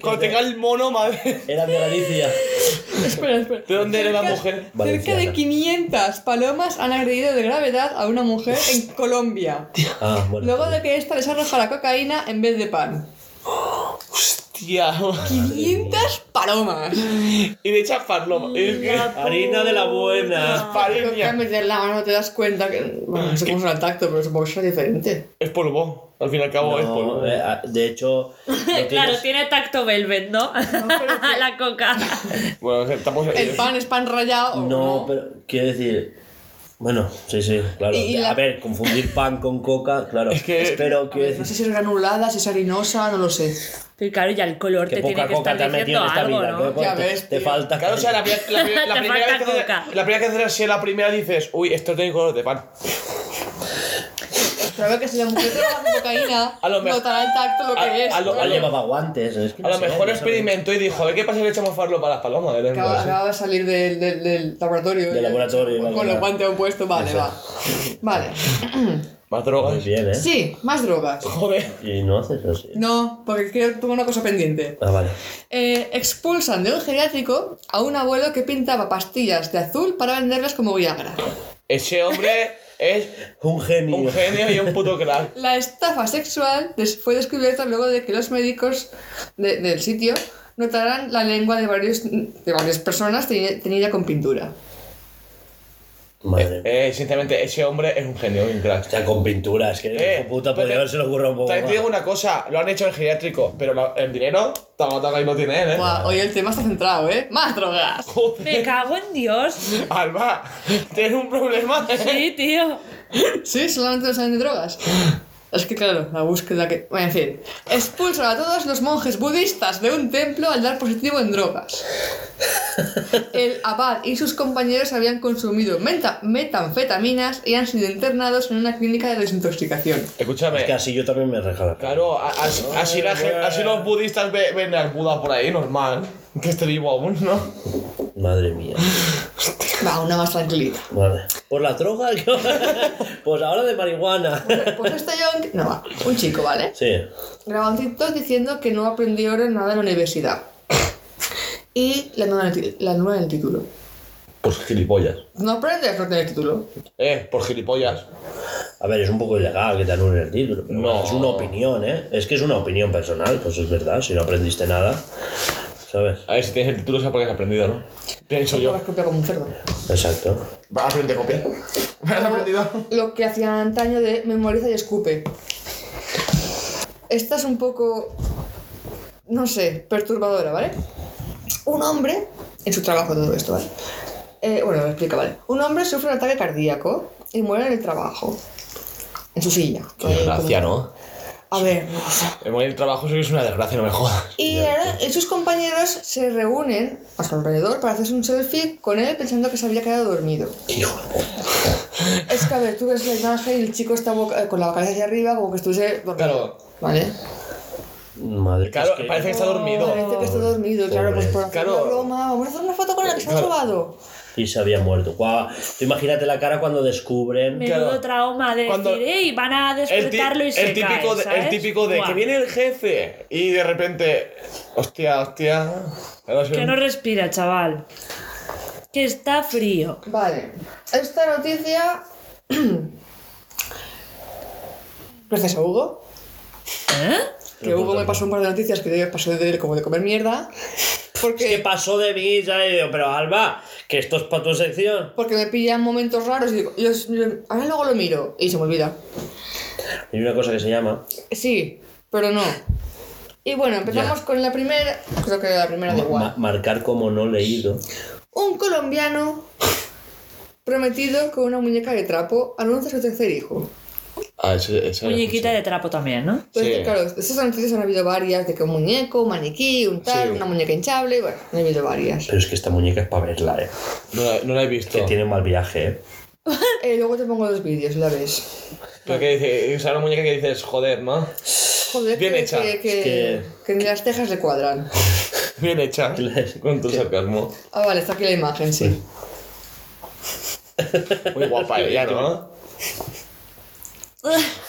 Cuando tenga el mono, madre. Era de Galicia. espera, espera. ¿De dónde era la mujer? Cerca Valenciana. de 500 palomas han agredido de gravedad a una mujer en Colombia, Ah, bueno. luego de que ésta les arrojara cocaína en vez de pan. Tía. 500 palomas. Y de echar farloma. Y es que. Harina de la buena. Pero Pareña. cambias de la mano, te das cuenta que. Bueno, no sé cómo es el tacto, pero supongo que será diferente. Es polvo. Al fin y al cabo es polvo. No, eh, ah, de hecho, no Claro, tienes- tiene tacto velvet, ¿no? la coca. Bueno, estamos El pan es pan rallado. o No, pero quiero decir. Bueno, sí, sí, claro. Y- y A la- ver, confundir pan con coca, claro. Es que- Espero, quiero No decir. sé si es granulada, si es harinosa, no lo sé. Y claro, ya el color Que te tiene poca que coca estar te has metido diciendo en esta algo, vida. ¿no? ¿qué? Ya Te- ves, te tío. falta. Claro, o sea, la, pri- la, pri- la Te primera falta vez que haces- coca. la primera que haces así en la primera dices, uy, esto tiene color de pan. Pero a ver que si la mujer trabaja con cocaína, A lo mejor- notará el tacto lo que a- es. a lo- ¿no? Igual llevaba guantes. es que A no lo sé, mejor no sé. experimentó y dijo, a ver qué pasa si le echamos farlo para las palomas. Era en Acaba, plan, acaba de salir del, del- del laboratorio. ¿eh? Del laboratorio, Con, vale, los vale. guantes puestos, vale, va. Vale. Más drogas. Muy bien, ¿eh? Sí, más drogas. Joder. Y no haces así. No, porque creo tengo una cosa pendiente. Ah, vale. Eh, expulsan de un geriátrico a un abuelo que pintaba pastillas de azul para venderlas como Viagra. Ese hombre es Un genio. un genio y un puto crack. La estafa sexual des- fue descubierta luego de que los médicos de- del sitio notaran la lengua de, varios, de varias personas teñi- teñida con pintura. Madre mía. Eh, sinceramente, ese hombre es un genio y un O crack. sea, con pinturas, que Eh, hijo puta, pero- podría haberse le ocurrido un poco También te digo más. una cosa, lo han hecho en geriátrico, pero la- el dinero, taca taca y no tiene él, eh. Buah, hoy el tema está centrado, ¿eh? ¡Más drogas! Joder. Me cago en Dios. Alba, tienes un problema. ¿eh? Sí, tío. Sí, solamente no saben de drogas. Es que claro, la búsqueda que... Bueno, en fin. Expulsan a todos los monjes budistas de un templo al dar positivo en drogas. El abad y sus compañeros habían consumido menta- metanfetaminas y han sido internados en una clínica de desintoxicación. Escúchame. Es que así yo también me rejalaba. Claro, a- as- así, la gen- así los budistas ve- ven al Buda por ahí, normal. Que esté vivo aún, ¿no? Madre mía. Va, una más tranquilita. Vale. ¿Por la droga? pues ahora de marihuana. Pues este John, no va, un chico, ¿vale? Sí. Grabó un TikTok diciendo que no aprendió nada en la universidad. Y la nueva la nueva en el título. Por gilipollas. No aprendes, no el título. Eh, por gilipollas. A ver, es un poco ilegal que te anulen el título. pero No. Es una opinión, ¿eh? Es que es una opinión personal, pues es verdad, si no aprendiste nada. ¿Sabes? A ver, si tienes el título, sabes porque has aprendido, ¿no? Pienso Yo yo. las copia como un cerdo. Exacto. Vas a aprender a copiar. Vas a aprendido. Lo que hacían antaño de memoriza y escupe. Esta es un poco, no sé, perturbadora, ¿vale? Un hombre, en su trabajo todo esto, ¿vale? Eh, bueno, lo explica, ¿vale? Un hombre sufre un ataque cardíaco y muere en el trabajo. En su silla. Qué Eh, como- desgracia, ¿no? A ver, no sé. El morir del trabajo eso es una desgracia, no me jodas. Y ahora sus compañeros se reúnen a su alrededor para hacerse un selfie con él pensando que se había quedado dormido. Hijo de puta. Es que, a ver, tú ves la imagen y el chico está boca- eh, con la cabeza hacia arriba como que estuviese dormido. Claro. ¿Vale? Madre Claro, es que- parece que está dormido. Parece que está dormido, claro, pues por hacer Claro. una broma. Vamos a hacer una foto con la que se ha Claro. robado. Y se había muerto. Guau. Tú imagínate la cara cuando descubren. Menudo Claro. trauma de Cuando- decir, "Ey, van a El, ti- despertarlo y se el típico cae", de, ¿sabes? el típico de Buah, que viene el jefe y de repente. Hostia, hostia. Ahora sí. que no respira, chaval. Que está frío. Vale. Esta noticia. Gracias a Hugo. ¿Eh? Que Hugo me pasó un par de noticias que yo pasé de como de comer mierda. ¿Qué Porque, pasó de mí? ¿sabes? Y yo, pero Alba, que esto es para tu sección. porque me pillan momentos raros y digo, yo, yo- ahora luego lo miro y se me olvida. Hay una cosa que se llama. Sí, pero no. Y bueno, empezamos con la primera. Creo que la primera de igual. ma- marcar como no leído. Un colombiano prometido con una muñeca de trapo anuncia su tercer hijo. Ah, ese, ese era Muñequita justo. de trapo también, ¿no? Entonces, Sí. claro, estas noticias han habido varias, de que un muñeco, un maniquí, un tal, Sí. una muñeca hinchable, bueno, han habido varias. Pero es que esta muñeca es para verla, ¿eh? No la, no la he visto. Que tiene mal viaje, ¿eh? Eh, luego te pongo los vídeos, la ves. Pero que dice, es una muñeca que dices, joder, ¿no? Joder, Bien que, hecha. Que, que, Es que ni las tejas le cuadran. Bien hecha. Con tu sarcasmo. Ah, vale, está aquí la imagen, sí. Muy guapa ella, ¿no?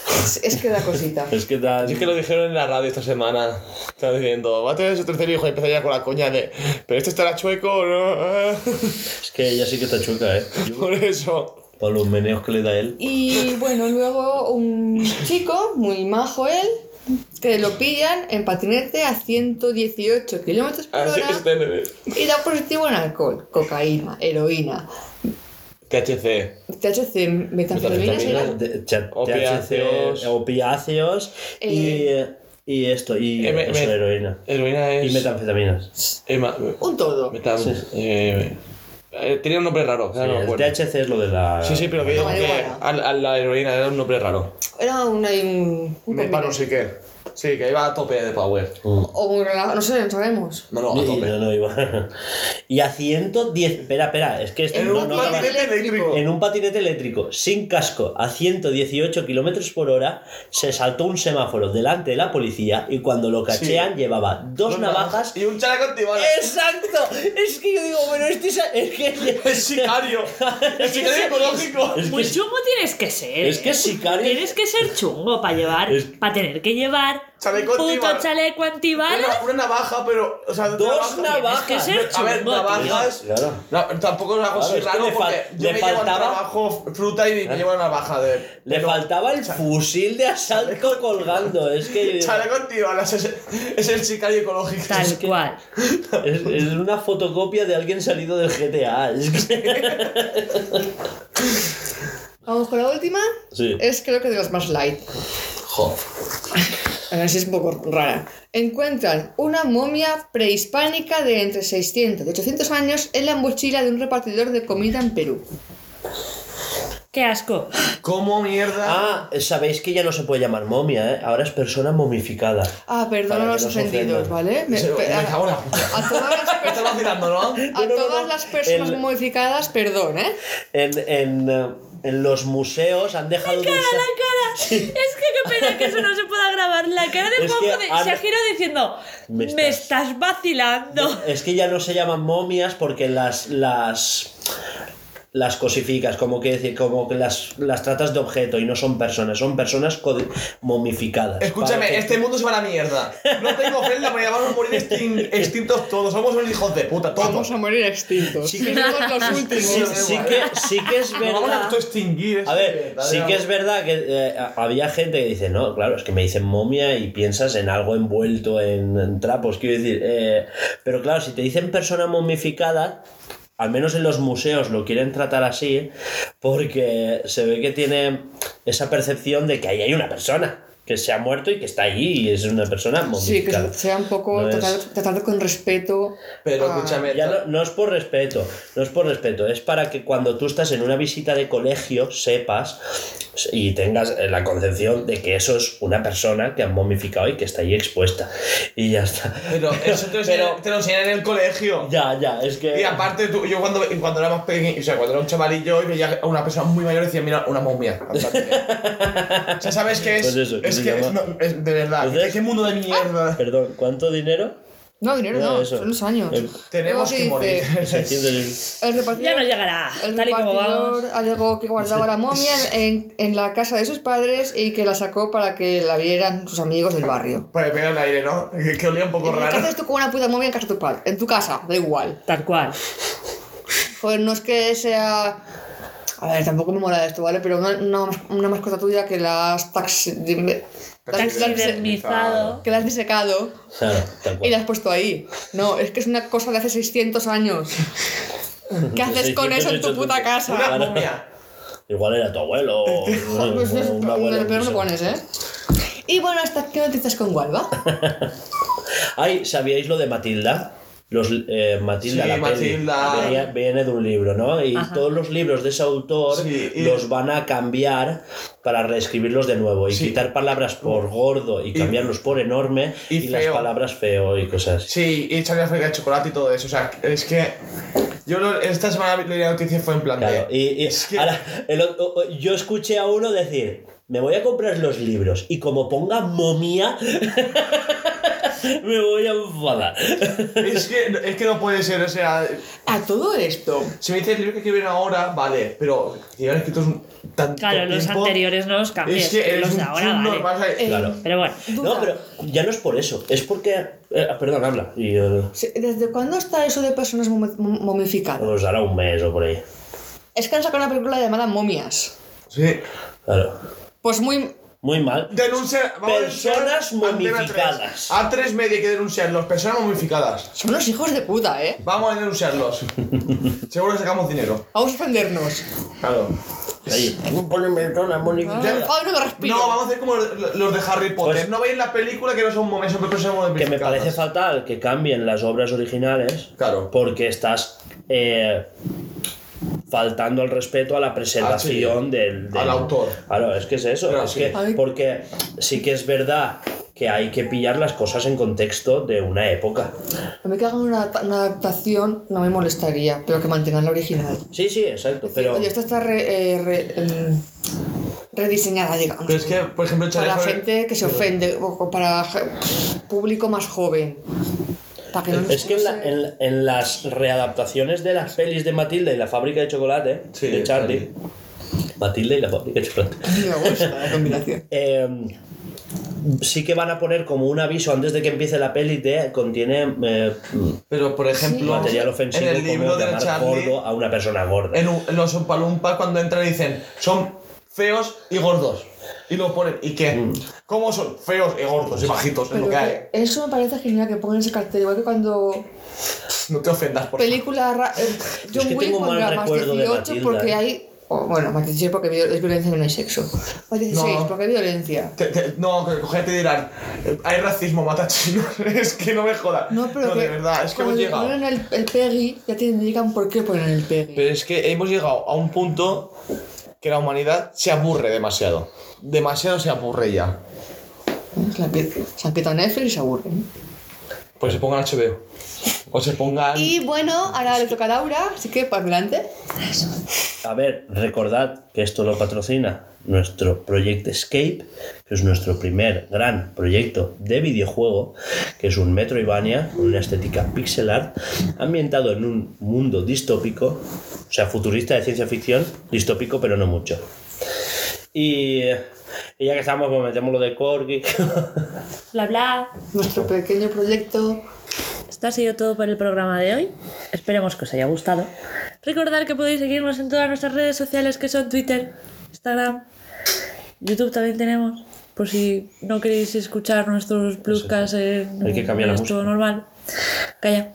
Es, es que da cosita. Es que da. Así que lo dijeron en la radio esta semana. Estaba diciendo, va a tener su tercer hijo y empezaría con la coña de, pero este estará chueco o no. Es que ella sí que está chueca, ¿eh? Por eso. Por los meneos que le da él. Y bueno, luego un chico, muy majo él, que lo pillan en patinete a 118 kilómetros por Así hora que se tiene. y da positivo en alcohol, cocaína, heroína, THC. THC, metanfetaminas, Metanfetaminas. ¿era? De- cha- Opiáceos. THC, Opiáceos. Y. Y esto. Y Eh, me- eso, me- heroína. Heroína es. Y metanfetaminas. eh, ma- un todo. metan- eh, eh, tenía un nombre raro. ahora no me el acuerdo. THC es lo de la. Sí, sí, pero que digo que Marihuana. a la, a la heroína era un nombre raro. Era un, un, un combinado. sí que. Sí, que iba a tope de power. o un relajado, no sé, no sabemos. No, no, a Mm. Y- tope. no, no, iba. Y a 110. Espera, espera, es que esto no, no acaba- eléctrico. En un patinete eléctrico sin casco a 118 kilómetros por hora se saltó un semáforo delante de la policía y cuando lo cachean llevaba dos navajas. Y un chaleco antibalas. ¡Exacto! Es que yo digo, bueno, este es. Es que Es sicario. Es sicario ecológico. Es Muy que- chungo Pues tienes que ser. Es que ¿eh? es sicario. Tienes que ser chungo para llevar, Es- para tener que llevar Chaleco un puto antibalas. chaleco antibalas. Una, una navaja, pero. O sea, Dos Tienes que navajas. ser A ver, chungo, navajas. Claro. No, tampoco es algo Claro, así es que raro le fal- porque yo le me llevo al faltaba- trabajo fruta y me llevo una navaja de. Le pero- faltaba el fusil de asalto colgando. Es que. Chaleco antibalas, es, es el sicario ecológico. Tal cual. Es, es una fotocopia de alguien salido del GTA. Es que... Vamos con la última. Sí. Es creo que de las más light. Jo. A ver si es un poco rara. Encuentran una momia prehispánica de entre 600 y 800 años en la mochila de un repartidor de comida en Perú. Qué asco. ¿Cómo mierda? Ah, sabéis que ya no se puede llamar momia, ¿eh? Ahora es persona momificada. Ah, perdón Para a que los nos ofendidos, ofendan. ¿vale? Me- Se- pe- me cago en la a, puta. a todas las, Me estás perso- vacilando, ¿no? No, a no, todas no. las personas El- modificadas, perdón, ¿eh? En, en, eh, en los museos han dejado de La usar. cara. Es que qué pena que eso no se pueda grabar. La cara de Es Juanjo que de- han- se gira diciendo: Me Me estás, estás- vacilando. Es que ya no se llaman momias porque las. las las cosificas, como que decir, como que las, las tratas de objeto y no son personas, son personas codi- momificadas. Escúchame, Para que- este mundo se va a la mierda. No tengo ofrenda, me vamos a morir extin- extintos todos. Somos unos hijos de puta, Vamos todos. a morir extintos. Sí que- Somos los Sí, últimos. sí que, sí que es Nos vamos a verdad. autoextinguir. A ver, esto, sí dale, que es vamos. verdad que eh, a- había gente que dice, no, claro, es que me dicen momia y piensas en algo envuelto en, en trapos, quiero decir. eh, pero claro, si te dicen persona momificada, al menos en los museos lo quieren tratar así, porque se ve que tiene esa percepción de que ahí hay una persona que se ha muerto y que está allí y es una persona Sí, que momificada. sea un poco No es- tratar, tratar con respeto. Pero a- escúchame. Ya no, no es por respeto, no es por respeto, es para que cuando tú estás en una visita de colegio sepas y tengas eh, la concepción de que eso es una persona que han momificado y que está ahí expuesta. Y ya está. Pero eso te lo, enseñan- Pero- te lo enseñan en el colegio. Ya, ya, es que... Y aparte, tú, yo cuando, cuando era más pequeño, o sea, cuando era un chavalillo y veía a una persona muy mayor, decía, mira, una momia. o sea, ¿sabes qué es? Pues eso, ¿qué es se que, llama? Pues no, es de verdad, Entonces- ¿qué mundo de mierda? Perdón, ¿cuánto dinero? No, dinero No, no, eso. son los años. Eh, Tenemos Luego que dice, morir. 600. El repartidor, Ya no llegará, el tal y como vamos. repartidor alegó que guardaba la momia en, en la casa de sus padres y que la sacó para que la vieran sus amigos del barrio. Para que pegue Pues el aire, ¿no? Que, que olía un poco ¿Qué raro. haces tú con una puta momia en casa de tu padre? En tu casa, da igual. Tal cual. Joder, no es que sea. A ver, tampoco me mola esto, ¿vale? Pero una, una, una mascota tuya que la has taxi... Taxidermizado. que la has disecado Claro, tal cual. y la has puesto ahí. No, es que es una cosa de hace 600 años. ¿Qué haces con eso en tu puta 600. casa? Una Claro. momia. Igual era tu abuelo o Joder, pues es- un abuelo. no, pero no pones, ¿eh? Y bueno, hasta aquí noticias con Gualba. Ay, ¿sabíais lo de Matilda? Los, eh, Matilda, Sí, la peli, Matilda. venía- viene de un libro, ¿no? Y Ajá. todos los libros de ese autor Sí, y- los van a cambiar para reescribirlos de nuevo y Sí. quitar palabras por gordo y, cambiarlos por enorme y y, las feo. palabras feo y cosas así. Sí, y echarle fábrica de chocolate y todo eso. O sea, es que. Yo lo- esta semana la noticia fue en plan Claro, de. y, y es que- ahora, el o- o- o- yo escuché a uno decir, me voy a comprar los libros y como ponga momia, me voy a enfadar. Es que, es que no puede ser, o sea. A todo esto. Si me dices el libro que escriben ahora, vale, pero que llevan escritos un- tanto Claro, los tiempo, anteriores no los cambies. Es que eres los un de ahora, chungo, vale. vas a- Eh, Claro. Pero bueno. duda. No, pero ya no es por eso, es porque... eh, perdón, habla. Y, eh, Sí, ¿Desde cuándo está eso de personas momi- mom- momificadas? Nos dará un mes o por ahí. Es que han sacado una película llamada Momias. Sí. Claro. Pues muy. Muy mal. Denuncia. vamos a denunciar Personas Antena momificadas. 3. A tres media hay que denunciarlos, personas momificadas. Son los hijos de puta, ¿eh? Vamos a denunciarlos. Seguro que sacamos dinero. Vamos a ofendernos. Claro. Ahí. Poneme zona Ay, momificada. no me respiro. No, vamos a hacer como los los de Harry Potter. Pues- no veis la película que no son momias, son personas Que momificadas. me parece fatal que cambien las obras originales. Claro. Porque estás. eh, faltando al respeto a la preservación Ah, sí. del, del- Al autor. Claro, es que es eso. Claro, es sí. que, Ay. porque sí que es verdad que hay que pillar las cosas en contexto de una época. A mí que hagan una, adapta- una adaptación no me molestaría, pero que mantengan la original. Sí, sí, exacto. Pero. Oye, esta está re- eh, re- em, rediseñada, digamos. Pero es que, por ejemplo, para la Charlie Hunnam- gente que se ofende, o o para je- público más joven. Para que no Eh, Es que en, la- en la- en las readaptaciones de las pelis de Matilda y la fábrica de chocolate Sí, de Charlie, Matilda y la fábrica de chocolate, Me gusta la combinación. eh, sí que van a poner como un aviso antes de que empiece la peli de contiene eh, Pero, por ejemplo, material ofensivo en el libro como de llamar Charlie, gordo a una persona gorda. en, un- en los Umpalumpas, cuando entran dicen, son feos y gordos. Y lo ponen, ¿y qué? Mm. ¿Cómo son? Feos y gordos y bajitos, es Pero Pues lo que hay. que eso me parece genial que pongan ese cartel, igual que cuando No te ofendas, por favor. película ra- eh, John que Wick tengo cuando mal era más recuerdo de 18 Matilda, porque ¿eh? hay o, bueno, más 16 porque vi- es violencia y no hay sexo. Más 16 No. porque hay violencia. Te- te- no, que coger te dirán, eh, hay racismo, mata chinos. es que no me jodas. No, pero que de verdad, es que hemos cuando le llegado. ponen el, el Peggy, ya te indican por qué ponen el Peggy. Pero es que hemos llegado a un punto que la humanidad se aburre demasiado. Demasiado se aburre ya. Se la empieza- se la empieza Netflix y se aburren. Pues se pongan HBO. O se pongan. Y bueno, ahora le toca a Laura, así que para adelante. A ver, recordad que esto lo patrocina nuestro Project Escape, que es nuestro primer gran proyecto de videojuego, que es un Metroidvania con una estética pixel art ambientado en un mundo distópico, o sea, futurista de ciencia ficción, distópico pero no mucho. Y, eh, y ya que estamos, pues metemos lo de Corgi. Bla bla. Nuestro pequeño proyecto. Esto ha sido todo por el programa de hoy. Esperemos que os haya gustado. Recordad que podéis seguirnos en todas nuestras redes sociales que son Twitter, Instagram, YouTube también tenemos. Por si no queréis escuchar nuestros podcasts en Hay que cambiar la nuestro música. normal. Calla.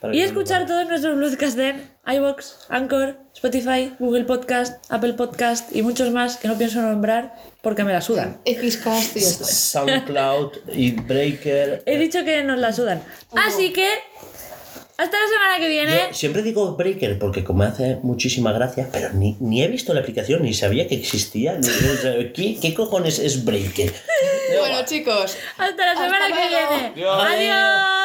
Para Y que no escuchar todos nuestros podcasts en iBox, Anchor, Spotify, Google Podcast, Apple Podcast y muchos más que no pienso nombrar porque me la sudan. Xcast y ya está. SoundCloud y Breaker. He dicho que nos la sudan. Así que, hasta la semana que viene. Yo siempre digo Breaker porque como me hace muchísima gracia, pero ni, ni he visto la aplicación, ni sabía que existía. ni- o sea, ¿qué, qué cojones es Breaker? Bueno, chicos, Hasta la semana que luego. viene. Adiós.